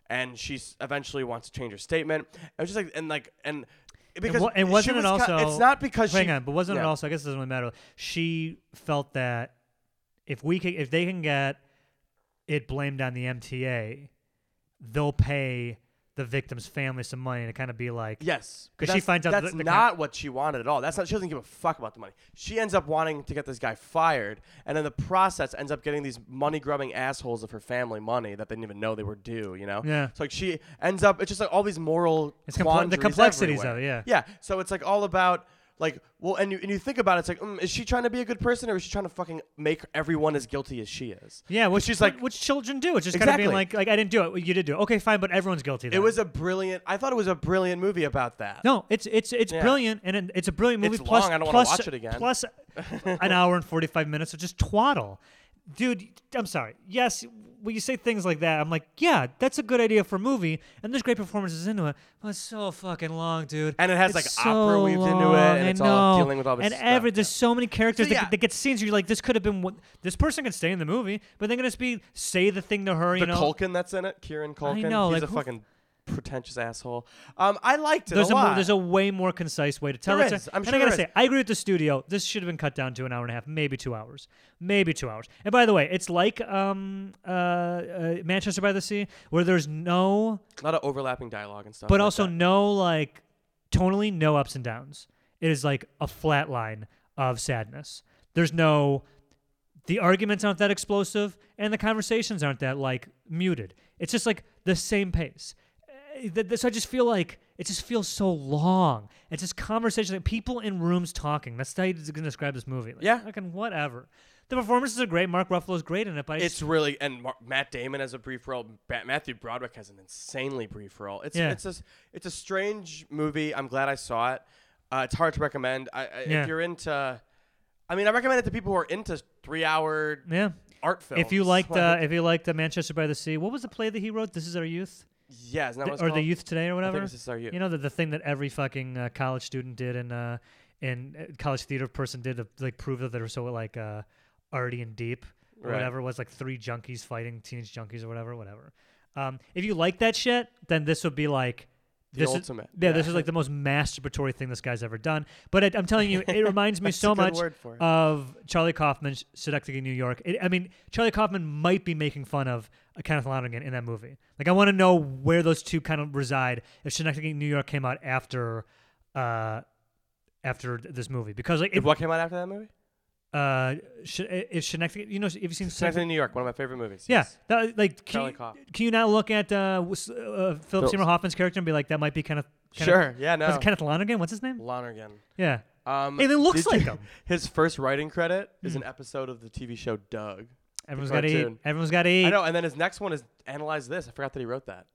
Speaker 3: and she s- eventually wants to change her statement. I was just like, and like, and because
Speaker 4: and, wa- and
Speaker 3: she
Speaker 4: wasn't
Speaker 3: was
Speaker 4: it
Speaker 3: ki-
Speaker 4: also?
Speaker 3: it's not because
Speaker 4: hang
Speaker 3: she,
Speaker 4: on, but wasn't it
Speaker 3: Yeah.
Speaker 4: also? I guess it doesn't really matter. She felt that if we can, if they can get it blamed on the MTA, they'll pay the victim's family some money to kind of be like,
Speaker 3: Yes, but
Speaker 4: 'Cause she
Speaker 3: that's-
Speaker 4: finds out
Speaker 3: that's
Speaker 4: that the
Speaker 3: not what she wanted at all. That's not. She doesn't give a fuck about the money. She ends up wanting to get this guy fired, and in the process, ends up getting these money grubbing assholes of her family money that they didn't even know they were due. You know.
Speaker 4: Yeah.
Speaker 3: So like she ends up. It's just like all these moral.
Speaker 4: It's compl- the
Speaker 3: quandaries
Speaker 4: complexities
Speaker 3: everywhere.
Speaker 4: of it, yeah.
Speaker 3: Yeah. So it's like all about like well, and you and you think about it, it's like, mm, is she trying to be a good person, or is she trying to fucking make everyone as guilty as she is?
Speaker 4: Yeah, which
Speaker 3: she's
Speaker 4: what-
Speaker 3: like-
Speaker 4: which children do. It's just kind of being
Speaker 3: Exactly.
Speaker 4: like, like I didn't do it. Well, You did do it. Okay, fine, but everyone's guilty.
Speaker 3: It
Speaker 4: then.
Speaker 3: was a brilliant. I thought it was a brilliant movie about that.
Speaker 4: no. It's it's it's
Speaker 3: Yeah.
Speaker 4: brilliant, and it- it's a brilliant movie.
Speaker 3: It's
Speaker 4: plus-
Speaker 3: long, I don't wanna
Speaker 4: plus-
Speaker 3: watch it again.
Speaker 4: Plus, an hour and forty five minutes of just twaddle. dude, I'm sorry. Yes, when you say things like that, I'm like, yeah, that's a good idea for a movie, and there's great performances into it, but it's so fucking long, dude.
Speaker 3: And it has,
Speaker 4: It's
Speaker 3: like,
Speaker 4: so
Speaker 3: opera weaved into it,
Speaker 4: long,
Speaker 3: and
Speaker 4: I
Speaker 3: it's all
Speaker 4: know.
Speaker 3: dealing with all this
Speaker 4: And
Speaker 3: stuff,
Speaker 4: every
Speaker 3: yeah.
Speaker 4: there's so many characters
Speaker 3: So,
Speaker 4: that,
Speaker 3: yeah.
Speaker 4: that get scenes where you're like, this could have been what this person could stay in the movie, but they're gonna just be say the thing to her,
Speaker 3: The
Speaker 4: you know.
Speaker 3: Culkin that's in it, Kieran Culkin.
Speaker 4: know,
Speaker 3: he's
Speaker 4: like,
Speaker 3: a
Speaker 4: who-
Speaker 3: fucking pretentious asshole. Um, I liked it
Speaker 4: There's
Speaker 3: a
Speaker 4: a, mo-
Speaker 3: lot.
Speaker 4: there's a way more concise way to tell
Speaker 3: There
Speaker 4: it. to-
Speaker 3: is. I'm
Speaker 4: and
Speaker 3: sure
Speaker 4: I gotta
Speaker 3: there is.
Speaker 4: say, I agree with the studio. This should have been cut down to an hour and a half, maybe two hours, maybe two hours. And by the way, it's like um, uh, uh, Manchester by the Sea, where there's no,
Speaker 3: lot of overlapping dialogue and stuff.
Speaker 4: but
Speaker 3: like
Speaker 4: also
Speaker 3: that.
Speaker 4: no like tonally no ups and downs. It is like a flat line of sadness. There's no, the arguments aren't that explosive, and the conversations aren't that like muted. It's just like the same pace Eh, th- th- so I just feel like it just feels so long. It's just conversation, like people in rooms talking. That's how you gonna describe this movie. Like,
Speaker 3: Yeah.
Speaker 4: fucking whatever. The performances are great. Mark Ruffalo's great in it, but I
Speaker 3: It's
Speaker 4: just,
Speaker 3: really and Mar- Matt Damon has a brief role. Ba- Matthew Broderick has an insanely brief role. It's
Speaker 4: Yeah.
Speaker 3: it's a s- it's a strange movie. I'm glad I saw it. Uh, it's hard to recommend. I, I,
Speaker 4: Yeah.
Speaker 3: If you're into, I mean, I recommend it to people who are into three hour
Speaker 4: yeah.
Speaker 3: art films.
Speaker 4: If you liked, uh,
Speaker 3: Like,
Speaker 4: if you liked uh, Manchester by the Sea, what was the play that he wrote? This is our youth,
Speaker 3: yeah, isn't that
Speaker 4: The-
Speaker 3: what it's
Speaker 4: or the
Speaker 3: called?
Speaker 4: youth today, or whatever.
Speaker 3: it's This Is Our Youth.
Speaker 4: You know the, the thing that every fucking uh, college student did and uh, and uh, college theater person did to like prove that they were so like uh, arty and deep or
Speaker 3: Right.
Speaker 4: whatever was like three junkies fighting teenage junkies or whatever, whatever. Um, if you like that shit, then this would be like
Speaker 3: The
Speaker 4: this
Speaker 3: ultimate.
Speaker 4: Is, yeah, this is like the most masturbatory thing this guy's ever done. But it, I'm telling you, it reminds me
Speaker 3: That's
Speaker 4: so
Speaker 3: a good
Speaker 4: much Uh,
Speaker 3: word for it.
Speaker 4: of Charlie Kaufman's Seducting in New York. It, I mean, Charlie Kaufman might be making fun of uh, Kenneth Lonergan in that movie. Like, I want to know where those two kind of reside if Seducting in New York came out after, uh, after th- this movie, because like,
Speaker 3: If
Speaker 4: it,
Speaker 3: what came out after that movie?
Speaker 4: uh, sh- if Seducting, you know, have you seen
Speaker 3: Sex
Speaker 4: Seducting?
Speaker 3: in New York, one of my favorite movies.
Speaker 4: Yeah,
Speaker 3: yes.
Speaker 4: that, like can
Speaker 3: Charlie
Speaker 4: you,
Speaker 3: Kaufman.
Speaker 4: can you not look at uh, was- uh, Philip
Speaker 3: Phillips.
Speaker 4: Seymour Hoffman's character and be like, that might be Kenneth? Kenneth
Speaker 3: Sure. Yeah.
Speaker 4: was
Speaker 3: No.
Speaker 4: it Kenneth Lonergan? What's his name?
Speaker 3: Lonergan.
Speaker 4: Yeah.
Speaker 3: Um,
Speaker 4: Hey, it looks
Speaker 3: did you-
Speaker 4: like him. Hmm.
Speaker 3: His first writing credit is an episode of the TV show Doug.
Speaker 4: Everyone's got to eat.
Speaker 3: cartoon.
Speaker 4: Everyone's got to eat.
Speaker 3: I know, and then his next one is analyze this. I forgot that he wrote that.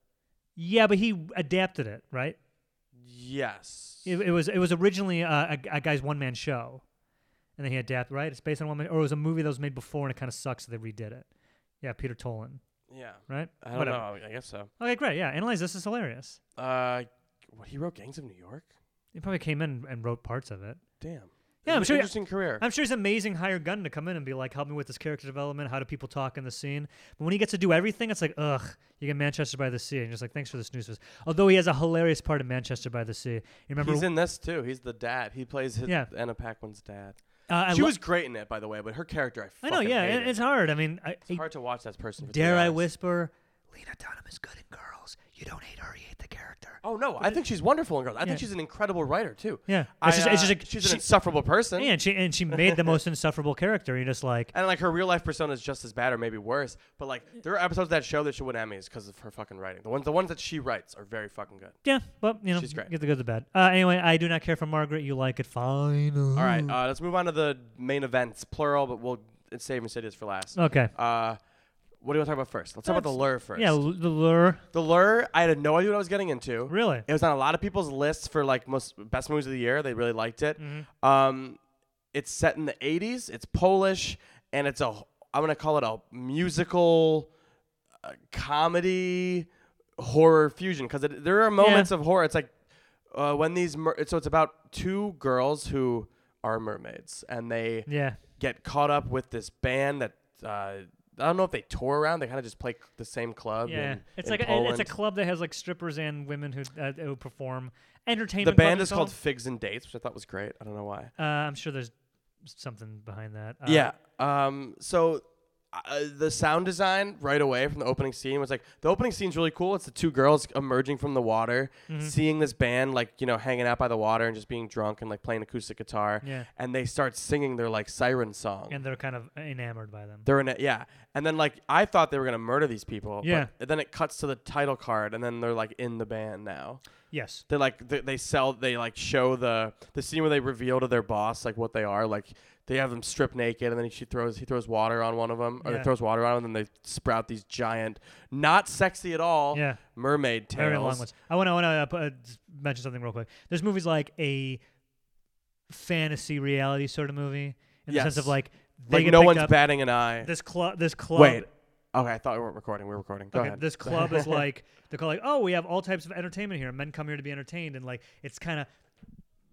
Speaker 4: Yeah, but he adapted it, right?
Speaker 3: Yes.
Speaker 4: It, it was it was originally uh, a, a guy's one man show, and then he adapted. Right? It's based on one man, or it was a movie that was made before, and it kind of sucks that they redid it. Yeah, Peter Tolan,
Speaker 3: yeah.
Speaker 4: right?
Speaker 3: I don't
Speaker 4: Whatever.
Speaker 3: know. I guess so.
Speaker 4: Okay, great. Yeah, analyze this is hilarious.
Speaker 3: Uh, what he wrote Gangs of New York.
Speaker 4: He probably came in and wrote parts of it.
Speaker 3: Damn.
Speaker 4: Yeah,
Speaker 3: It's
Speaker 4: I'm
Speaker 3: an
Speaker 4: sure-
Speaker 3: Interesting career.
Speaker 4: I'm sure he's an amazing hired gun to come in and be like, help me with this character development. How do people talk in the scene? But when he gets to do everything, it's like, ugh, you get Manchester by the Sea, and you're just like, thanks for this news. Although he has a hilarious part in Manchester by the Sea. You remember?
Speaker 3: He's in this too. He's the dad. He plays his,
Speaker 4: Yeah.
Speaker 3: Anna Paquin's dad.
Speaker 4: uh, I
Speaker 3: she
Speaker 4: lo-
Speaker 3: was great in it, by the way. But her character, I.
Speaker 4: I know,
Speaker 3: fucking
Speaker 4: yeah,
Speaker 3: hated.
Speaker 4: and it's hard. I mean, I,
Speaker 3: It's hard to watch that person. for two
Speaker 4: dare I
Speaker 3: hours.
Speaker 4: whisper, Lena Dunham is good in Girls. You don't hate her, you hate the character.
Speaker 3: Oh no, I think she's wonderful in Girls. I
Speaker 4: Yeah.
Speaker 3: think she's an incredible writer too.
Speaker 4: Yeah.
Speaker 3: I,
Speaker 4: It's just- it's
Speaker 3: uh,
Speaker 4: just like
Speaker 3: she's an
Speaker 4: she-
Speaker 3: insufferable person.
Speaker 4: And she and she made the most insufferable character. You're just like,
Speaker 3: And like her real life persona is just as bad or maybe worse. But like there are episodes of that show that she win Emmys because of her fucking writing. The ones the ones that she writes are very fucking good.
Speaker 4: yeah, well, you know,
Speaker 3: She's great.
Speaker 4: get the good, the bad. Uh, anyway, I do not care for Margaret. You like it, fine.
Speaker 3: All right, uh, let's move on to the main events, plural, but we'll save Insidious for last.
Speaker 4: Okay.
Speaker 3: Uh, what do you want to talk about first? Let's talk about the lure first.
Speaker 4: Oh. Yeah, l- the lure.
Speaker 3: the lure. I had no idea what I was getting into.
Speaker 4: Really?
Speaker 3: It was on a lot of people's lists for like most best movies of the year. They really liked it.
Speaker 4: Mm-hmm.
Speaker 3: Um, it's set in the '80s. It's Polish, and it's a I'm gonna call it a musical uh, comedy horror fusion because there are moments of horror. It's like uh, when these mer- so it's about two girls who are mermaids and they
Speaker 4: Yeah.
Speaker 3: get caught up with this band that uh, I don't know if they tour around. They kind of just play c- the same club.
Speaker 4: Yeah,
Speaker 3: in-
Speaker 4: it's
Speaker 3: in
Speaker 4: like a, it's a
Speaker 3: Poland.
Speaker 4: club that has like strippers and women who uh, who perform entertainment.
Speaker 3: The
Speaker 4: club,
Speaker 3: band
Speaker 4: it's
Speaker 3: is called Figs and Dates, which I thought was great. I don't know why.
Speaker 4: Uh, I'm sure there's something behind that. Uh,
Speaker 3: yeah. Um. So. Uh, the sound design right away from the opening scene was like the opening scene's really cool. It's the two girls emerging from the water,
Speaker 4: Mm-hmm.
Speaker 3: seeing this band like you know hanging out by the water and just being drunk and like playing acoustic guitar.
Speaker 4: Yeah.
Speaker 3: And they start singing their like siren song.
Speaker 4: and they're kind of enamored by them.
Speaker 3: They're in it, yeah. And then like I thought they were gonna murder these people.
Speaker 4: Yeah.
Speaker 3: But then it cuts to the title card, and then they're like in the band now.
Speaker 4: Yes.
Speaker 3: They like they, they sell they like show the the scene where they reveal to their boss like what they are. Like they have them strip naked, and then she throws he throws water on one of them, or
Speaker 4: Yeah.
Speaker 3: they throws water on, 'em, and then they sprout these giant, not sexy at all,
Speaker 4: Yeah.
Speaker 3: mermaid tails.
Speaker 4: Very long ones. I want to want to uh, just mention something real quick. There's movies like a fantasy reality sort of movie in the sense of
Speaker 3: Yes.
Speaker 4: like they
Speaker 3: like
Speaker 4: get
Speaker 3: no
Speaker 4: picked
Speaker 3: one's
Speaker 4: up.
Speaker 3: batting an eye.
Speaker 4: This club, this club.
Speaker 3: Wait. Okay, I thought we weren't recording. We were recording. Go
Speaker 4: okay,
Speaker 3: ahead.
Speaker 4: This club is like they're called like, oh, we have all types of entertainment here. Men come here to be entertained, and like it's kind of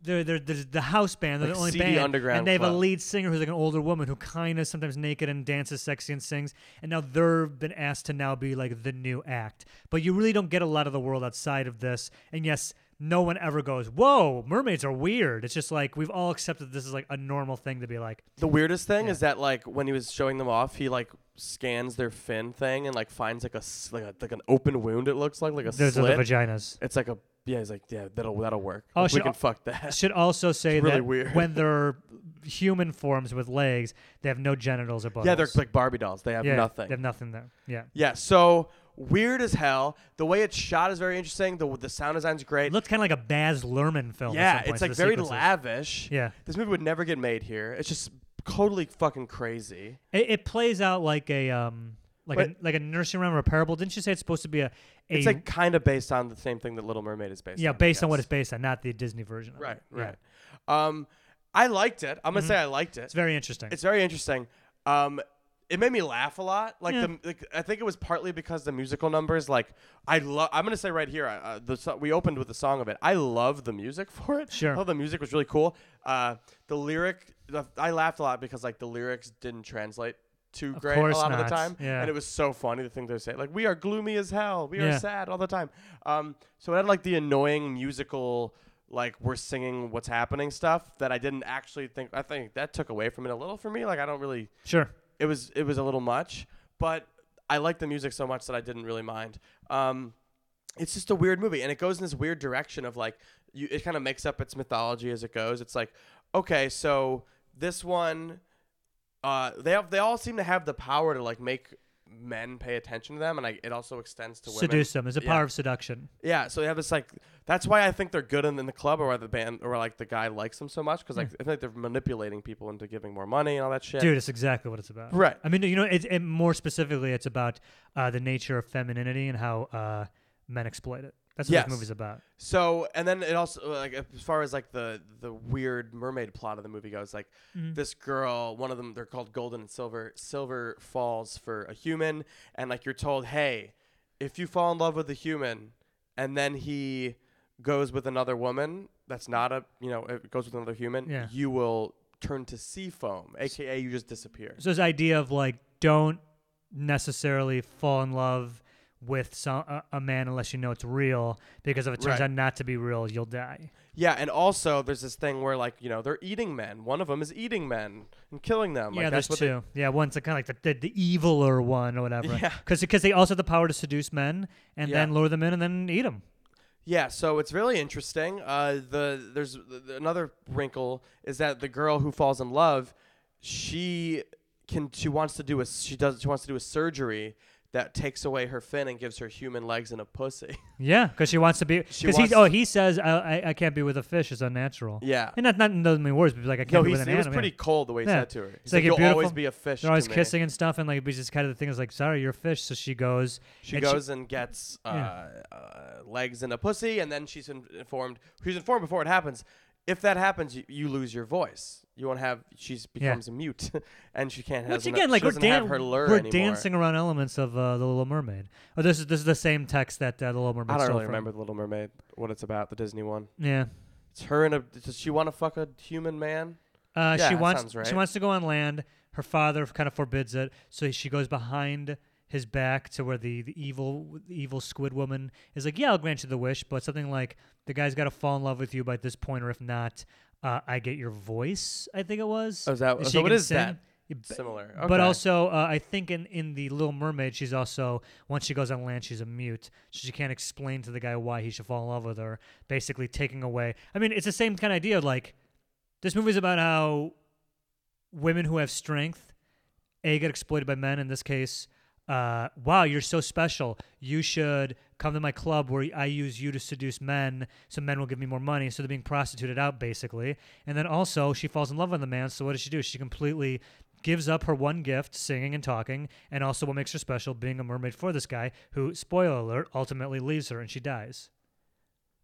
Speaker 4: they're, they're, there's the house band, they're
Speaker 3: Like
Speaker 4: the only
Speaker 3: CD
Speaker 4: band,
Speaker 3: underground
Speaker 4: and they have a
Speaker 3: club.
Speaker 4: lead singer who's like an older woman who kind of sometimes naked and dances sexy and sings. And now they've been asked to now be like the new act, but you really don't get a lot of the world outside of this. And yes. No one ever goes, Whoa, mermaids are weird. It's just like we've all accepted this is like a normal thing to be like,
Speaker 3: The weirdest thing is that like when he was showing them off, he like scans their fin thing and like finds like a s- like, a, like an open wound. It looks like like a
Speaker 4: Those
Speaker 3: slit.
Speaker 4: are the vaginas.
Speaker 3: it's like a yeah. He's like yeah, that'll that'll work.
Speaker 4: Oh,
Speaker 3: Like, we
Speaker 4: shit.
Speaker 3: can fuck that.
Speaker 4: should also say
Speaker 3: really
Speaker 4: that
Speaker 3: weird.
Speaker 4: when they're human forms with legs, they have no genitals or buttholes.
Speaker 3: Yeah, they're like Barbie dolls. They have
Speaker 4: Yeah,
Speaker 3: nothing.
Speaker 4: They have nothing there. Yeah.
Speaker 3: yeah, so weird as hell. The way it's shot is very interesting. The the sound design's great.
Speaker 4: It looked kind of like a Baz Luhrmann film. at some
Speaker 3: yeah,
Speaker 4: points,
Speaker 3: it's like
Speaker 4: Oh, the
Speaker 3: very
Speaker 4: sequences.
Speaker 3: lavish.
Speaker 4: Yeah.
Speaker 3: This movie would never get made here. It's just totally fucking crazy.
Speaker 4: It, it plays out like a um like a,
Speaker 3: But-
Speaker 4: like a nursing rhyme or a parable. Didn't you say it's supposed to be a, a
Speaker 3: It's like kind of based on the same thing that Little Mermaid is based
Speaker 4: yeah
Speaker 3: on. I
Speaker 4: based on what
Speaker 3: guess.
Speaker 4: it's based on, not the Disney version. Of
Speaker 3: Right,
Speaker 4: it. Yeah. Mm-hmm.
Speaker 3: right. Um, I liked it. I'm gonna say I liked it.
Speaker 4: It's very interesting.
Speaker 3: It's very interesting. Um, it made me laugh a lot. Like
Speaker 4: Yeah.
Speaker 3: the, like, I think it was partly because the musical numbers. Like I love. I'm gonna say right here. Uh, the so- we opened with the song of it. I love the music for it.
Speaker 4: Sure.
Speaker 3: I thought the music was really cool. Uh, the lyric. The, I laughed a lot because like the lyrics didn't translate too great a
Speaker 4: course
Speaker 3: lot of
Speaker 4: not.
Speaker 3: the time.
Speaker 4: Yeah.
Speaker 3: And it was so funny the thing they would say. Like we are gloomy as hell. We
Speaker 4: Yeah.
Speaker 3: are sad all the time. Um, so I had like the annoying musical. Like we're singing what's happening stuff that I didn't actually think. I think that took away from it a little for me. Like I don't really
Speaker 4: sure.
Speaker 3: it was it was a little much, but I liked the music so much that I didn't really mind. Um, it's just a weird movie, and it goes in this weird direction of like you, it kind of makes up its mythology as it goes. It's like okay, so this one, uh, they have, they all seem to have the power to like make men pay attention to them, and I, it also extends to women.
Speaker 4: Seduce them. It's a
Speaker 3: Yeah.
Speaker 4: power of seduction.
Speaker 3: Yeah, so they have this like that's why I think they're good in, in the club or why the band or like the guy likes them so much because like I think they're manipulating people into giving more money and all that shit.
Speaker 4: Hmm. Dude, it's exactly what it's about.
Speaker 3: Right.
Speaker 4: I mean, you know, it, it more specifically, it's about uh, the nature of femininity and how uh, men exploit it. That's what
Speaker 3: Yes.
Speaker 4: this movie's about.
Speaker 3: So and then it also like as far as like the the weird mermaid plot of the movie goes, like
Speaker 4: Mm-hmm.
Speaker 3: this girl, one of them, they're called Golden and Silver. Silver falls for a human, and like you're told, hey, if you fall in love with a human, and then he goes with another woman, that's not a you know it goes with another human,
Speaker 4: Yeah.
Speaker 3: you will turn to sea foam, aka you just disappear.
Speaker 4: So this idea of like don't necessarily fall in love with some, a, a man unless you know it's real because if it turns
Speaker 3: Right.
Speaker 4: out not to be real, you'll die.
Speaker 3: Yeah, and also there's this thing where like you know they're eating men. One of them is eating men and killing them.
Speaker 4: yeah,
Speaker 3: like,
Speaker 4: there's
Speaker 3: that's what they-
Speaker 4: two. yeah, one's kind of like the, the the eviler one or whatever.
Speaker 3: Yeah.
Speaker 4: because they also have the power to seduce men and then
Speaker 3: Yeah.
Speaker 4: lure them in and then eat them.
Speaker 3: Yeah, so it's really interesting. Uh, the there's th- th- another wrinkle is that the girl who falls in love, she can she wants to do a she does she wants to do a surgery that takes away her fin and gives her human legs and a pussy.
Speaker 4: Yeah, because she wants to be.
Speaker 3: She
Speaker 4: Because he
Speaker 3: wants-
Speaker 4: oh he says I, I I can't be with a fish. It's unnatural.
Speaker 3: Yeah.
Speaker 4: and not not in those many words, but like I can't
Speaker 3: No,
Speaker 4: be
Speaker 3: he
Speaker 4: with
Speaker 3: s-
Speaker 4: an
Speaker 3: it was
Speaker 4: animal. yeah.
Speaker 3: pretty cold the way he
Speaker 4: Yeah.
Speaker 3: said to her.
Speaker 4: It's
Speaker 3: He's
Speaker 4: like,
Speaker 3: like,
Speaker 4: "You're
Speaker 3: you'll always
Speaker 4: beautiful."
Speaker 3: be a fish.
Speaker 4: They're always
Speaker 3: to me."
Speaker 4: kissing and stuff, and like it's just kind of the thing is like, sorry, you're a fish. So she goes.
Speaker 3: She
Speaker 4: and she-
Speaker 3: goes and gets uh, uh, legs and a pussy, and then she's in- informed. She's informed before it happens. If that happens, you, you lose your voice. You won't have. She becomes a mute, and she can't.
Speaker 4: Which
Speaker 3: doesn't-
Speaker 4: again, like
Speaker 3: she
Speaker 4: we're,
Speaker 3: doesn't
Speaker 4: dan-
Speaker 3: have her lure
Speaker 4: we're
Speaker 3: anymore.
Speaker 4: dancing around elements of uh, the Little Mermaid. Oh, this is this is the same text that uh, the Little Mermaid.
Speaker 3: I don't
Speaker 4: stole
Speaker 3: really
Speaker 4: from.
Speaker 3: remember the Little Mermaid. What it's about, the Disney one.
Speaker 4: Yeah,
Speaker 3: It's her and a. Does she want to fuck a human man?
Speaker 4: uh,
Speaker 3: Yeah,
Speaker 4: she
Speaker 3: that
Speaker 4: wants
Speaker 3: sounds right.
Speaker 4: she wants to go on land. Her father kind of forbids it, so she goes behind his back to where the, the evil the evil squid woman is like, yeah, I'll grant you the wish, but something like the guy's got to fall in love with you by this point, or if not, uh, I get your voice. I think it was.
Speaker 3: Oh, is that-
Speaker 4: she
Speaker 3: so what
Speaker 4: can
Speaker 3: is that?
Speaker 4: Yeah, b-
Speaker 3: Similar,
Speaker 4: But
Speaker 3: okay.
Speaker 4: also, uh, I think in, in the Little Mermaid, she's also once she goes on land, she's a mute, so she can't explain to the guy why he should fall in love with her. Basically, taking away. I mean, it's the same kind of idea. Like this movie's about how women who have strength a get exploited by men in this case uh, wow you're so special you should come to my club where i use you to seduce men so men will give me more money so they're being prostituted out basically and then also she falls in love with the man so what does she do she completely gives up her one gift singing and talking and also what makes her special being a mermaid for this guy who spoiler alert ultimately leaves her and she dies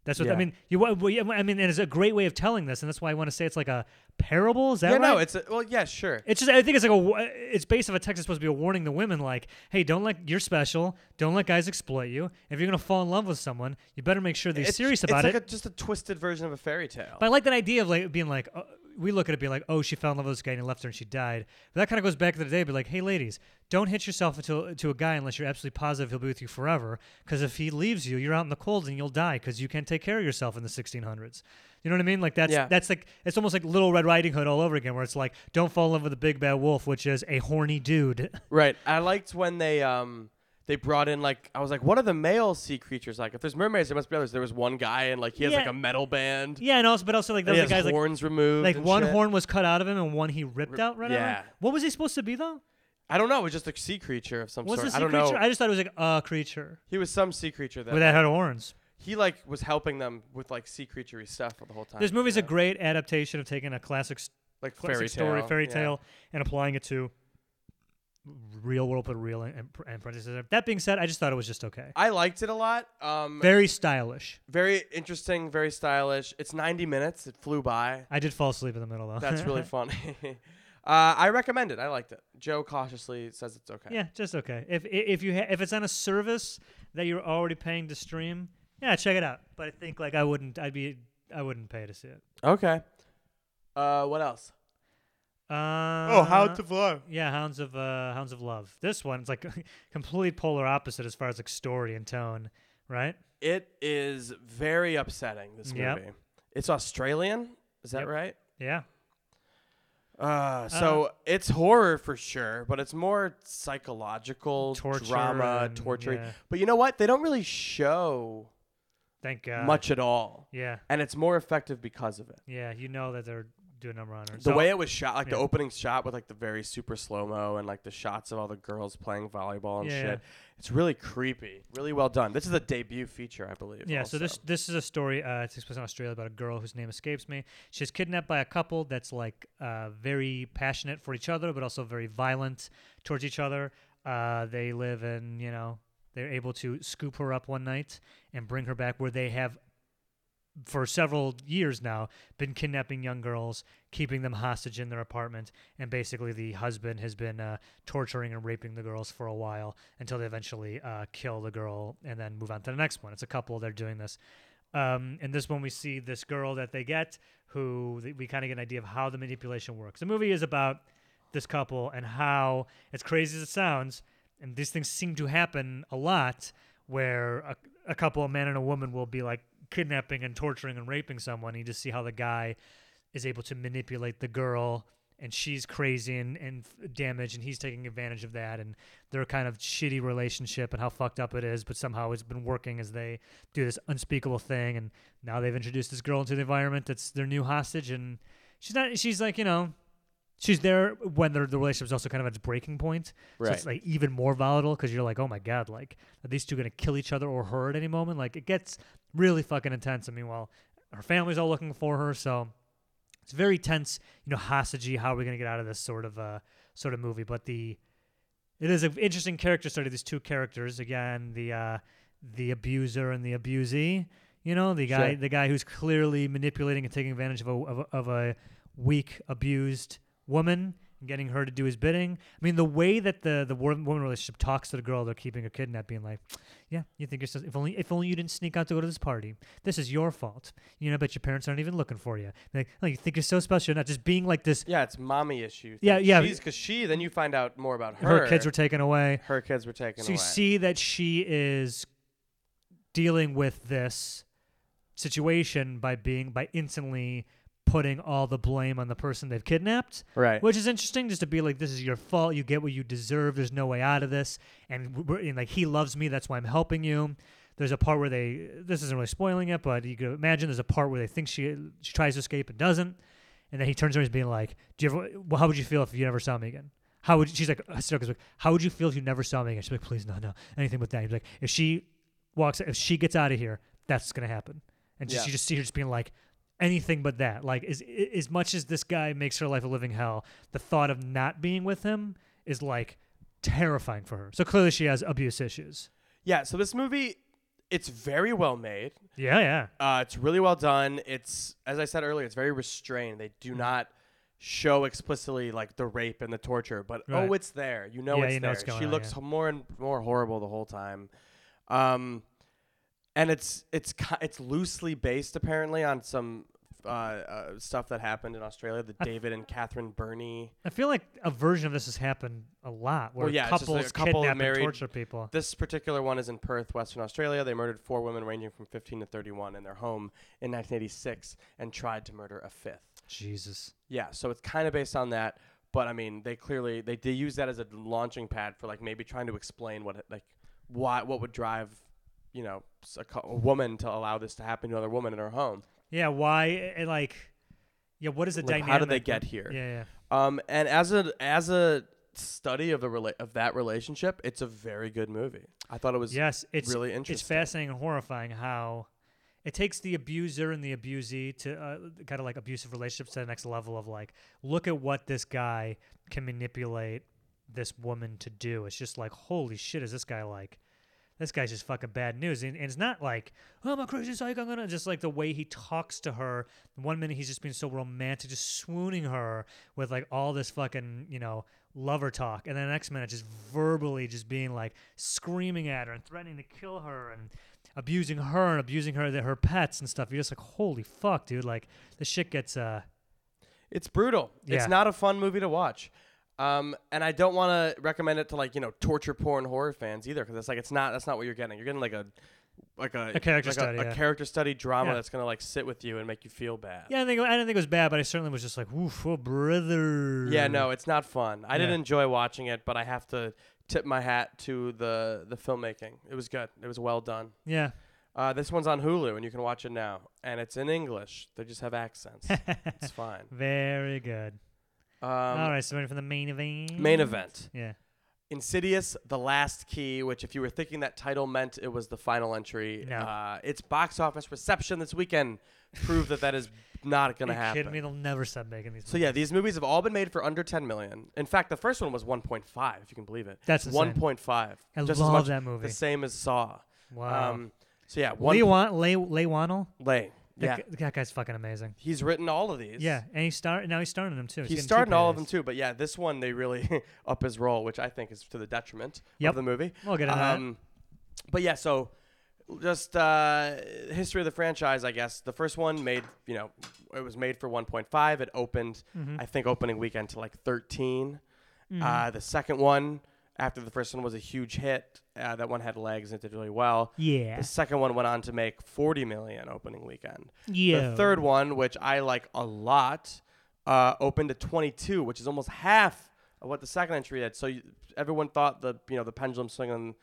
Speaker 4: That's what
Speaker 3: Yeah.
Speaker 4: I mean. You, wa- well, yeah, I mean, and it's a great way of telling this, and that's why I want to say it's like a parable. Is that
Speaker 3: yeah,
Speaker 4: right?
Speaker 3: no, it's a, well, yeah, sure.
Speaker 4: It's just I think it's like a wa- it's based off a text that's supposed to be a warning to women like, hey, don't let you're special. Don't let guys exploit you. If you're gonna fall in love with someone, you better make sure they're
Speaker 3: It's-
Speaker 4: serious about
Speaker 3: it's
Speaker 4: it.
Speaker 3: like a, just a twisted version of a fairy tale.
Speaker 4: but I like that idea of like being like, uh, we look at it being like, oh, she fell in love with this guy and he left her and she died. But that kind of goes back to the day, be like, hey, ladies, don't hitch yourself to to a guy unless you're absolutely positive he'll be with you forever. Because if he leaves you, you're out in the cold and you'll die because you can't take care of yourself in the 1600s. You know what I mean? Like that's
Speaker 3: Yeah.
Speaker 4: that's like it's almost like Little Red Riding Hood all over again, where it's like, don't fall in love with a big bad wolf, which is a horny dude.
Speaker 3: Right. I liked when they um they brought in like I was like, what are the male sea creatures like? If there's mermaids, there must be others. There was one guy and like he has like
Speaker 4: Yeah.
Speaker 3: a metal band.
Speaker 4: yeah, and also, but also like
Speaker 3: And
Speaker 4: those
Speaker 3: he
Speaker 4: are
Speaker 3: has
Speaker 4: guys like
Speaker 3: horns removed.
Speaker 4: like
Speaker 3: and
Speaker 4: one
Speaker 3: shit.
Speaker 4: horn was cut out of him and one he ripped
Speaker 3: Rip-
Speaker 4: out right out of him.
Speaker 3: yeah.
Speaker 4: What was he supposed to be though?
Speaker 3: I don't know. It was just a sea creature of some
Speaker 4: Was
Speaker 3: sort.
Speaker 4: this
Speaker 3: I
Speaker 4: a
Speaker 3: don't
Speaker 4: creature?
Speaker 3: know.
Speaker 4: I just thought it was like a creature.
Speaker 3: he was some sea creature that
Speaker 4: But that had horns.
Speaker 3: he like was helping them with like sea creaturey stuff the whole time.
Speaker 4: This
Speaker 3: you
Speaker 4: movie's a
Speaker 3: know?
Speaker 4: great adaptation of taking a classic, s-
Speaker 3: like
Speaker 4: classic
Speaker 3: fairy
Speaker 4: story,
Speaker 3: tale.
Speaker 4: fairy
Speaker 3: yeah.
Speaker 4: tale, and applying it to real world, but real and, and predecessor. That being said, I just thought it was just okay.
Speaker 3: I liked it a lot. Um,
Speaker 4: Very stylish.
Speaker 3: very interesting, very stylish. It's 90 minutes. It flew by.
Speaker 4: I did fall asleep in the middle though.
Speaker 3: That's really funny. uh, I recommend it. I liked it. Joe cautiously says it's okay.
Speaker 4: yeah, just okay. If i- if you ha- if it's on a service that you're already paying to stream, yeah, check it out. But I think like I wouldn't. I'd be. I wouldn't pay to see it.
Speaker 3: Okay. Uh, what else?
Speaker 4: Uh,
Speaker 3: Oh, Fly.
Speaker 4: Yeah, Hounds of uh, Hounds of Love. This one's like complete polar opposite as far as like story and tone, right?
Speaker 3: It is very upsetting. This movie.
Speaker 4: Yep.
Speaker 3: It's Australian. Is that
Speaker 4: Yep. Uh-huh.
Speaker 3: right?
Speaker 4: Yeah.
Speaker 3: Uh, so it's horror for sure, but it's more psychological
Speaker 4: Torture
Speaker 3: drama,
Speaker 4: and-
Speaker 3: torturing.
Speaker 4: yeah.
Speaker 3: But you know what? They don't really show
Speaker 4: Thank God.
Speaker 3: much at all,
Speaker 4: Yeah.
Speaker 3: and it's more effective because of it.
Speaker 4: Yeah. You know that they're doing number on her.
Speaker 3: The
Speaker 4: So-
Speaker 3: way it was shot, like the
Speaker 4: yeah.
Speaker 3: opening shot with like the very super slow mo and like the shots of all the girls playing volleyball and
Speaker 4: Yeah,
Speaker 3: shit. It's really creepy. Really well done. This is a debut feature, I believe.
Speaker 4: Yeah,
Speaker 3: also.
Speaker 4: so this this is a story. Uh, it takes place in Australia about a girl whose name escapes me. She's kidnapped by a couple that's like uh, very passionate for each other, but also very violent towards each other. Uh, they live in you know they're able to scoop her up one night and bring her back where they have for several years now been kidnapping young girls, keeping them hostage in their apartment, and basically the husband has been uh, torturing and raping the girls for a while until they eventually uh, kill the girl and then move on to the next one. It's a couple they're doing this. Um, and this one we see this girl that they get, who th- we kind of get an idea of how the manipulation works. The movie is about this couple and how, as crazy as it sounds, and these things seem to happen a lot, where a, a couple, a man and a woman, will be like kidnapping and torturing and raping someone. You just see how the guy is able to manipulate the girl and she's crazy and, and f- damaged and he's taking advantage of that and their kind of shitty relationship and how fucked up it is but somehow it's been working as they do this unspeakable thing and now they've introduced this girl into the environment that's their new hostage and she's not she's like you know she's there when their the relationship's also kind of at its breaking point so it's
Speaker 3: Right.
Speaker 4: like even more volatile because you're like oh my god like are these two gonna kill each other or her at any moment like it gets really fucking intense and meanwhile her family's all looking for her so it's very tense, you know, hostagey. How are we going to get out of this sort of uh, sort of movie? But the it is an interesting character study. These two characters again, the uh, the abuser and the abusee. You know, the guy
Speaker 3: Sure.
Speaker 4: the guy who's clearly manipulating and taking advantage of a of a, of a weak, abused woman. and Getting her to do his bidding. I mean, the way that the the wo- woman relationship talks to the girl they're keeping her kidnapped, being like, "Yeah, you think you're so, if only if only you didn't sneak out to go to this party. This is your fault. You know, but your parents aren't even looking for you. Like, oh, you think you're so special? Not just being like this.
Speaker 3: yeah, it's mommy issue.
Speaker 4: Yeah, yeah.
Speaker 3: Because she, then you find out more about her.
Speaker 4: Her, kids were taken away.
Speaker 3: her kids were taken
Speaker 4: So you
Speaker 3: away.
Speaker 4: see that she is dealing with this situation by being by instantly putting all the blame on the person they've kidnapped.
Speaker 3: right.
Speaker 4: Which is interesting, just to be like, this is your fault. You get what you deserve. There's no way out of this. And, w- we're, and like, he loves me. That's why I'm helping you. There's a part where they. This isn't really spoiling it, but you can imagine there's a part where they think she she tries to escape and doesn't, and then he turns around and is being like, "Do you ever? Well, how would you feel if you never saw me again? How would?" She's like, hysterical, she's like, "How would you feel if you never saw me again?" She's like, "Please, no, no, anything but that." He's like, "If she walks, if she gets out of here, that's gonna happen." And just,
Speaker 3: Yeah.
Speaker 4: you just see her just being like, anything but that. Like as i- as much as this guy makes her life a living hell, the thought of not being with him is like terrifying for her. So clearly she has abuse issues.
Speaker 3: Yeah, so this movie it's very well made.
Speaker 4: Yeah, yeah.
Speaker 3: Uh, it's really well done. It's as I said earlier, it's very restrained. They
Speaker 4: Mm-hmm.
Speaker 3: do not show explicitly like the rape and the torture, but
Speaker 4: Right.
Speaker 3: oh, it's there. You know,
Speaker 4: Yeah,
Speaker 3: it's
Speaker 4: you know
Speaker 3: there.
Speaker 4: what's going
Speaker 3: she
Speaker 4: on,
Speaker 3: looks
Speaker 4: yeah.
Speaker 3: more and more horrible the whole time. Um, and it's it's ki- it's loosely based apparently on some uh, uh, stuff that happened in Australia, the David and Catherine Burney.
Speaker 4: I feel like a version of this has happened a lot where
Speaker 3: Well, yeah, it's just
Speaker 4: couples
Speaker 3: like a couple
Speaker 4: kidnap
Speaker 3: married-
Speaker 4: and torture people.
Speaker 3: This particular one is in Perth, Western Australia. They murdered four women ranging from 15 to 31 in their home in 1986 and tried to murder a fifth.
Speaker 4: Jesus.
Speaker 3: Yeah, so it's kind of based on that, but I mean, they clearly they, they use that as a launching pad for like maybe trying to explain what it- like why what would drive you know s- a, cou- a woman to allow this to happen to another woman in her home.
Speaker 4: Yeah, why and like yeah, what is the
Speaker 3: Like,
Speaker 4: dynamic?
Speaker 3: how did they get here?
Speaker 4: Yeah, yeah.
Speaker 3: Um, and as a as a study of the rela- of that relationship, it's a very good movie. I thought it was
Speaker 4: Yes, it's
Speaker 3: really
Speaker 4: It's
Speaker 3: interesting.
Speaker 4: fascinating and horrifying how it takes the abuser and the abusee to uh, kind of like abusive relationships to the next level of like, look at what this guy can manipulate this woman to do. It's just like, holy shit, is this guy like, this guy's just fucking bad news. And, and it's not like, oh, I'm a crazy psycho. I'm gonna, just like the way he talks to her. One minute he's just being so romantic, just swooning her with like all this fucking, you know, lover talk. And then the next minute just verbally just being like screaming at her and threatening to kill her and abusing her and abusing her, her pets and stuff. You're just like, holy fuck, dude. Like this shit gets, uh,
Speaker 3: It's brutal.
Speaker 4: Yeah.
Speaker 3: It's not a fun movie to watch. Um, and I don't want to recommend it to like you know torture porn horror fans either because it's like it's not that's not what you're getting. You're getting like a like a,
Speaker 4: A character
Speaker 3: like
Speaker 4: study,
Speaker 3: a,
Speaker 4: yeah.
Speaker 3: character study drama
Speaker 4: Yeah.
Speaker 3: that's gonna like sit with you and make you feel bad.
Speaker 4: yeah, I think, I didn't think it was bad, but I certainly was just like, woof, oh, brother.
Speaker 3: Yeah, no, it's not fun. I
Speaker 4: Yeah.
Speaker 3: didn't enjoy watching it, but I have to tip my hat to the the filmmaking. It was good. It was well done.
Speaker 4: Yeah.
Speaker 3: Uh, this one's on Hulu and you can watch it now, and it's in English. They just have accents. it's fine.
Speaker 4: Very good.
Speaker 3: Um,
Speaker 4: All right, so ready for the main event.
Speaker 3: Main event.
Speaker 4: Yeah.
Speaker 3: Insidious: The Last Key, which, if you were thinking that title meant it was the final entry,
Speaker 4: No.
Speaker 3: uh, its box office reception this weekend proved that that is not going to
Speaker 4: you
Speaker 3: happen.
Speaker 4: kidding me? They'll never stop making these.
Speaker 3: So yeah, these movies have all been made for under 10 million. In fact, the first one was 1.5, if you can believe it.
Speaker 4: That's insane.
Speaker 3: 1.5.
Speaker 4: I
Speaker 3: just as
Speaker 4: love
Speaker 3: much-
Speaker 4: that movie.
Speaker 3: The same as Saw.
Speaker 4: Wow.
Speaker 3: Um, so yeah,
Speaker 4: Lee,
Speaker 3: one
Speaker 4: Wan- Lay, Lay Wannell.
Speaker 3: lay.
Speaker 4: That,
Speaker 3: Yeah,
Speaker 4: gu- that guy's fucking amazing.
Speaker 3: he's written all of these.
Speaker 4: Yeah, and he's star- now he's starring in them too.
Speaker 3: He's
Speaker 4: getting two
Speaker 3: starting all of them
Speaker 4: paydays.
Speaker 3: too, but yeah, this one they really up his role, which I think is to the detriment
Speaker 4: Yep.
Speaker 3: of the movie. Um,
Speaker 4: We'll get into that.
Speaker 3: But yeah, so just uh, history of the franchise, I guess. The first one made, you know, it was made for 1.5. It opened,
Speaker 4: Mm-hmm.
Speaker 3: I think, opening weekend to like 13. Uh, the second one, after the first one was a huge hit, uh, that one had legs and it did really well.
Speaker 4: Yeah.
Speaker 3: The second one went on to make 40 million opening weekend.
Speaker 4: Yeah.
Speaker 3: The third one, which I like a lot, uh, opened to 22, which is almost half of what the second entry did. So you, everyone thought the you know the pendulum swinging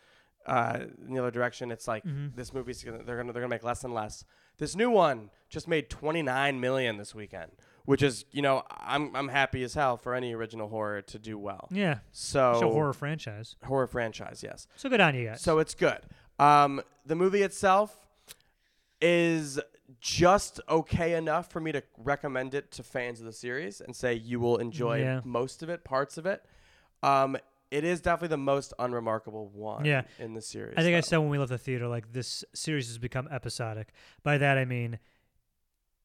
Speaker 3: uh, in the other direction. It's like
Speaker 4: Mm-hmm.
Speaker 3: this movie's gonna, they're gonna they're gonna make less and less. This new one just made 29 million this weekend, which is you know I'm I'm happy as hell for any original horror to do well.
Speaker 4: Yeah.
Speaker 3: So
Speaker 4: It's a horror franchise.
Speaker 3: horror franchise, yes.
Speaker 4: So good on you guys.
Speaker 3: So it's good. Um, the movie itself is just okay enough for me to recommend it to fans of the series and say you will enjoy
Speaker 4: Yeah.
Speaker 3: most of it, parts of it. Um, it is definitely the most unremarkable one
Speaker 4: Yeah.
Speaker 3: in the series.
Speaker 4: I think I
Speaker 3: though.
Speaker 4: said when we left the theater, like this series has become episodic. By that I mean,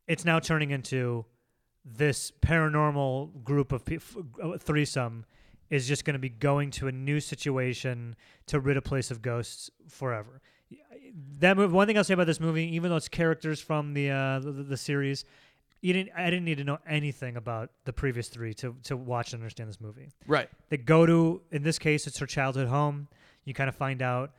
Speaker 4: it's now turning into this paranormal group of pe- f- uh, threesome is just going to be going to a new situation to rid a place of ghosts forever. That movie. One thing I'll say about this movie, even though it's characters from the uh, the, the series, you didn't. I didn't need to know anything about the previous three to to watch and understand this movie
Speaker 3: Right.
Speaker 4: they go to in this case it's her childhood home you kind of find out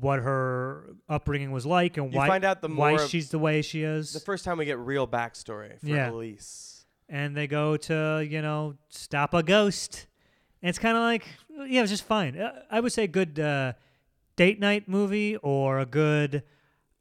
Speaker 4: what her upbringing was like and
Speaker 3: You
Speaker 4: why
Speaker 3: find out the
Speaker 4: why
Speaker 3: more of-
Speaker 4: she's the way she is
Speaker 3: The first time we get real backstory for
Speaker 4: Yeah.
Speaker 3: Elise.
Speaker 4: and they go to you know stop a ghost and it's kind of like yeah it's just fine Uh, i would say a good uh, date night movie or a good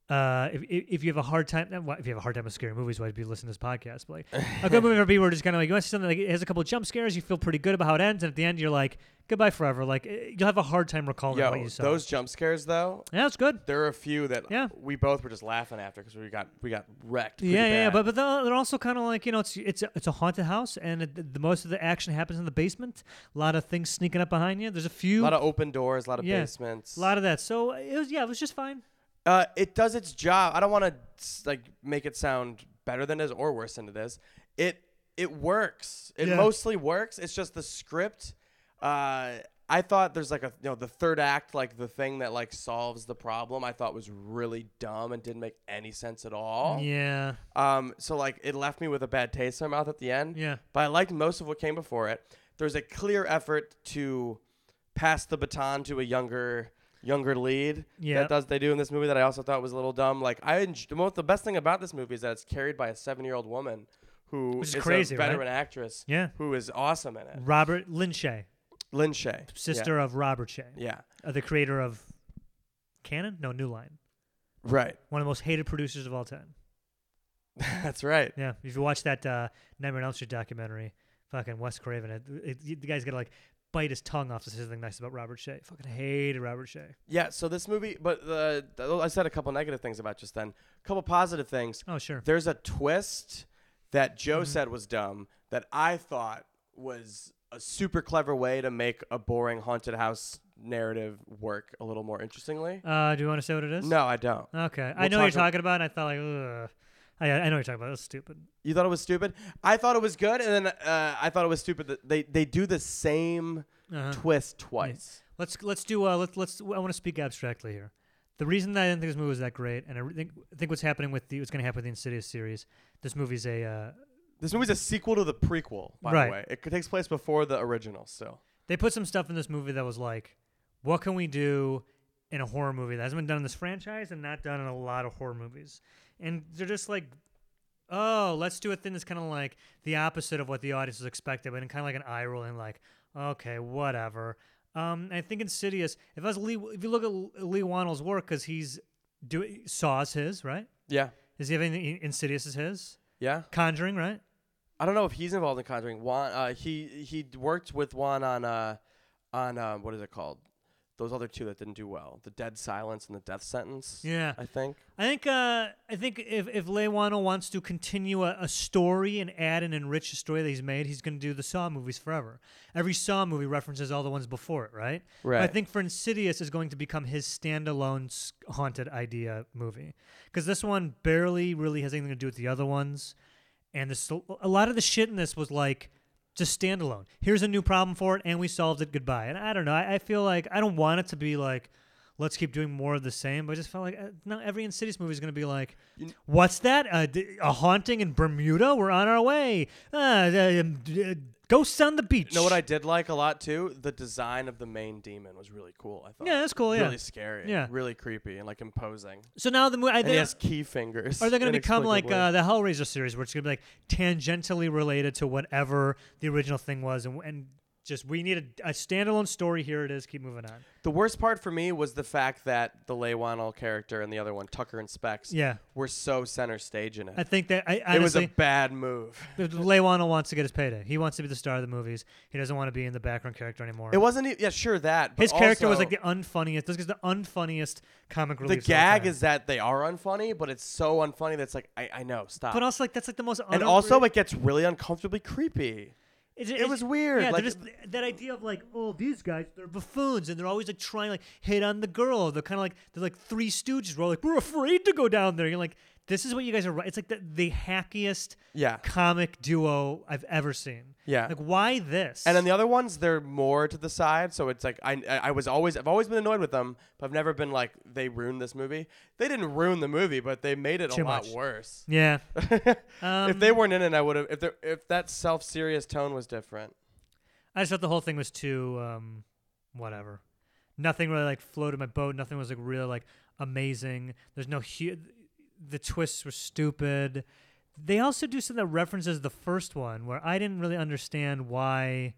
Speaker 4: uh, if, if if you have a hard time, not- well, if you have a hard time with scary movies, why'd you be listening to this podcast? But like a good movie for people who are just kind of like you want to see something like it has a couple of jump scares, you feel pretty good about how it ends, and at the end you're like goodbye forever. Like eh, you'll have a hard time recalling
Speaker 3: Yo,
Speaker 4: what you saw.
Speaker 3: those jump scares though,
Speaker 4: yeah, it's good.
Speaker 3: there are a few that
Speaker 4: Yeah.
Speaker 3: we both were just laughing after because we got we got wrecked. pretty
Speaker 4: Yeah, yeah, yeah,
Speaker 3: bad.
Speaker 4: but but they're they're also kind of like you know it's it's a, it's a haunted house, and it, the most of the action happens in the basement. A lot of things sneaking up behind you. There's a few
Speaker 3: a lot of open doors, a lot of
Speaker 4: Yeah.
Speaker 3: basements,
Speaker 4: A lot of that. So it was yeah, it was just fine.
Speaker 3: Uh, it does its job. I don't want to like make it sound better than it is or worse than it is. It it works. It
Speaker 4: Yeah.
Speaker 3: mostly works. It's just the script. Uh, I thought there's like a you know the third act like the thing that like solves the problem. I thought was really dumb and didn't make any sense at all.
Speaker 4: Yeah.
Speaker 3: Um, so like it left me with a bad taste in my mouth at the end.
Speaker 4: Yeah.
Speaker 3: But I liked most of what came before it. There's a clear effort to pass the baton to a younger younger lead.
Speaker 4: Yeah.
Speaker 3: That does they do in this movie that I also thought was a little dumb. Like I enj- the most the best thing about this movie is that it's carried by a seven year old woman who
Speaker 4: Which is
Speaker 3: is
Speaker 4: crazy,
Speaker 3: a
Speaker 4: right?
Speaker 3: veteran actress.
Speaker 4: Yeah.
Speaker 3: Who is awesome in it.
Speaker 4: Robert Lynch,
Speaker 3: Lin Shay.
Speaker 4: sister of Robert Shay,
Speaker 3: Yeah. yeah.
Speaker 4: uh, the creator of Canon? No, New Line.
Speaker 3: Right.
Speaker 4: One of the most hated producers of all time.
Speaker 3: That's right.
Speaker 4: Yeah, if you watch that uh, Nightmare on Elm Street documentary, fucking Wes Craven, it, it, y- the guy's got to like bite his tongue off to say something nice about Robert Shay. Fucking hated Robert Shay.
Speaker 3: Yeah, so this movie but the I said a couple negative things about just then. A couple positive things.
Speaker 4: Oh sure,
Speaker 3: There's a twist that Joe said was dumb that I thought was a super clever way to make a boring haunted house narrative work a little more interestingly.
Speaker 4: uh, do you want to say what it is?
Speaker 3: No, I don't.
Speaker 4: Okay, I
Speaker 3: We'll
Speaker 4: know what you're
Speaker 3: talk ab-
Speaker 4: talking about. And I thought like, Ugh. I I know what you're talking about. That's stupid.
Speaker 3: You thought it was stupid? I thought it was good, and then uh, I thought it was stupid that they, they do the same
Speaker 4: Uh-huh.
Speaker 3: twist twice.
Speaker 4: Let's let's do uh, let's let's. I want to speak abstractly here. The reason that I didn't think this movie was that great, and I re- think I think what's happening with the what's going to happen with the Insidious series, this movie's a uh,
Speaker 3: This movie's a sequel to the prequel, by
Speaker 4: Right.
Speaker 3: the way. It takes place before the original still.
Speaker 4: they put some stuff in this movie that was like, what can we do in a horror movie that hasn't been done in this franchise and not done in a lot of horror movies? And they're just like, oh, let's do a thing that's kind of like the opposite of what the audience is expected, but kind of like an eye roll and like, okay, whatever. Um, I think Insidious. If I was Lee, if you look at L- Lee Wannell's work, because he's doing Saw's his right.
Speaker 3: Yeah.
Speaker 4: Does he have anything? Insidious is his.
Speaker 3: Yeah.
Speaker 4: Conjuring, right?
Speaker 3: I don't know if he's involved in Conjuring. Juan, uh, he he d- worked with Juan on uh, on uh, what is it called? Those other two that didn't do well, the Dead Silence and the Death Sentence.
Speaker 4: Yeah.
Speaker 3: I think.
Speaker 4: I think uh, I think if if Leywano wants to continue a, a story and add and enrich the story that he's made, he's going to do the Saw movies forever. Every Saw movie references all the ones before it, right? But I
Speaker 3: Right.
Speaker 4: think for Insidious is going to become his standalone s- haunted idea movie because this one barely really has anything to do with the other ones, and this a lot of the shit in this was like just standalone. Here's a new problem for it, and we solved it. Goodbye. And I don't know. I, I feel like I don't want it to be like, let's keep doing more of the same. But I just felt like uh, no, every Insidious movie is going to be like, what's that? Uh, d- a haunting in Bermuda? We're on our way. Uh, uh, d- uh, ghosts on the beach.
Speaker 3: You know what I did like a lot too? The design of the main demon was really cool. I thought.
Speaker 4: Yeah, that's cool, yeah.
Speaker 3: Really scary.
Speaker 4: Yeah.
Speaker 3: Really creepy and like imposing.
Speaker 4: So now the movie. I
Speaker 3: And he
Speaker 4: think.
Speaker 3: has key fingers.
Speaker 4: Are they going to become like
Speaker 3: inexplicably.
Speaker 4: uh, the Hellraiser series, where it's going to be like tangentially related to whatever the original thing was, and, and just we need a, a standalone story. Here it is. Keep moving on.
Speaker 3: The worst part for me was the fact that the Leywannel character and the other one, Tucker and Specs,
Speaker 4: Yeah.
Speaker 3: were so center stage in it.
Speaker 4: I think that I
Speaker 3: it was a
Speaker 4: honestly,
Speaker 3: bad move.
Speaker 4: Leywano wants to get his payday. He wants to be the star of the movies. He doesn't want to be in the background character anymore.
Speaker 3: It wasn't. e- Yeah, sure that. But
Speaker 4: his character was
Speaker 3: also-
Speaker 4: like the unfunniest. This is the unfunniest comic
Speaker 3: the
Speaker 4: relief. of all
Speaker 3: gag
Speaker 4: time.
Speaker 3: is that they are unfunny, but it's so unfunny that's like I, I know stop.
Speaker 4: But also, like that's like the most.
Speaker 3: and
Speaker 4: unappropriate-
Speaker 3: also it gets really uncomfortably creepy.
Speaker 4: It's-
Speaker 3: It
Speaker 4: it's-
Speaker 3: was weird,
Speaker 4: Yeah,
Speaker 3: like-
Speaker 4: they're just that idea of like, oh, these guys, they're buffoons, and they're always like trying to like hit on the girl. They're kind of like they're like three stooges. We're like we're afraid to go down there. You're like, this is what you guys are. ri- It's like the, the hackiest
Speaker 3: Yeah.
Speaker 4: comic duo I've ever seen.
Speaker 3: Yeah.
Speaker 4: like why this?
Speaker 3: And then the other ones, they're more to the side, so it's like I I I was always I've always been annoyed with them, but I've never been like they ruined this movie. They didn't ruin the movie, but they made it
Speaker 4: Too
Speaker 3: a lot
Speaker 4: much. Um,
Speaker 3: worse.
Speaker 4: yeah,
Speaker 3: if they weren't in it, I would have. If there- if that self serious tone was different,
Speaker 4: I just thought the whole thing was too um, whatever. Nothing really like floated my boat. Nothing was like really like amazing. There's no hu- the twists were stupid. They also do something that references the first one where I didn't really understand why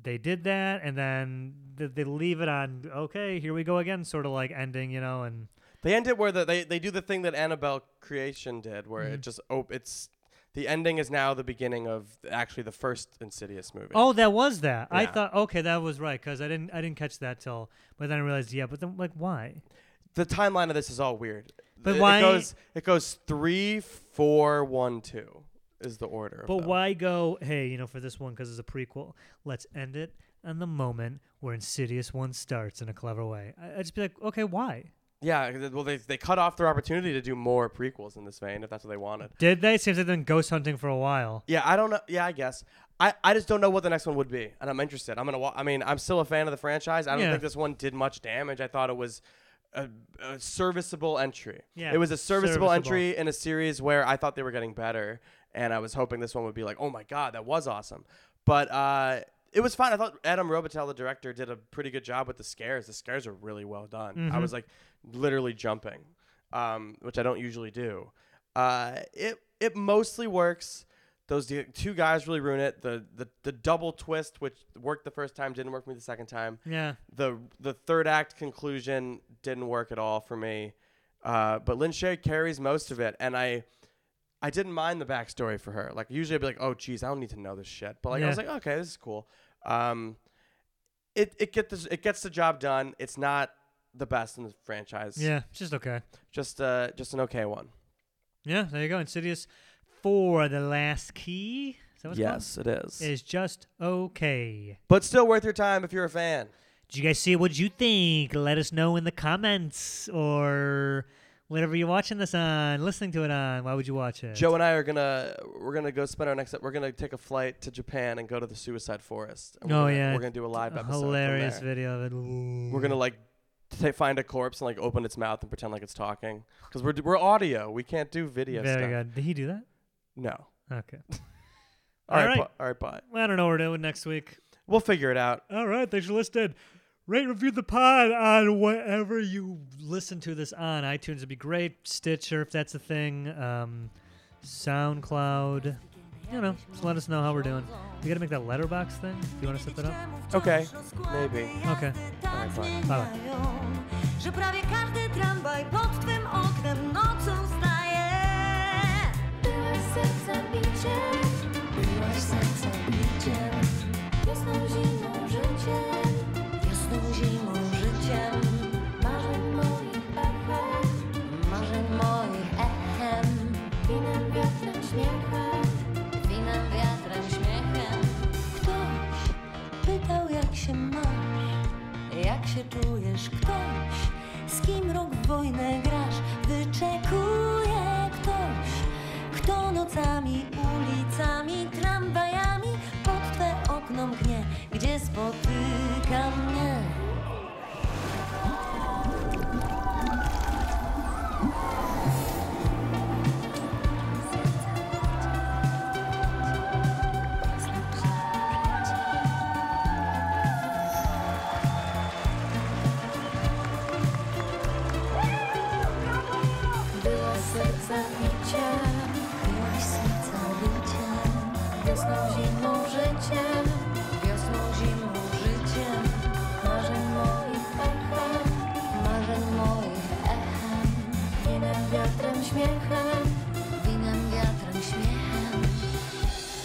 Speaker 4: they did that, and then th- they leave it on. Okay, here we go again, sort of like ending, you know, and
Speaker 3: they end it where the, they they do the thing that Annabelle creation did, where
Speaker 4: Mm-hmm.
Speaker 3: it just op- it's the ending is now the beginning of actually the first Insidious movie.
Speaker 4: Oh, that was that. I
Speaker 3: Yeah.
Speaker 4: thought okay, that was right because I didn't I didn't catch that till, but then I realized yeah, but then like why?
Speaker 3: the timeline of this is all weird.
Speaker 4: But
Speaker 3: it,
Speaker 4: why-
Speaker 3: It goes, it goes three, four, one, two is the order. of
Speaker 4: But
Speaker 3: them.
Speaker 4: why go, hey, you know, for this one, because it's a prequel, let's end it on the moment where Insidious 1 starts in a clever way? I, I'd just be like, okay, why?
Speaker 3: Yeah, 'cause it- well, they, they cut off their opportunity to do more prequels in this vein if that's what they wanted.
Speaker 4: Did they? Seems they've been ghost hunting for a while.
Speaker 3: Yeah, I don't know. Yeah, I guess. I, I just don't know what the next one would be, and I'm interested. I'm gonna. Wa- I mean, I'm still a fan of the franchise. I don't
Speaker 4: Yeah.
Speaker 3: think this one did much damage. I thought it was a, a serviceable entry.
Speaker 4: Yeah,
Speaker 3: it was a serviceable,
Speaker 4: serviceable.
Speaker 3: entry in a series where I thought they were getting better, and I was hoping this one would be like, oh my god, that was awesome. But uh, it was fine. I thought Adam Robitel, the director, did a pretty good job with the scares. The scares are really well done.
Speaker 4: Mm-hmm.
Speaker 3: I was like literally jumping, um, which I don't usually do. Uh, it it mostly works. Those d- two guys really ruin it. The, the the double twist, which worked the first time, didn't work for me the second time
Speaker 4: Yeah.
Speaker 3: the the third act conclusion didn't work at all for me. Uh, but Lin Shaye carries most of it, and I I didn't mind the backstory for her. Like usually I'd be like, oh geez, I don't need to know this shit. But like I was
Speaker 4: Yeah.
Speaker 3: like, okay, this is cool. Um, it it get this, it gets the job done. It's not the best in the franchise.
Speaker 4: Yeah. It's just okay.
Speaker 3: just uh just an okay one.
Speaker 4: Yeah. There you go. Insidious for the last key. Is that what it's called?
Speaker 3: it is.
Speaker 4: Is just okay.
Speaker 3: But still worth your time if you're a fan.
Speaker 4: Did you guys see it? What'd you think? Let us know in the comments or whatever you're watching this on, listening to it on. Why would you watch it?
Speaker 3: Joe and I are gonna we're gonna go spend our next we're gonna take a flight to Japan and go to the suicide forest. And we're
Speaker 4: Oh,
Speaker 3: gonna-
Speaker 4: yeah.
Speaker 3: we're gonna do a live
Speaker 4: A
Speaker 3: episode. from
Speaker 4: hilarious
Speaker 3: there.
Speaker 4: video of it.
Speaker 3: We're gonna like t- find a corpse and like open its mouth and pretend like it's talking because we're we're audio. We can't do video
Speaker 4: Very
Speaker 3: stuff.
Speaker 4: good. Did he do that?
Speaker 3: No.
Speaker 4: Okay.
Speaker 3: All right.
Speaker 4: All right.
Speaker 3: bu- all right. Bye.
Speaker 4: I don't know what we're doing next week.
Speaker 3: We'll figure it out.
Speaker 4: All right, thanks for listening. Rate, review the pod on whatever you listen to this on. iTunes would be great. Stitcher, if that's a thing. Um, SoundCloud. You know, just let us know how we're doing. We gotta make that letterbox thing. Do you want to set that up?
Speaker 3: Okay. Maybe.
Speaker 4: Okej.
Speaker 1: Tak
Speaker 3: Bye, bye.
Speaker 1: zmieniają, że prawie każdy tramwaj pod twym oknem nocą staje.
Speaker 6: Byłaś serca biciem,
Speaker 1: Byłaś serca biciem,
Speaker 6: wiosną, zimą, życiem,
Speaker 1: wiosną, zimą, życiem,
Speaker 6: marzeń moich echem,
Speaker 1: marzeń moich echem,
Speaker 6: winem, wiatrem, śmiechem.
Speaker 1: winem, wiatrem, śmiechem. Ktoś pytał, jak się masz, jak się czujesz. Ktoś, z kim rok w wojnę grasz, wyczekuje ktoś, kto nocami, ulicami, tramwajami pod twe okno mknie, gdzie spotyka mnie.
Speaker 6: Byłaś serca biciem,
Speaker 1: Byłaś serca biciem,
Speaker 6: wiosną, zimą, życiem,
Speaker 1: wiosną, zimą, życiem,
Speaker 6: marzeń moich echem,
Speaker 1: marzeń moich echem,
Speaker 6: winem, wiatrem, śmiechem.
Speaker 1: winem, wiatrem, śmiechem.